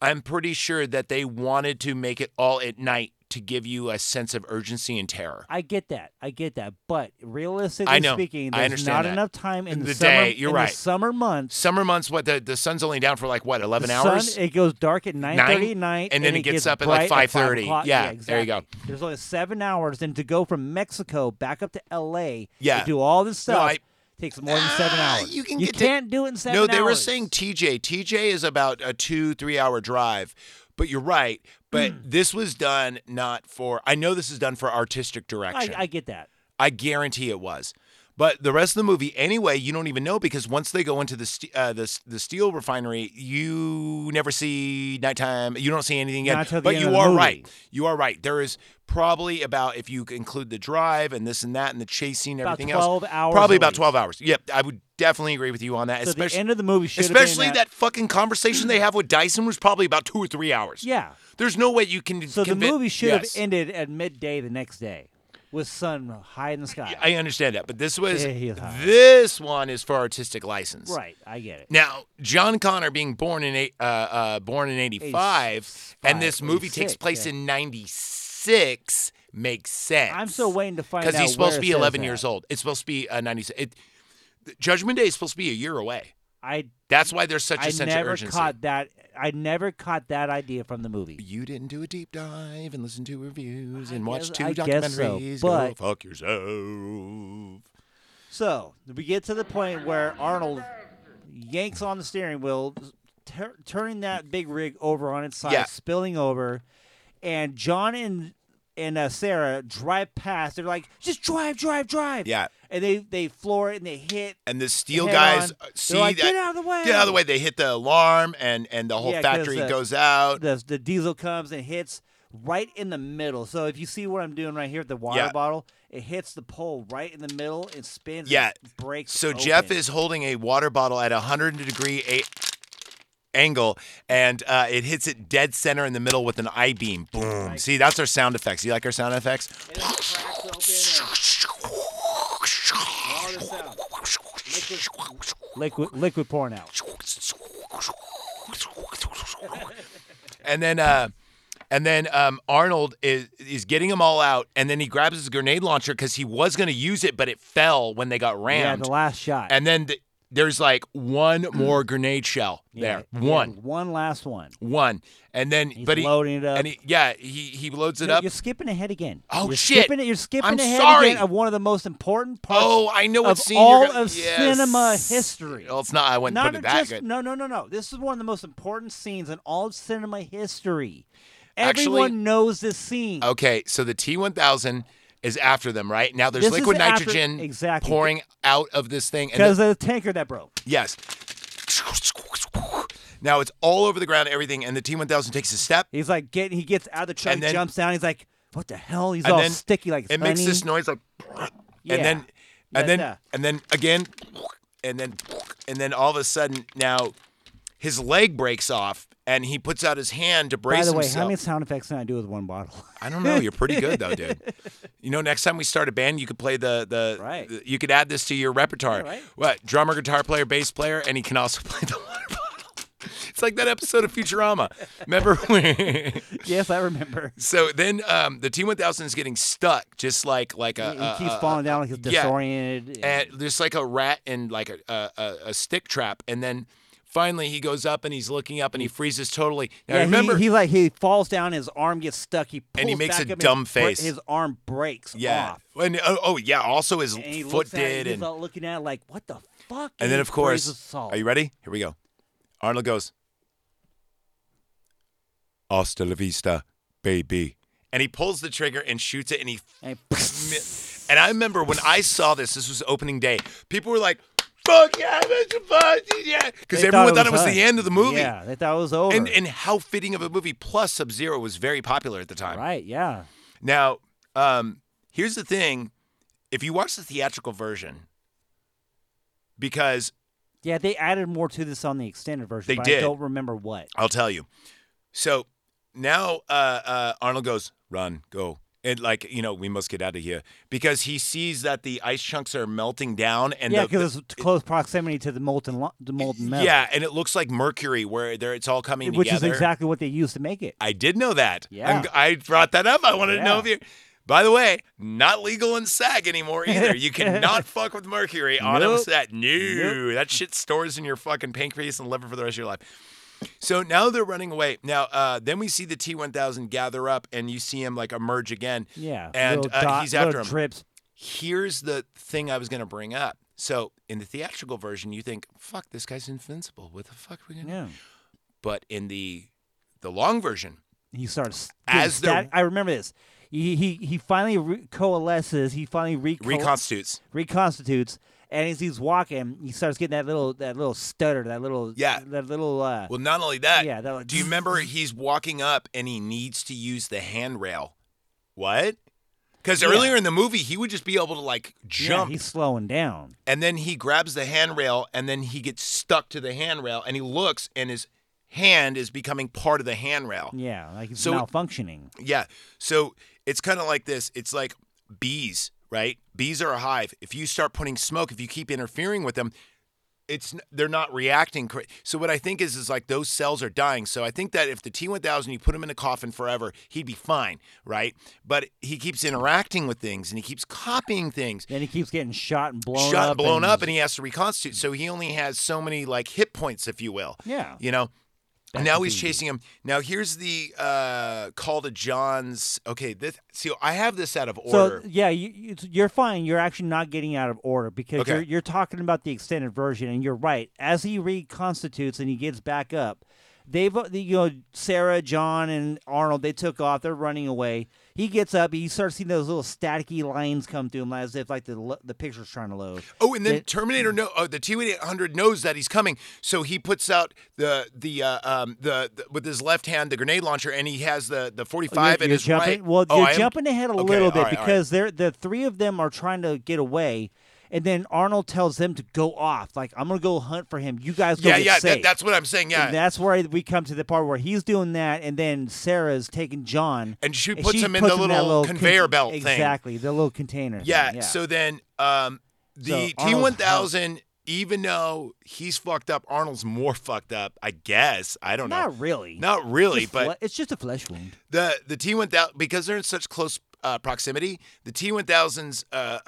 Speaker 2: I'm pretty sure that they wanted to make it all at night to give you a sense of urgency and terror.
Speaker 3: I get that. I get that. But realistically
Speaker 2: I know.
Speaker 3: speaking,
Speaker 2: I
Speaker 3: there's
Speaker 2: understand
Speaker 3: not
Speaker 2: that.
Speaker 3: enough time in
Speaker 2: In
Speaker 3: the,
Speaker 2: the
Speaker 3: summer,
Speaker 2: day, you're
Speaker 3: in the
Speaker 2: right.
Speaker 3: summer months.
Speaker 2: Summer months, what the, the sun's only down for like what eleven
Speaker 3: the
Speaker 2: hours?
Speaker 3: Sun, it goes dark at nine thirty at night,
Speaker 2: and then it gets up at, like, 5:30.
Speaker 3: bright 5 o'clock.
Speaker 2: Yeah,
Speaker 3: Yeah,
Speaker 2: there you go.
Speaker 3: exactly. There's only seven hours, and to go from Mexico back up to L.A.
Speaker 2: Yeah.
Speaker 3: to do all this
Speaker 2: No,
Speaker 3: stuff
Speaker 2: I-
Speaker 3: takes more than seven
Speaker 2: Ah,
Speaker 3: hours.
Speaker 2: you can
Speaker 3: you
Speaker 2: get to-
Speaker 3: can't do it in seven.
Speaker 2: no, they were
Speaker 3: hours.
Speaker 2: saying TJ. TJ is about a two, three hour drive, but you're right.
Speaker 3: Hmm.
Speaker 2: But this was done not for, I know this is done for artistic
Speaker 3: I,
Speaker 2: direction.
Speaker 3: I get that.
Speaker 2: I guarantee it was. But the rest of the movie, anyway, you don't even know because once they go into the st- uh, the s- the steel refinery, you never see nighttime. You don't see anything yet.
Speaker 3: Not till the
Speaker 2: but
Speaker 3: end
Speaker 2: you
Speaker 3: of the
Speaker 2: are
Speaker 3: movie.
Speaker 2: right. You are right. There is probably about if you include the drive and this and that and the chase scene, and
Speaker 3: About
Speaker 2: everything
Speaker 3: 12
Speaker 2: else.
Speaker 3: hours
Speaker 2: Probably
Speaker 3: at
Speaker 2: about
Speaker 3: least.
Speaker 2: twelve hours. Yep, I would definitely agree with you on that.
Speaker 3: So
Speaker 2: especially
Speaker 3: the end of the movie should
Speaker 2: especially
Speaker 3: have been
Speaker 2: that fucking conversation they have with Dyson was probably about two or three hours.
Speaker 3: Yeah.
Speaker 2: There's no way you can.
Speaker 3: So the
Speaker 2: convi-
Speaker 3: movie should
Speaker 2: Yes.
Speaker 3: have ended at midday the next day, with sun high in the sky.
Speaker 2: I understand that, but this was
Speaker 3: Yeah, he's hot.
Speaker 2: this one is for artistic license.
Speaker 3: right, I get it.
Speaker 2: Now, John Connor being born in eight- uh, uh, born in eighty five, and this
Speaker 3: five,
Speaker 2: movie takes
Speaker 3: 86,
Speaker 2: place
Speaker 3: yeah.
Speaker 2: in ninety six makes sense.
Speaker 3: I'm still waiting to find out
Speaker 2: because he's
Speaker 3: where
Speaker 2: supposed
Speaker 3: it
Speaker 2: to be
Speaker 3: says
Speaker 2: eleven
Speaker 3: that.
Speaker 2: years old. It's supposed to be uh, ninety six. It, Judgment Day is supposed to be a year away.
Speaker 3: I
Speaker 2: That's why there's such a
Speaker 3: I
Speaker 2: sense
Speaker 3: never
Speaker 2: of urgency.
Speaker 3: caught that. I never caught that idea from the movie.
Speaker 2: you didn't do a deep dive and listen to reviews
Speaker 3: I
Speaker 2: and watch
Speaker 3: guess-
Speaker 2: two
Speaker 3: I guess so,
Speaker 2: documentaries.
Speaker 3: but-
Speaker 2: Go fuck yourself.
Speaker 3: So we get to the point where Arnold yanks on the steering wheel, tur turning that big rig over on its side,
Speaker 2: Yeah.
Speaker 3: spilling over, and John and and uh, Sarah drive past. They're like, "Just drive, drive, drive!"
Speaker 2: Yeah.
Speaker 3: and they they floor it and they hit.
Speaker 2: and the steel
Speaker 3: head
Speaker 2: guys
Speaker 3: on.
Speaker 2: uh,
Speaker 3: They're
Speaker 2: see
Speaker 3: like,
Speaker 2: that,
Speaker 3: "Get out of the way."
Speaker 2: Get out of the way. They hit the alarm, and and the whole
Speaker 3: Yeah, 'cause,
Speaker 2: factory
Speaker 3: uh,
Speaker 2: goes out.
Speaker 3: The the diesel comes and hits right in the middle. So if you see what I'm doing right here with the water
Speaker 2: Yeah.
Speaker 3: bottle, it hits the pole right in the middle. It spins.
Speaker 2: Yeah.
Speaker 3: and breaks.
Speaker 2: so Jeff
Speaker 3: open.
Speaker 2: is holding a water bottle at a hundred degree a- angle, and uh, it hits it dead center in the middle with an I beam. Boom. see, that's our sound effects. You like our sound effects?
Speaker 3: And it cracks open and all this sound. Liquid, liquid, liquid pouring out.
Speaker 2: *laughs* and then uh and then um, Arnold is is getting them all out, and then he grabs his grenade launcher because he was going to use it, but it fell when they got
Speaker 3: Yeah,
Speaker 2: rammed.
Speaker 3: the last shot.
Speaker 2: and then th- there's like
Speaker 3: *clears throat*
Speaker 2: one more grenade shell
Speaker 3: Yeah,
Speaker 2: there,
Speaker 3: he had
Speaker 2: one,
Speaker 3: one last one.
Speaker 2: one, and then
Speaker 3: He's
Speaker 2: but he
Speaker 3: loading it up.
Speaker 2: and he, yeah, he he loads it
Speaker 3: No,
Speaker 2: up.
Speaker 3: You're skipping ahead again.
Speaker 2: Oh,
Speaker 3: you're
Speaker 2: shit.
Speaker 3: Skipping it, you're skipping
Speaker 2: I'm
Speaker 3: ahead
Speaker 2: sorry.
Speaker 3: again of one of the most important parts.
Speaker 2: Oh, I know what
Speaker 3: of
Speaker 2: scene
Speaker 3: all
Speaker 2: you're gonna-
Speaker 3: of
Speaker 2: Yes.
Speaker 3: cinema history.
Speaker 2: Well, it's not. I wouldn't
Speaker 3: Not
Speaker 2: put it that
Speaker 3: just
Speaker 2: good.
Speaker 3: no, no, no, no. This is one of the most important scenes in all of cinema history.
Speaker 2: Actually- oh,
Speaker 3: Everyone knows this scene.
Speaker 2: Okay, so the T1000 is after them, right? Now there's
Speaker 3: This is
Speaker 2: liquid
Speaker 3: after-
Speaker 2: nitrogen
Speaker 3: exactly.
Speaker 2: pouring out of this thing. And
Speaker 3: Because
Speaker 2: the-
Speaker 3: of the tanker that broke.
Speaker 2: yes. Now it's all over the ground, everything, and the T1000 takes a step.
Speaker 3: He's like getting. He gets out of the truck,
Speaker 2: And then-
Speaker 3: jumps down. He's like, "What the hell?" He's
Speaker 2: and
Speaker 3: all
Speaker 2: then
Speaker 3: sticky, like
Speaker 2: it makes
Speaker 3: honey.
Speaker 2: this noise like
Speaker 3: Yeah.
Speaker 2: and then
Speaker 3: That-
Speaker 2: and then
Speaker 3: that.
Speaker 2: and then again and then and then all of a sudden now his leg breaks off and he puts out his hand to brace
Speaker 3: By the way,
Speaker 2: himself.
Speaker 3: how many sound effects can I do with one bottle? *laughs*
Speaker 2: I don't know. You're pretty good though, dude. You know, next time we start a band, you could play the the.
Speaker 3: Right.
Speaker 2: the- you could add this to your repertoire.
Speaker 3: Yeah, right.
Speaker 2: What drummer, guitar player, bass player, and he can also *laughs* play the water bottle. It's like that episode of Futurama. Remember? *laughs* when-
Speaker 3: yes,
Speaker 2: *laughs*
Speaker 3: I remember.
Speaker 2: so then um, the T1000 is getting stuck, just like like a.
Speaker 3: he
Speaker 2: a-
Speaker 3: keeps
Speaker 2: a-
Speaker 3: falling down like he's
Speaker 2: Uh, yeah.
Speaker 3: disoriented.
Speaker 2: and there's like a rat and like a, a, a, a stick trap, and then finally he goes up and he's looking up and he freezes totally. Now
Speaker 3: Yeah, he-
Speaker 2: remember,
Speaker 3: he, like he falls down, his arm gets stuck. He pulls
Speaker 2: And he makes
Speaker 3: back
Speaker 2: a
Speaker 3: up,
Speaker 2: dumb
Speaker 3: his, bra-
Speaker 2: face.
Speaker 3: His arm breaks
Speaker 2: yeah,
Speaker 3: off,
Speaker 2: and oh, oh, yeah, also his
Speaker 3: and he
Speaker 2: foot
Speaker 3: looks at it,
Speaker 2: did,
Speaker 3: he's
Speaker 2: and
Speaker 3: all looking at it like, "What the fuck?"
Speaker 2: and then of course,
Speaker 3: salt.
Speaker 2: are you ready? Here we go. Arnold goes, "Hasta la vista, baby," and he pulls the trigger and shoots it, and he *laughs*
Speaker 3: *laughs* And
Speaker 2: Mi- And I remember when I saw this, this was opening day. People were like, "Fuck yeah, Mr. Fudge, yeah," because
Speaker 3: They
Speaker 2: everyone thought
Speaker 3: thought it was
Speaker 2: the
Speaker 3: us.
Speaker 2: end of the movie.
Speaker 3: Yeah, they thought it was over.
Speaker 2: And and how fitting of a movie. Plus, Sub Zero was very popular at the time.
Speaker 3: right, yeah.
Speaker 2: Now, um, here's the thing: if you watch the theatrical version, because
Speaker 3: Yeah, they added more to this on the extended version.
Speaker 2: They
Speaker 3: but
Speaker 2: did.
Speaker 3: I don't remember what.
Speaker 2: I'll tell you. So now uh, uh, Arnold goes, run, go, and like you know we must get out of here because he sees that the ice chunks are melting down and
Speaker 3: yeah,
Speaker 2: the- the,
Speaker 3: because it's close proximity to the molten lo- the molten metal.
Speaker 2: yeah, and it looks like mercury where there it's all coming
Speaker 3: which is
Speaker 2: together.
Speaker 3: exactly what they used to make it.
Speaker 2: I did know that.
Speaker 3: Yeah.
Speaker 2: I'm g- I brought that up. I wanted to know
Speaker 3: Yeah.
Speaker 2: if you. By the way, not legal in SAG anymore either.
Speaker 3: *laughs*
Speaker 2: You cannot fuck with mercury on a
Speaker 3: Nope.
Speaker 2: set. No, that shit stores in your fucking pancreas and liver for the rest of your life. So now they're running away. Now, uh, then we see the T1000 gather up, and you see him like emerge again.
Speaker 3: Yeah,
Speaker 2: and
Speaker 3: little
Speaker 2: uh,
Speaker 3: dot-
Speaker 2: he's after
Speaker 3: little
Speaker 2: him
Speaker 3: Trips.
Speaker 2: here's the thing I was going to bring up. So in the theatrical version, you think, "Fuck, this guy's invincible. What the fuck are we gonna?" do?"
Speaker 3: Yeah,
Speaker 2: But in the the long version,
Speaker 3: he starts
Speaker 2: As
Speaker 3: doing
Speaker 2: they're-
Speaker 3: stat- I remember this. He he he finally re- coalesces. He finally re-
Speaker 2: reconstitutes.
Speaker 3: reconstitutes, and as he's walking, he starts getting that little that little stutter, that little
Speaker 2: Yeah.
Speaker 3: that little uh,
Speaker 2: Well, not only that.
Speaker 3: Yeah, that was-
Speaker 2: do you
Speaker 3: *laughs*
Speaker 2: remember he's walking up and he needs to use the handrail? What? Because
Speaker 3: Yeah.
Speaker 2: earlier in the movie, he would just be able to like
Speaker 3: yeah,
Speaker 2: jump,
Speaker 3: he's slowing down.
Speaker 2: and then he grabs the handrail, and then he gets stuck to the handrail, and he looks, and his hand is becoming part of the handrail.
Speaker 3: Yeah, like he's
Speaker 2: So-
Speaker 3: malfunctioning.
Speaker 2: Yeah. So it's kind of like this. It's like bees, right? Bees are a hive. If you start putting smoke, if you keep interfering with them, it's n- they're not reacting. cor- So what I think is is like those cells are dying. So I think that if the T1000 you put him in a coffin forever, he'd be fine, right? But he keeps interacting with things and he keeps copying things.
Speaker 3: Then he keeps getting shot and blown
Speaker 2: shot
Speaker 3: up.
Speaker 2: blown up and he has to reconstitute. So he only has so many like hit points if you will.
Speaker 3: Yeah.
Speaker 2: You know. And
Speaker 3: That
Speaker 2: now
Speaker 3: could
Speaker 2: he's
Speaker 3: be-
Speaker 2: chasing him. Now here's the uh, call to John's. Okay, this. See, I have this out of order.
Speaker 3: So yeah, you, you, it's- you're fine. You're actually not getting out of order because
Speaker 2: Okay.
Speaker 3: you're you're talking about the extended version, and you're right. As he reconstitutes and he gets back up, they've uh, you know Sarah, John, and Arnold they took off. They're running away. He gets up. He starts seeing those little staticky lines come through him as if like the lo- the picture's trying to load.
Speaker 2: oh, and then
Speaker 3: it-
Speaker 2: Terminator. No, oh, the T-800 knows that he's coming, so he puts out the the uh, um the, the with his left hand the grenade launcher, and he has the the 45
Speaker 3: Oh, You're,
Speaker 2: at
Speaker 3: you're
Speaker 2: his
Speaker 3: jumping.
Speaker 2: right.
Speaker 3: Well,
Speaker 2: Oh,
Speaker 3: you're
Speaker 2: I am-
Speaker 3: jumping ahead a
Speaker 2: Okay,
Speaker 3: little
Speaker 2: all
Speaker 3: bit
Speaker 2: right, all right.
Speaker 3: because they're the three of them are trying to get away, and then Arnold tells them to go off. Like I'm gonna go hunt for him. You guys go
Speaker 2: yeah,
Speaker 3: get
Speaker 2: yeah,
Speaker 3: safe.
Speaker 2: that, that's what I'm saying. Yeah,
Speaker 3: And that's where we come to the part where he's doing that, and then Sarah's taking John,
Speaker 2: And she puts him in the
Speaker 3: that
Speaker 2: little
Speaker 3: con-
Speaker 2: conveyor belt thing.
Speaker 3: Exactly, the little container. thing,
Speaker 2: Yeah.
Speaker 3: yeah.
Speaker 2: So then, um, the
Speaker 3: So
Speaker 2: T one
Speaker 3: Arnold's
Speaker 2: thousand, even though he's fucked up, Arnold's more fucked up. I guess. I don't know.
Speaker 3: not really,
Speaker 2: Not really,
Speaker 3: Just
Speaker 2: but
Speaker 3: fle- it's just a flesh wound.
Speaker 2: the the T one thousand because they're in such close uh, proximity. The T one thousands uh,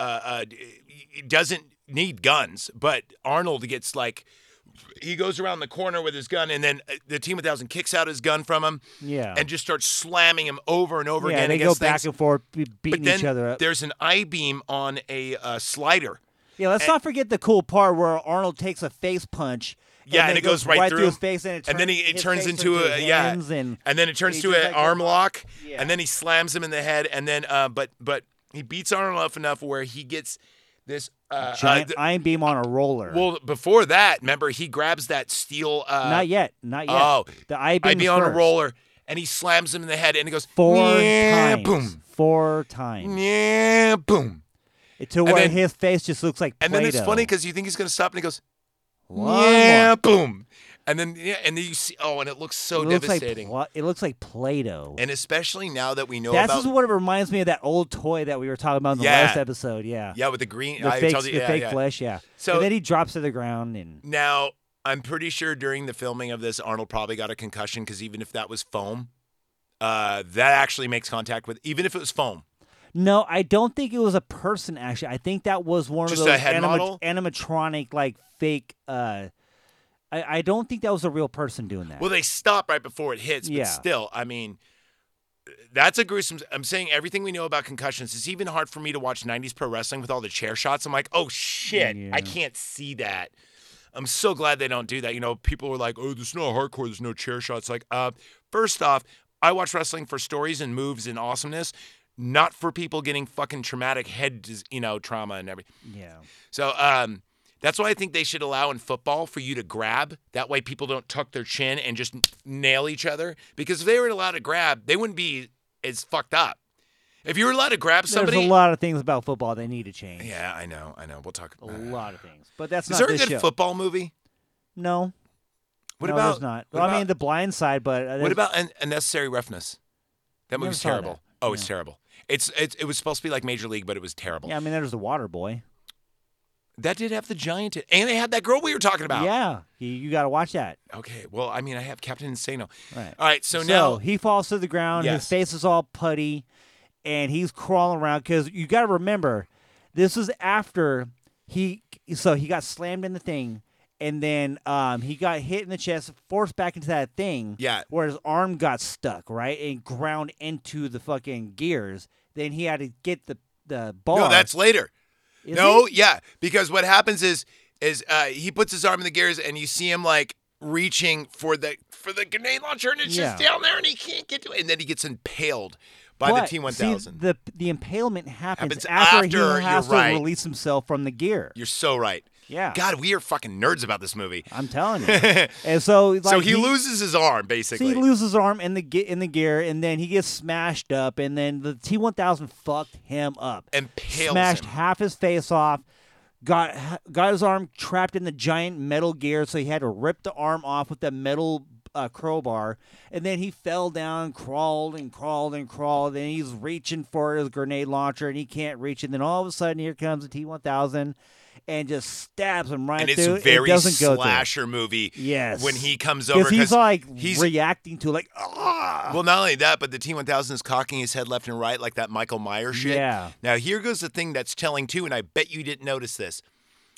Speaker 2: doesn't need guns, but Arnold gets like. He goes around the corner with his gun, and then uh, the T one thousand kicks out his gun from him,
Speaker 3: Yeah.
Speaker 2: and just starts slamming him over and over
Speaker 3: yeah,
Speaker 2: again
Speaker 3: they go
Speaker 2: against
Speaker 3: back
Speaker 2: things.
Speaker 3: and forth, be- beating
Speaker 2: but then
Speaker 3: each other up.
Speaker 2: there's an I beam on a uh, slider,
Speaker 3: Yeah, let's not forget the cool part where Arnold takes a face punch.
Speaker 2: Yeah, and
Speaker 3: then
Speaker 2: it goes right
Speaker 3: through,
Speaker 2: through.
Speaker 3: his face, and, it
Speaker 2: and then
Speaker 3: turns-
Speaker 2: he, it
Speaker 3: his
Speaker 2: turns
Speaker 3: face
Speaker 2: into a
Speaker 3: his
Speaker 2: yeah,
Speaker 3: hands, and,
Speaker 2: then it turns
Speaker 3: he
Speaker 2: to
Speaker 3: just
Speaker 2: an
Speaker 3: like-
Speaker 2: arm lock,
Speaker 3: Yeah.
Speaker 2: and then he slams him in the head, and then uh, but but he beats Arnold up enough where he gets this uh, uh,
Speaker 3: giant
Speaker 2: th-
Speaker 3: iron beam on a roller.
Speaker 2: well before that, remember he grabs that steel uh,
Speaker 3: not yet, not yet.
Speaker 2: oh,
Speaker 3: the eye
Speaker 2: I'd be on a
Speaker 3: first.
Speaker 2: roller, and he slams him in the head, and it goes
Speaker 3: four
Speaker 2: "Nyeh,
Speaker 3: times.
Speaker 2: boom,
Speaker 3: Four times.
Speaker 2: yeah, boom,
Speaker 3: To where
Speaker 2: then-
Speaker 3: his face just looks like
Speaker 2: and
Speaker 3: Play-Doh.
Speaker 2: then it's funny because you think he's gonna stop, and he goes
Speaker 3: One
Speaker 2: yeah,
Speaker 3: more.
Speaker 2: boom, and then yeah, and then you see oh, and it looks so
Speaker 3: it looks
Speaker 2: devastating.
Speaker 3: Like pla- it looks like Play-Doh.
Speaker 2: and especially now that we know
Speaker 3: That's
Speaker 2: about
Speaker 3: just what it reminds me of that old toy that we were talking about in the
Speaker 2: Yeah.
Speaker 3: last episode. Yeah.
Speaker 2: Yeah, with the green.
Speaker 3: The
Speaker 2: I
Speaker 3: fake,
Speaker 2: told you,
Speaker 3: the
Speaker 2: yeah,
Speaker 3: fake
Speaker 2: yeah.
Speaker 3: flesh. Yeah.
Speaker 2: So-
Speaker 3: and then he drops to the ground and.
Speaker 2: Now, I'm pretty sure during the filming of this, Arnold probably got a concussion because even if that was foam, uh, that actually makes contact with. Even if it was foam,
Speaker 3: No, I don't think it was a person. Actually, I think that was one
Speaker 2: Just
Speaker 3: of
Speaker 2: a
Speaker 3: those
Speaker 2: head model?
Speaker 3: animatronic, like fake. Uh, I I don't think that was a real person doing that.
Speaker 2: well, they stop right before it hits. But
Speaker 3: Yeah.
Speaker 2: still, I mean, that's a gruesome. I'm saying everything we know about concussions. It's even hard for me to watch 90s pro wrestling with all the chair shots. I'm like, oh shit, I
Speaker 3: Yeah.
Speaker 2: can't see that. I'm so glad they don't do that. You know, people were like, "Oh, there's no hardcore, there's no chair shots." Like, uh, first off, I watch wrestling for stories and moves and awesomeness, not for people getting fucking traumatic head, dis- you know, trauma and everything.
Speaker 3: yeah,
Speaker 2: So, um, that's why I think they should allow in football for you to grab. That way, people don't tuck their chin and just n- nail each other. Because if they were allowed to grab, they wouldn't be as fucked up. If you were allowed to grab somebody,
Speaker 3: there's a lot of things about football they need to change.
Speaker 2: yeah, I know, I know. We'll talk.
Speaker 3: A lot of things, but that's
Speaker 2: Is
Speaker 3: not
Speaker 2: there a
Speaker 3: this
Speaker 2: good
Speaker 3: show.
Speaker 2: football movie?
Speaker 3: No,
Speaker 2: What
Speaker 3: no,
Speaker 2: about?
Speaker 3: there's not.
Speaker 2: what
Speaker 3: well, I
Speaker 2: about-
Speaker 3: mean, The Blind Side, but uh,
Speaker 2: What
Speaker 3: there's-
Speaker 2: about un- unnecessary roughness? That
Speaker 3: Never
Speaker 2: movie's
Speaker 3: saw that.
Speaker 2: terrible. Oh, it's terrible. It's, it's it was supposed to be like Major League, but it was terrible.
Speaker 3: Yeah, I mean, there's the water boy.
Speaker 2: That did have the giant, in- and they had that girl we were talking about.
Speaker 3: Yeah, you, you got to watch that.
Speaker 2: Okay. Well, I mean, I have Captain Insano.
Speaker 3: Right.
Speaker 2: All right. So, now,
Speaker 3: he falls to the ground.
Speaker 2: Yes.
Speaker 3: His face is all putty, and he's crawling around because you got to remember, this is after he. So he got slammed in the thing, and then um, he got hit in the chest, forced back into that thing.
Speaker 2: Yeah.
Speaker 3: Where his arm got stuck, right, and ground into the fucking gears. Then he had to get the the bar.
Speaker 2: no, that's later.
Speaker 3: Is
Speaker 2: no,
Speaker 3: it?
Speaker 2: yeah, because what happens is is uh, he puts his arm in the gears, and you see him like reaching for the for the grenade launcher, and it's just
Speaker 3: Yeah.
Speaker 2: down there, and he can't get to it, and then he gets impaled by
Speaker 3: But,
Speaker 2: the T one
Speaker 3: see,
Speaker 2: thousand.
Speaker 3: The the impalement
Speaker 2: Happens
Speaker 3: happens, after,
Speaker 2: after,
Speaker 3: he has
Speaker 2: you're right.
Speaker 3: to release himself from the gear.
Speaker 2: You're so right.
Speaker 3: Yeah.
Speaker 2: God, we are fucking nerds about this movie.
Speaker 3: I'm telling
Speaker 2: *laughs*
Speaker 3: you. and so, like,
Speaker 2: so he,
Speaker 3: he
Speaker 2: loses his arm
Speaker 3: So
Speaker 2: basically.
Speaker 3: he loses his arm in the ge- in the gear, and then he gets smashed up, and then the T one thousand fucked him up,
Speaker 2: Impales
Speaker 3: smashed
Speaker 2: him.
Speaker 3: half his face off, got got his arm trapped in the giant metal gear, so he had to rip the arm off with the metal uh, crowbar, and then he fell down, crawled and crawled and crawled, and he's reaching for his grenade launcher, and he can't reach, it. and then all of a sudden here comes the T one thousand, and just stabs him right
Speaker 2: and it's
Speaker 3: through.
Speaker 2: very
Speaker 3: it doesn't go through.
Speaker 2: slasher movie.
Speaker 3: Yes.
Speaker 2: When he comes over,
Speaker 3: he's like
Speaker 2: he's
Speaker 3: reacting to like, ah.
Speaker 2: Well, not only that, but the T1000 is cocking his head left and right like that Michael Myers shit.
Speaker 3: Yeah.
Speaker 2: Now, here goes the thing that's telling too, and I bet you didn't notice this.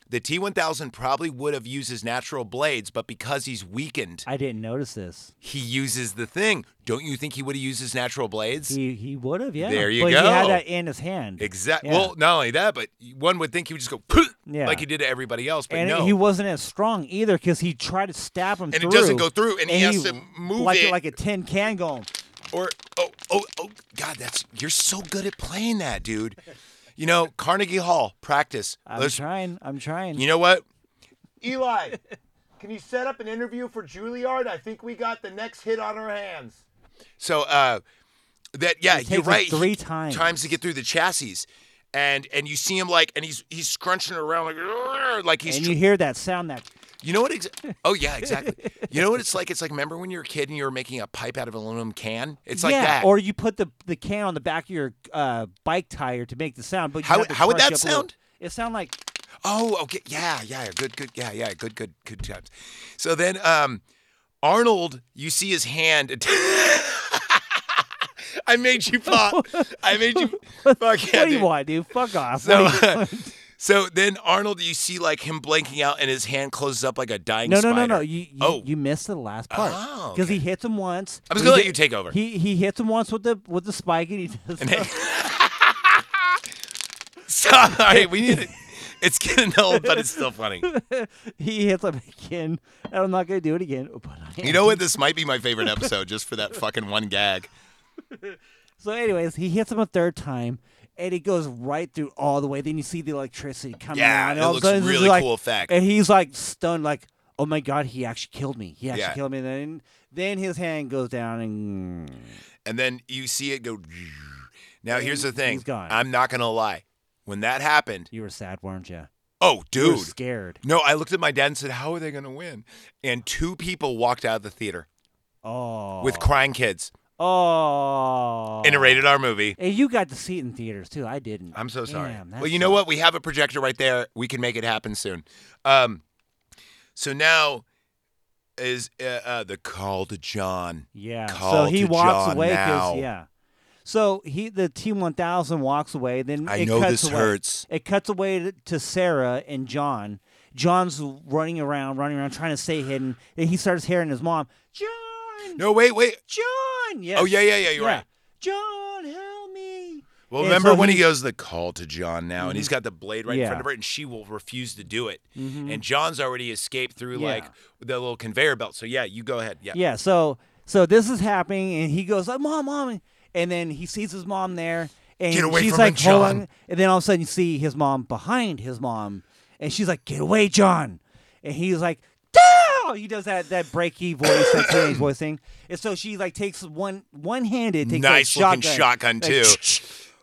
Speaker 2: The T1000 probably would have used his natural blades, but because he's weakened,
Speaker 3: I didn't notice this.
Speaker 2: he uses the thing. Don't you think he would have used his natural blades?
Speaker 3: He he would have, yeah.
Speaker 2: There you
Speaker 3: but He
Speaker 2: go.
Speaker 3: had that in his hand.
Speaker 2: exactly.
Speaker 3: Yeah.
Speaker 2: Well, not only that, but one would think he would just go
Speaker 3: Yeah.
Speaker 2: like he did to everybody else, but
Speaker 3: and
Speaker 2: no.
Speaker 3: he wasn't as strong either because he tried to stab him
Speaker 2: And
Speaker 3: through.
Speaker 2: it doesn't go through, and he has to move
Speaker 3: like
Speaker 2: it.
Speaker 3: like a tin can going.
Speaker 2: Or oh oh oh God, that's you're so good at playing that, dude. You know, Carnegie Hall practice.
Speaker 3: I'm
Speaker 2: There's-
Speaker 3: trying. I'm trying.
Speaker 2: You know what?
Speaker 8: Eli, can you set up an interview for Juilliard? I think we got the next hit on our hands.
Speaker 2: So uh that yeah,
Speaker 3: It
Speaker 2: you're
Speaker 3: takes him
Speaker 2: right.
Speaker 3: three
Speaker 2: He-
Speaker 3: times.
Speaker 2: times to get through the chassis. And and you see him like and he's he's scrunching around like "Arr," like he's
Speaker 3: and
Speaker 2: tr-
Speaker 3: you hear that sound that
Speaker 2: you know what
Speaker 3: *laughs*
Speaker 2: ex- Oh yeah, exactly. you know what it's like? It's like remember when you were a kid and you were making a pipe out of an aluminum can? It's like
Speaker 3: yeah,
Speaker 2: that.
Speaker 3: or you put the the can on the back of your uh, bike tire to make the sound. But you
Speaker 2: How-
Speaker 3: have to
Speaker 2: how would
Speaker 3: crunch
Speaker 2: that
Speaker 3: up a little-
Speaker 2: sound?
Speaker 3: It sound like
Speaker 2: Oh, okay. Yeah, yeah, good, good, yeah, yeah, good, good, good times. So then um Arnold, you see his hand. *laughs* I made
Speaker 3: *laughs*
Speaker 2: you pop. I made you fuck yeah,
Speaker 3: what do you
Speaker 2: dude.
Speaker 3: want, dude? Fuck off.
Speaker 2: So, uh,
Speaker 3: Like-
Speaker 2: *laughs* so then Arnold, you see like him blanking out, and his hand closes up like a dying
Speaker 3: No, no,
Speaker 2: spider.
Speaker 3: no, no. You, you,
Speaker 2: oh,
Speaker 3: you missed the last part
Speaker 2: Oh,
Speaker 3: because he
Speaker 2: okay.
Speaker 3: hits him once.
Speaker 2: I'm just
Speaker 3: He
Speaker 2: gonna let
Speaker 3: hit-
Speaker 2: you take over.
Speaker 3: He he hits him once with the with the
Speaker 2: *laughs*
Speaker 3: spike and he does.
Speaker 2: *laughs* sorry. We
Speaker 3: *laughs*
Speaker 2: need it. It's getting old, but it's still funny.
Speaker 3: *laughs* he hits him again, and I'm not gonna do it again. Oh, But I
Speaker 2: You
Speaker 3: am.
Speaker 2: know what? This might be my favorite episode, just for
Speaker 3: *laughs*
Speaker 2: that fucking one gag.
Speaker 3: So, anyways, he hits him a third time, and it goes right through all the way. Then you see the electricity coming
Speaker 2: Yeah,
Speaker 3: out. and
Speaker 2: it
Speaker 3: all of a
Speaker 2: looks
Speaker 3: sudden it's
Speaker 2: really
Speaker 3: just like-
Speaker 2: cool effect.
Speaker 3: And he's like stunned, like, "Oh my god, he actually killed me. He actually
Speaker 2: Yeah.
Speaker 3: killed me." And then then his hand goes down and
Speaker 2: And then you see it go. *sniffs* Now here's the thing.
Speaker 3: he's gone.
Speaker 2: I'm not gonna lie. When that happened,
Speaker 3: you were sad, weren't you?
Speaker 2: oh
Speaker 3: You were
Speaker 2: dude.
Speaker 3: scared.
Speaker 2: No, I looked at my dad and said, "How are they gonna win?" And two people walked out of the theater
Speaker 3: Oh,
Speaker 2: with crying kids
Speaker 3: oh,
Speaker 2: in a rated R movie.
Speaker 3: And you got to see it in theaters too. I didn't.
Speaker 2: I'm so sorry.
Speaker 3: Damn, that
Speaker 2: well, you know
Speaker 3: sucks.
Speaker 2: what? We have a projector right there. We can make it happen soon. Um, so now is uh, uh, the call to John.
Speaker 3: Yeah.
Speaker 2: Call
Speaker 3: so he
Speaker 2: to
Speaker 3: walks
Speaker 2: John
Speaker 3: away
Speaker 2: now.
Speaker 3: yeah. So he the T1000 walks away. Then
Speaker 2: I
Speaker 3: it
Speaker 2: know
Speaker 3: cuts
Speaker 2: this
Speaker 3: away.
Speaker 2: hurts.
Speaker 3: It cuts away to, to Sarah and John. John's running around, running around, trying to stay hidden. Then he starts hearing his mom, John,
Speaker 2: No, wait, wait.
Speaker 3: John. Yes.
Speaker 2: Oh, yeah, yeah, yeah. You're
Speaker 3: Yeah.
Speaker 2: right.
Speaker 3: John, help me.
Speaker 2: Well,
Speaker 3: And
Speaker 2: remember
Speaker 3: so
Speaker 2: when he
Speaker 3: he- Mm-hmm.
Speaker 2: goes the call to John now, and he's got the blade right in
Speaker 3: Yeah. Mm-hmm.
Speaker 2: front of her, and she will refuse to do it. And John's already escaped through like
Speaker 3: Yeah.
Speaker 2: the little conveyor belt. So yeah, you go ahead. Yeah.
Speaker 3: Yeah. So so this is happening, and he goes like, "Mom, mom," and then he sees his mom there, and
Speaker 2: Get away
Speaker 3: she's
Speaker 2: from
Speaker 3: like,
Speaker 2: him,
Speaker 3: "Hold on,"
Speaker 2: John.
Speaker 3: and then all of a sudden you see his mom behind his mom, and she's like, "Get away, John," and he's like. "Dow!" He does that that breaky voice, that teenage voice thing, and so she like takes one one handed, takes that
Speaker 2: nice looking shotgun,
Speaker 3: shotgun, like,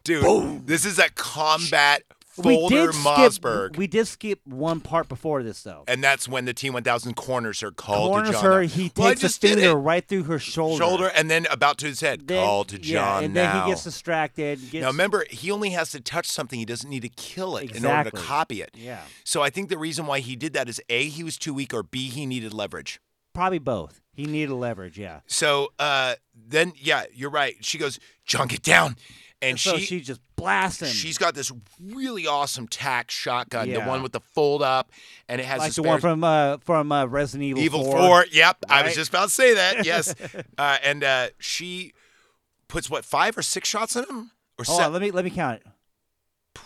Speaker 2: too. Dude, this is a combat
Speaker 3: *laughs* we
Speaker 2: Folder
Speaker 3: did skip.
Speaker 2: Mossberg.
Speaker 3: We did skip one part before this though.
Speaker 2: and that's when the T1000 corners her. Call to
Speaker 3: Corners
Speaker 2: John.
Speaker 3: her.
Speaker 2: now.
Speaker 3: He
Speaker 2: Well, I
Speaker 3: takes a
Speaker 2: just did
Speaker 3: finger
Speaker 2: it.
Speaker 3: right through her shoulder.
Speaker 2: shoulder, and then about to his head.
Speaker 3: Then-
Speaker 2: Call to John
Speaker 3: yeah, and
Speaker 2: now.
Speaker 3: then he gets distracted. Gets,
Speaker 2: Now remember, he only has to touch something. He doesn't need to kill it in order to
Speaker 3: Exactly.
Speaker 2: copy it.
Speaker 3: Yeah.
Speaker 2: So I think the reason why he did that is A, he was too weak, or B, he needed leverage.
Speaker 3: probably both. He needed leverage. Yeah.
Speaker 2: So uh, then, yeah, you're right. She goes, John, get down. And
Speaker 3: so
Speaker 2: she,
Speaker 3: she just blasts him.
Speaker 2: she's got this really awesome tack shotgun, the
Speaker 3: Yeah.
Speaker 2: one with the fold up, and it has
Speaker 3: like
Speaker 2: this
Speaker 3: the one
Speaker 2: very-
Speaker 3: from uh from uh, Resident Evil,
Speaker 2: Evil
Speaker 3: 4.
Speaker 2: 4. Yep. I was
Speaker 3: Right?
Speaker 2: just about to say that.
Speaker 3: *laughs*
Speaker 2: Yes. uh, and uh, she puts, what, five or six shots in him? Or
Speaker 3: Hold
Speaker 2: seven?
Speaker 3: on, let me let me count it.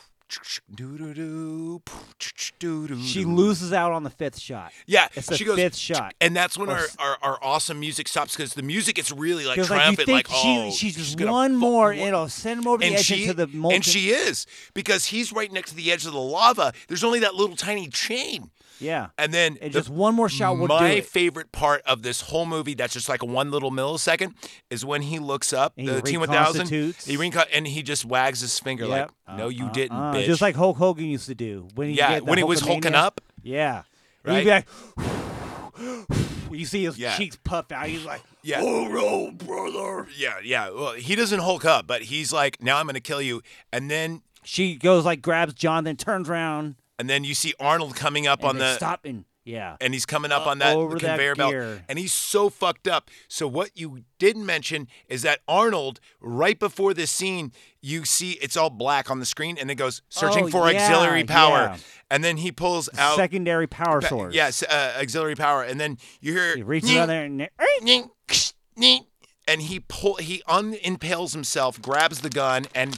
Speaker 2: Doo-doo-doo, doo-doo-doo.
Speaker 3: She loses out on the fifth shot.
Speaker 2: Mm. Yeah,
Speaker 3: It's the
Speaker 2: she goes,
Speaker 3: fifth shot.
Speaker 2: and that's when
Speaker 3: Or
Speaker 2: our,
Speaker 3: s-
Speaker 2: our, our awesome music stops because the music gets really like
Speaker 3: Because like you
Speaker 2: triumphant, like,
Speaker 3: think she
Speaker 2: oh,
Speaker 3: she's just
Speaker 2: gonna
Speaker 3: one
Speaker 2: fu-
Speaker 3: more,
Speaker 2: one-
Speaker 3: it'll send him over the
Speaker 2: and
Speaker 3: edge
Speaker 2: she
Speaker 3: into the molten.
Speaker 2: and she is because he's right next to the edge of the lava. There's only that little tiny chain,
Speaker 3: yeah,
Speaker 2: and then
Speaker 3: and
Speaker 2: the-
Speaker 3: just one more shot will do
Speaker 2: my
Speaker 3: it.
Speaker 2: favorite part of this whole movie, that's just like a one little millisecond, is when he looks up
Speaker 3: And he
Speaker 2: the T one thousand,
Speaker 3: reconstitutes.
Speaker 2: he reco- and he just wags his finger
Speaker 3: Yep.
Speaker 2: like, "No,
Speaker 3: Uh,
Speaker 2: you
Speaker 3: uh,
Speaker 2: didn't,
Speaker 3: uh,
Speaker 2: bitch."
Speaker 3: Just like Hulk Hogan used to do when he
Speaker 2: Yeah,
Speaker 3: get the
Speaker 2: when he was hulking
Speaker 3: Hulkamania.
Speaker 2: up.
Speaker 3: Yeah,
Speaker 2: Right?
Speaker 3: He'd be like, *sighs* you see his
Speaker 2: Yeah.
Speaker 3: cheeks puff out. He's like,
Speaker 2: Yeah. Oh, no, brother. Yeah, yeah. Well, he doesn't Hulk up, but he's like, now I'm going to kill you. And then
Speaker 3: she goes like grabs John, then turns around
Speaker 2: and then you see Arnold coming up
Speaker 3: and
Speaker 2: on
Speaker 3: they
Speaker 2: the
Speaker 3: stop and yeah,
Speaker 2: and he's coming up on that
Speaker 3: Uh, over that
Speaker 2: conveyor belt
Speaker 3: gear.
Speaker 2: and he's so fucked up. So what you didn't mention is that Arnold right before this scene, you see it's all black on the screen and it goes searching
Speaker 3: Oh,
Speaker 2: for
Speaker 3: yeah,
Speaker 2: auxiliary power.
Speaker 3: yeah.
Speaker 2: And then he pulls out
Speaker 3: secondary power source.
Speaker 2: Yes, uh, auxiliary power and then you hear
Speaker 3: he reaches
Speaker 2: "Nying,
Speaker 3: out there and
Speaker 2: *laughs* Nying, ksh, nying. and he pull he unimpales himself, grabs the gun, and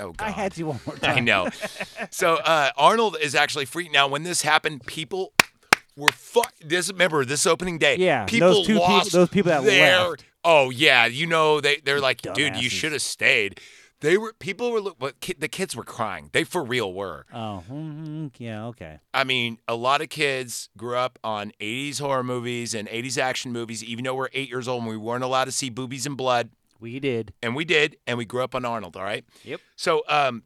Speaker 2: oh god,
Speaker 3: I had you
Speaker 2: *laughs*
Speaker 3: one more time.
Speaker 2: I know. so uh, Arnold is actually freaked. Now, when this happened, people were fuck. This remember this opening day.
Speaker 3: Yeah, those
Speaker 2: people
Speaker 3: two people-
Speaker 2: lost
Speaker 3: those people that
Speaker 2: their-
Speaker 3: left.
Speaker 2: Oh yeah, you know they they're like, dude, you
Speaker 3: Dumbasses.
Speaker 2: should have stayed. They were people were look, but ki- the kids were crying. They for real were.
Speaker 3: Oh, mm, yeah, okay.
Speaker 2: I mean, a lot of kids grew up on 80s horror movies and 80s action movies, even though we're eight years old and we weren't allowed to see boobies and blood.
Speaker 3: We did.
Speaker 2: And we did. And we grew up on Arnold, all right?
Speaker 3: Yep.
Speaker 2: So um,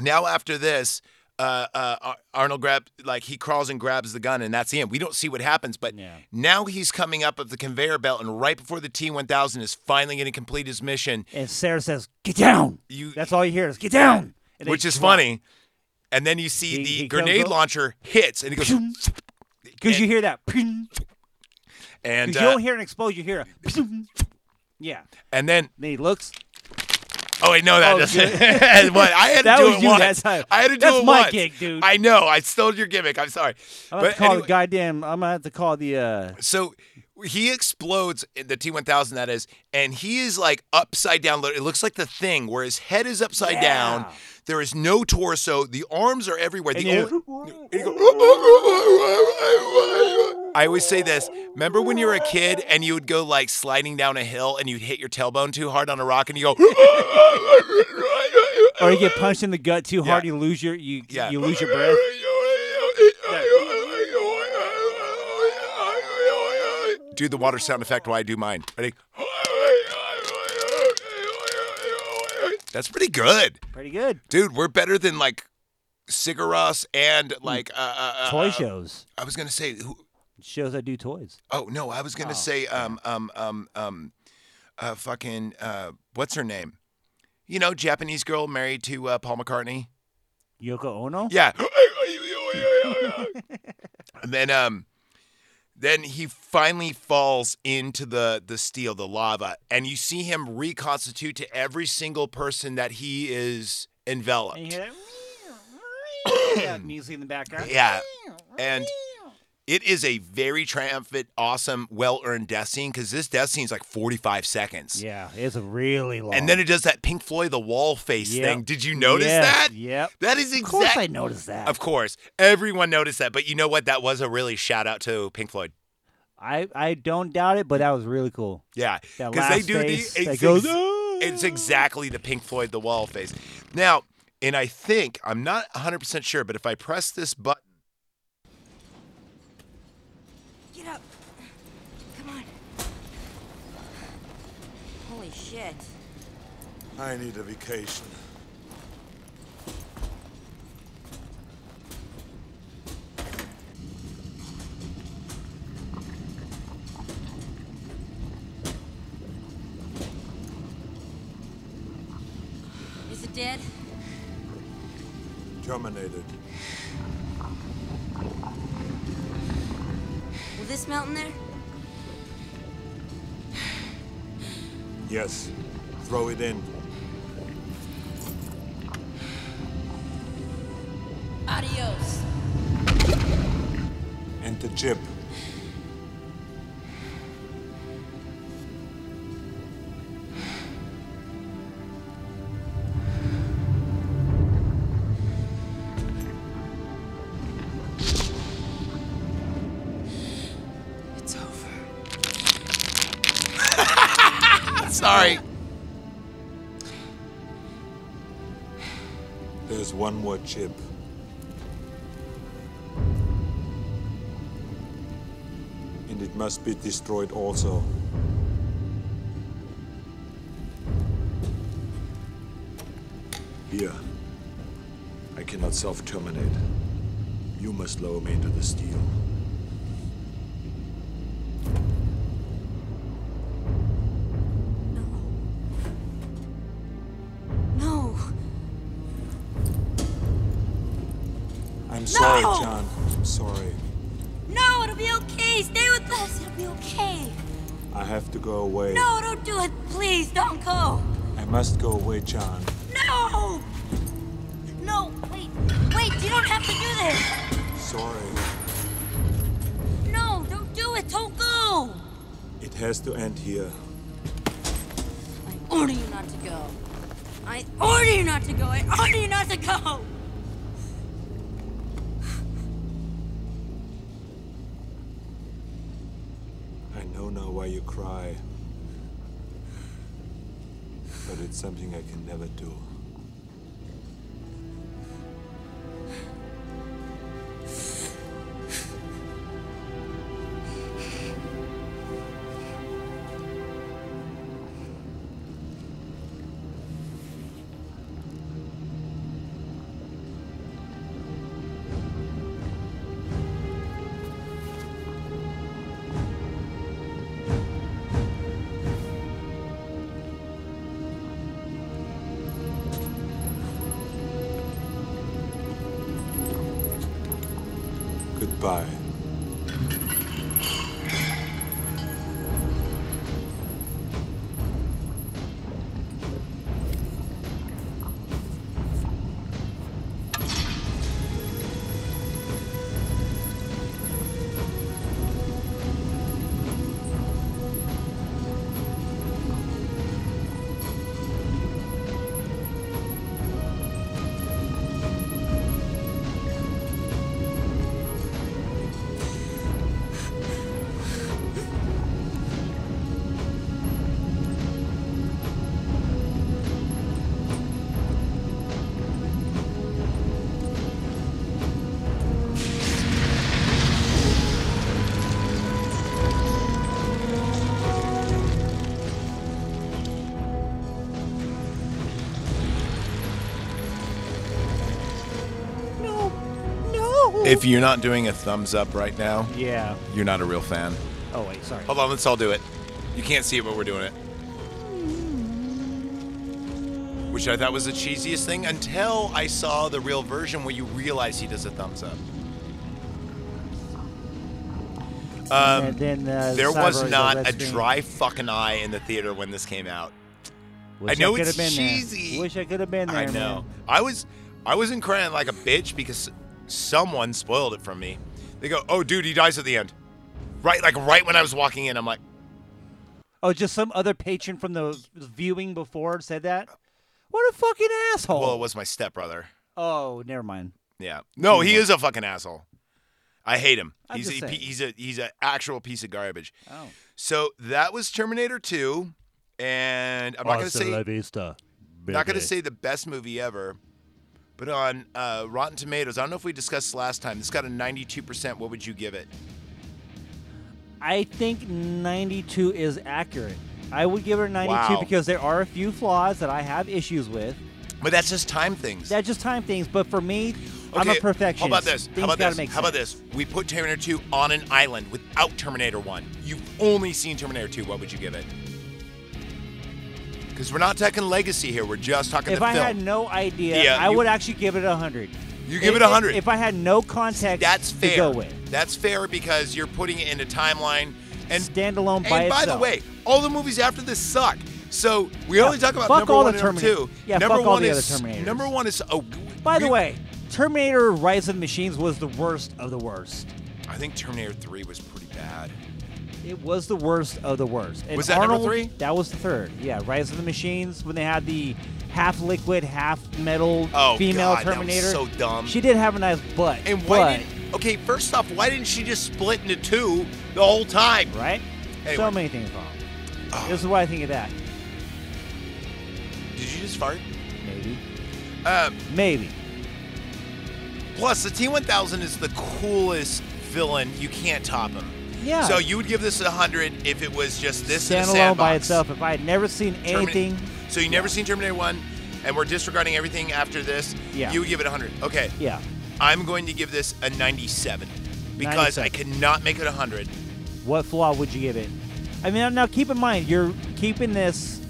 Speaker 2: now after this, uh, uh, Ar- Arnold grabbed, like, he crawls and grabs the gun, and that's the end. We don't see what happens, but
Speaker 3: Yeah.
Speaker 2: now he's coming up of the conveyor belt, and right before the T 1000 is finally going to complete his mission,
Speaker 3: And Sarah says, "Get down."
Speaker 2: You-
Speaker 3: That's all you hear is "Get down," And they
Speaker 2: which is
Speaker 3: drop.
Speaker 2: funny. And then you see
Speaker 3: He-
Speaker 2: the
Speaker 3: he comes
Speaker 2: grenade
Speaker 3: up.
Speaker 2: launcher hits, and he goes,
Speaker 3: Because you hear that. Because
Speaker 2: and
Speaker 3: you
Speaker 2: uh,
Speaker 3: don't hear an explosion, you hear a.
Speaker 2: *laughs*
Speaker 3: Yeah.
Speaker 2: and then
Speaker 3: Then he looks.
Speaker 2: Oh wait, no, *laughs* that
Speaker 3: Oh,
Speaker 2: doesn't. what I had
Speaker 3: That
Speaker 2: to do
Speaker 3: was
Speaker 2: it
Speaker 3: you
Speaker 2: once.
Speaker 3: that time.
Speaker 2: I had to do
Speaker 3: That's
Speaker 2: it
Speaker 3: my
Speaker 2: once.
Speaker 3: gig, dude.
Speaker 2: I know. I stole your gimmick. I'm sorry.
Speaker 3: I'm gonna
Speaker 2: but
Speaker 3: have to call
Speaker 2: anyway,
Speaker 3: the goddamn. I'm gonna have to call the. uh
Speaker 2: so he explodes in the T1000 that is, and he is like upside down. It looks like the thing where his head is upside down.
Speaker 3: Yeah.
Speaker 2: There is no torso. The arms are everywhere.
Speaker 3: And
Speaker 2: the
Speaker 3: you-
Speaker 2: only, and you
Speaker 3: *laughs*
Speaker 2: go- I always say this. Remember when you were a kid and you would go like sliding down a hill and you'd hit your tailbone too hard on a rock and you *laughs*
Speaker 3: *laughs*
Speaker 2: go.
Speaker 3: Or you get punched in the gut too hard,
Speaker 2: Yeah.
Speaker 3: you lose your you
Speaker 2: Yeah.
Speaker 3: you lose your breath.
Speaker 2: Do the water sound effect while I do mine. Ready? That's pretty good.
Speaker 3: Pretty good.
Speaker 2: Dude, we're better than like Sigur Rós and like. Uh, uh, uh,
Speaker 3: Hmm. Toy
Speaker 2: uh,
Speaker 3: shows
Speaker 2: I was going to say. Who,
Speaker 3: shows I do toys.
Speaker 2: oh, no. I was going to say. Um, um, um, um, uh, fucking. Uh, what's her name? You know, Japanese girl married to uh, Paul McCartney?
Speaker 3: Yoko Ono.
Speaker 2: Yeah. and then um then he finally falls into the the steel, the lava, and you see him reconstitute to every single person that he is
Speaker 3: And you
Speaker 2: enveloped.
Speaker 3: hear that,
Speaker 2: *coughs*
Speaker 3: that music in the background.
Speaker 2: Yeah. And it is a very triumphant, awesome, well-earned death scene because this death scene's like 45 seconds.
Speaker 3: Yeah, it's really long.
Speaker 2: And then it does that Pink Floyd the wall face
Speaker 3: Yep.
Speaker 2: thing. Did you notice
Speaker 3: Yes,
Speaker 2: that?
Speaker 3: Yep.
Speaker 2: That is
Speaker 3: Of course, I
Speaker 2: exactly
Speaker 3: noticed that.
Speaker 2: Of course. Everyone noticed that. But you know what? That was a really shout out to Pink Floyd.
Speaker 3: I I don't doubt it, but that was really cool.
Speaker 2: Yeah.
Speaker 3: That
Speaker 2: they
Speaker 3: last
Speaker 2: do the
Speaker 3: face
Speaker 2: it's,
Speaker 3: that goes, "Ah!"
Speaker 2: ex- it's exactly the Pink Floyd the wall face. Now, and I think I'm not 100% sure, but if I press this button,
Speaker 1: Get up. Come on. Holy shit.
Speaker 4: I need a vacation.
Speaker 9: dead?
Speaker 4: Terminated.
Speaker 9: Will this melt in there?
Speaker 4: Yes. Throw it in.
Speaker 9: Adios.
Speaker 4: And the chip.
Speaker 5: It's over.
Speaker 2: Sorry.
Speaker 4: There's one more chip. And it must be destroyed also. Here. I cannot self terminate. You must lower me into the steel.
Speaker 9: No. No.
Speaker 4: I'm sorry,
Speaker 9: No!
Speaker 4: John. I'm sorry.
Speaker 9: No, it'll be okay. Stay with us. It'll be okay.
Speaker 4: I have to go away.
Speaker 9: No, don't do it. Please, don't go.
Speaker 4: I must go away, John.
Speaker 9: No! No, wait. Wait, you don't have to do this.
Speaker 4: Sorry.
Speaker 9: No, don't do it. Don't go.
Speaker 4: It has to end here.
Speaker 9: I order you not to go. I order you not to go. I order you not to go.
Speaker 4: I know now why you cry. But it's something I can never do. Goodbye.
Speaker 3: No, no.
Speaker 2: If you're not doing a thumbs up right now,
Speaker 3: yeah.
Speaker 2: you're not a real fan.
Speaker 3: Oh wait, sorry.
Speaker 2: Hold on, let's all do it. You can't see it, but we're doing it. Which I thought was the cheesiest thing until I saw the real version where you realize he does a thumbs up.
Speaker 3: and then uh,
Speaker 2: there was
Speaker 3: Cyborg's
Speaker 2: not
Speaker 3: red
Speaker 2: a
Speaker 3: screen.
Speaker 2: dry fucking eye in the theater when this came out.
Speaker 3: Wish
Speaker 2: know
Speaker 3: could
Speaker 2: it's
Speaker 3: have been
Speaker 2: cheesy.
Speaker 3: There. Wish I could have been there.
Speaker 2: I know.
Speaker 3: man.
Speaker 2: I was I wasn't crying like a bitch because someone spoiled it from me. They go, "Oh, dude, he dies at the end." Right, like right when I was walking in, I'm like,
Speaker 3: Oh, just some other patron from the viewing before said that. What a fucking asshole.
Speaker 2: "Well, it was my stepbrother."
Speaker 3: oh, never mind.
Speaker 2: Yeah. No, he is a fucking asshole. I hate him.
Speaker 3: Mm-hmm. I'm
Speaker 2: he's
Speaker 3: just
Speaker 2: a,
Speaker 3: saying.
Speaker 2: he's a he's an actual piece of garbage.
Speaker 3: Oh.
Speaker 2: So that was Terminator 2, and I'm not gonna say not gonna say the best movie ever, but on uh, Rotten Tomatoes, I don't know if we discussed last time. This got a 92%. What would you give it?
Speaker 3: I think 92 is accurate. I would give her 92
Speaker 2: Wow.
Speaker 3: because there are a few flaws that I have issues with.
Speaker 2: But that's just time things.
Speaker 3: That's just time things, but for me, I'm
Speaker 2: Okay,
Speaker 3: a perfectionist.
Speaker 2: How about this?
Speaker 3: Things
Speaker 2: how about
Speaker 3: gotta
Speaker 2: this?
Speaker 3: Make
Speaker 2: how about
Speaker 3: sense.
Speaker 2: this? We put Terminator 2 on an island without Terminator 1. You've only seen Terminator 2. What would you give it? Because we're not talking legacy here. We're just talking
Speaker 3: If
Speaker 2: the
Speaker 3: I
Speaker 2: film.
Speaker 3: had no idea,
Speaker 2: Yeah,
Speaker 3: I
Speaker 2: you-
Speaker 3: would actually give it a hundred.
Speaker 2: You give it
Speaker 3: If-
Speaker 2: a hundred.
Speaker 3: If I had no context
Speaker 2: That's fair.
Speaker 3: to go with,
Speaker 2: That's fair because you're putting it in a timeline. And
Speaker 3: Standalone
Speaker 2: and by
Speaker 3: by
Speaker 2: the
Speaker 3: itself.
Speaker 2: way, all the movies after this suck. So we only talk about
Speaker 3: fuck
Speaker 2: number
Speaker 3: all
Speaker 2: one
Speaker 3: the
Speaker 2: and number two.
Speaker 3: Terminator- yeah,
Speaker 2: number
Speaker 3: fuck all
Speaker 2: one
Speaker 3: the
Speaker 2: is
Speaker 3: other Terminators.
Speaker 2: number one is oh.
Speaker 3: by the
Speaker 2: we-
Speaker 3: way, Terminator: Rise of the Machines was the worst of the worst.
Speaker 2: I think Terminator Three was pretty bad.
Speaker 3: It was the worst of the worst. And
Speaker 2: Was that number
Speaker 3: Arnold-
Speaker 2: three?
Speaker 3: That was the third. Yeah, Rise of the Machines when they had the half liquid, half metal
Speaker 2: Oh,
Speaker 3: female
Speaker 2: God, that was
Speaker 3: Terminator.
Speaker 2: so dumb.
Speaker 3: She did have a nice butt.
Speaker 2: And
Speaker 3: but,
Speaker 2: why did? Okay, first off, why didn't she just split into two the whole time?
Speaker 3: right?
Speaker 2: Anyway.
Speaker 3: So many things wrong.
Speaker 2: Oh.
Speaker 3: This is what I think of that.
Speaker 2: Did you just fart?
Speaker 3: Maybe.
Speaker 2: Um,
Speaker 3: Maybe.
Speaker 2: Plus, the T1000 is the coolest villain. You can't top him.
Speaker 3: Yeah.
Speaker 2: So you would give this a 100 if it was just this in a
Speaker 3: Standalone by
Speaker 2: sandbox.
Speaker 3: itself. If I had never seen
Speaker 2: Termina-
Speaker 3: anything,
Speaker 2: So you never seen Terminator 1, and we're disregarding everything after this.
Speaker 3: Yeah.
Speaker 2: You would give it a 100. Okay.
Speaker 3: yeah.
Speaker 2: I'm going to give this a 97 because I
Speaker 3: 97.
Speaker 2: cannot make it a 100.
Speaker 3: What flaw would you give it? I mean, now keep in mind you're keeping this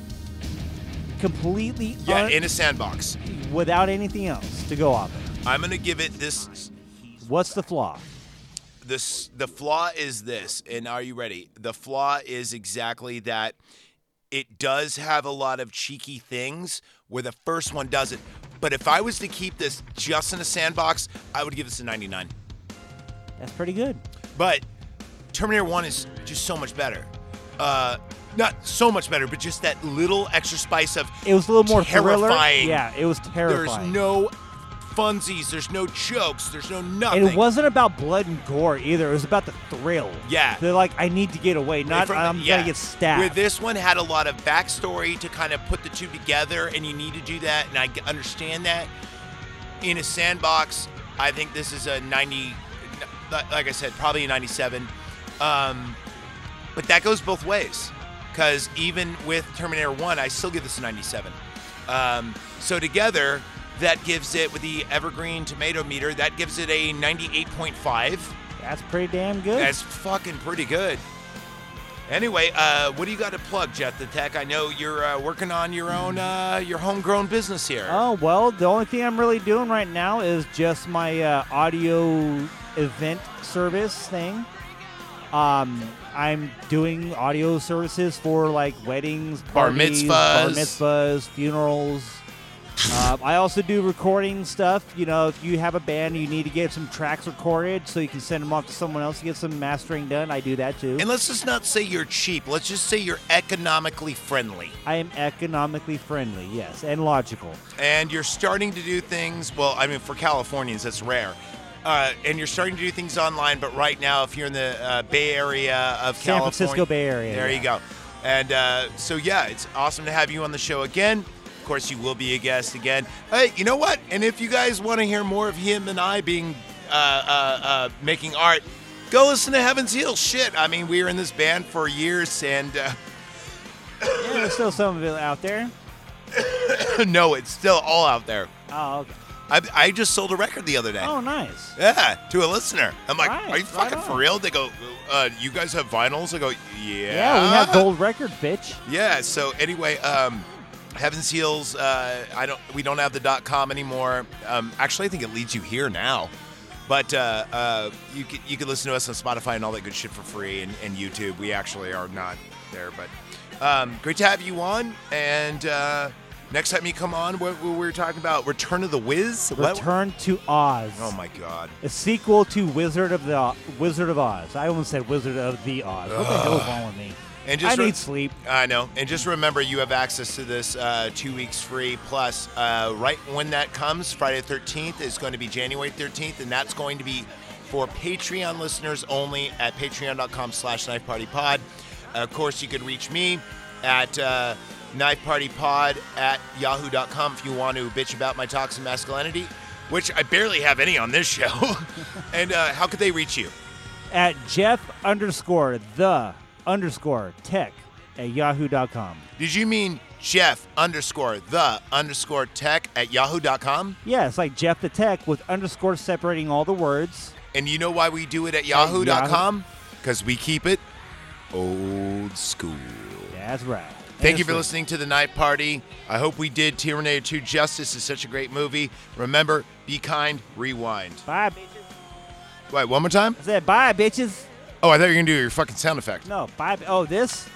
Speaker 3: completely
Speaker 2: Yeah,
Speaker 3: un-
Speaker 2: in a sandbox.
Speaker 3: without anything else to go off of.
Speaker 2: I'm going to give it this
Speaker 3: What's the flaw?
Speaker 2: this the flaw is this and are you ready the flaw is exactly that it does have a lot of cheeky things where the first one doesn't but if i was to keep this just in a sandbox i would give this a 99
Speaker 3: That's pretty good.
Speaker 2: but terminator 1 is just so much better uh not so much better but just that little extra spice of
Speaker 3: It was a little more
Speaker 2: Terrifying.
Speaker 3: thriller. Yeah, it was terrifying.
Speaker 2: there's no funsies there's no jokes there's no nothing
Speaker 3: And it wasn't about blood and gore either. It was about the thrill.
Speaker 2: Yeah.
Speaker 3: They're like, I need to get away, not
Speaker 2: From-
Speaker 3: I'm
Speaker 2: yeah.
Speaker 3: gonna get stabbed.
Speaker 2: Where this one had a lot of backstory to kind of put the two together, and you need to do that, and I g- understand that. In a sandbox, I think this is a 90, li- like I said, probably a 97. Um, but that goes both ways, because even with Terminator 1, I still give this a 97. Um, so together, that gives it with the Evergreen Tomato Meter, that gives it a 98.5.
Speaker 3: That's pretty damn good.
Speaker 2: That's fucking pretty good. Anyway, uh, what do you got to plug, Jeff the Tech? I know you're uh, working on your own, uh, your homegrown business here.
Speaker 3: Oh well, the only thing I'm really doing right now is just my uh, audio event service thing. Um, I'm doing audio services for like weddings,
Speaker 2: Bar
Speaker 3: parties,
Speaker 2: mitzvahs.
Speaker 3: bar mitzvahs, funerals. um, I also do recording stuff. You know, if you have a band, you need to get some tracks recorded so you can send them off to someone else to get some mastering done. I do that too.
Speaker 2: And let's just not say you're cheap. Let's just say you're economically friendly.
Speaker 3: I am economically friendly, yes,
Speaker 2: *laughs*
Speaker 3: and logical.
Speaker 2: And you're starting to do things, well, I mean, for Californians, that's rare. Uh, and you're starting to do things online, but right now, if you're in the uh, Bay Area of
Speaker 3: San
Speaker 2: California,
Speaker 3: Francisco Bay Area,
Speaker 2: there you
Speaker 3: yeah.
Speaker 2: go. And uh, so, yeah, it's awesome to have you on the show again. Of course, you will be a guest again. Hey, you know what? And if you guys want to hear more of him and I being uh, uh, uh, making art, go listen to Heaven's Heel. Shit, I mean, we were in this band for years, and uh, *laughs*
Speaker 3: Yeah, there's still some of it out there.
Speaker 2: no, it's still all out there.
Speaker 3: Oh, okay.
Speaker 2: I, I just sold a record the other day.
Speaker 3: oh, nice.
Speaker 2: Yeah, to a listener. I'm like,
Speaker 3: Right,
Speaker 2: are you
Speaker 3: right
Speaker 2: fucking for
Speaker 3: on.
Speaker 2: real? They go, uh, you guys have vinyls? I go, yeah.
Speaker 3: Yeah, we have gold record, bitch.
Speaker 2: Yeah. So anyway, um, Heaven's Heels. Uh, I don't. We don't have the dot com anymore. Um, actually, I think it leads you here now. But uh, uh, you can you can listen to us on Spotify and all that good shit for free and, and YouTube. We actually are not there, but um, great to have you on. And uh, next time you come on, what, what we were talking about Return of the Wiz. What-
Speaker 3: Return to Oz.
Speaker 2: Oh my god.
Speaker 3: A sequel to Wizard of the Wizard of Oz. I almost said Wizard of the Oz. What the hell's wrong with me?
Speaker 2: And just
Speaker 3: I
Speaker 2: re-
Speaker 3: need sleep.
Speaker 2: I know. And just remember, you have access to this uh, two weeks free. Plus, uh, right when that comes, Friday 13th is going to be January 13th, and that's going to be for Patreon listeners only at patreon.com slash knife party pod. Of course, you can reach me at uh, knife party pod at yahoo.com if you want to bitch about my toxic masculinity, which I barely have any on this show. *laughs* and uh, how could they reach you?
Speaker 3: At Jeff underscore the underscore tech at yahoo.com.
Speaker 2: Did you mean Jeff underscore the underscore tech at yahoo.com?
Speaker 3: Yeah, it's like Jeff the Tech with underscore separating all the words.
Speaker 2: And you know why we do it at yahoo.com? Because we keep it old school.
Speaker 3: That's right.
Speaker 2: Thank you for
Speaker 3: Honestly.
Speaker 2: listening to The Night Party. I hope we did Terminator 2 justice. It's such a great movie. Remember, be kind, rewind.
Speaker 3: Bye, bitches.
Speaker 2: Wait, one more time?
Speaker 3: I said bye, bitches.
Speaker 2: Oh, I thought you were going to do your fuccking sound effect.
Speaker 3: No, bye. Oh, this?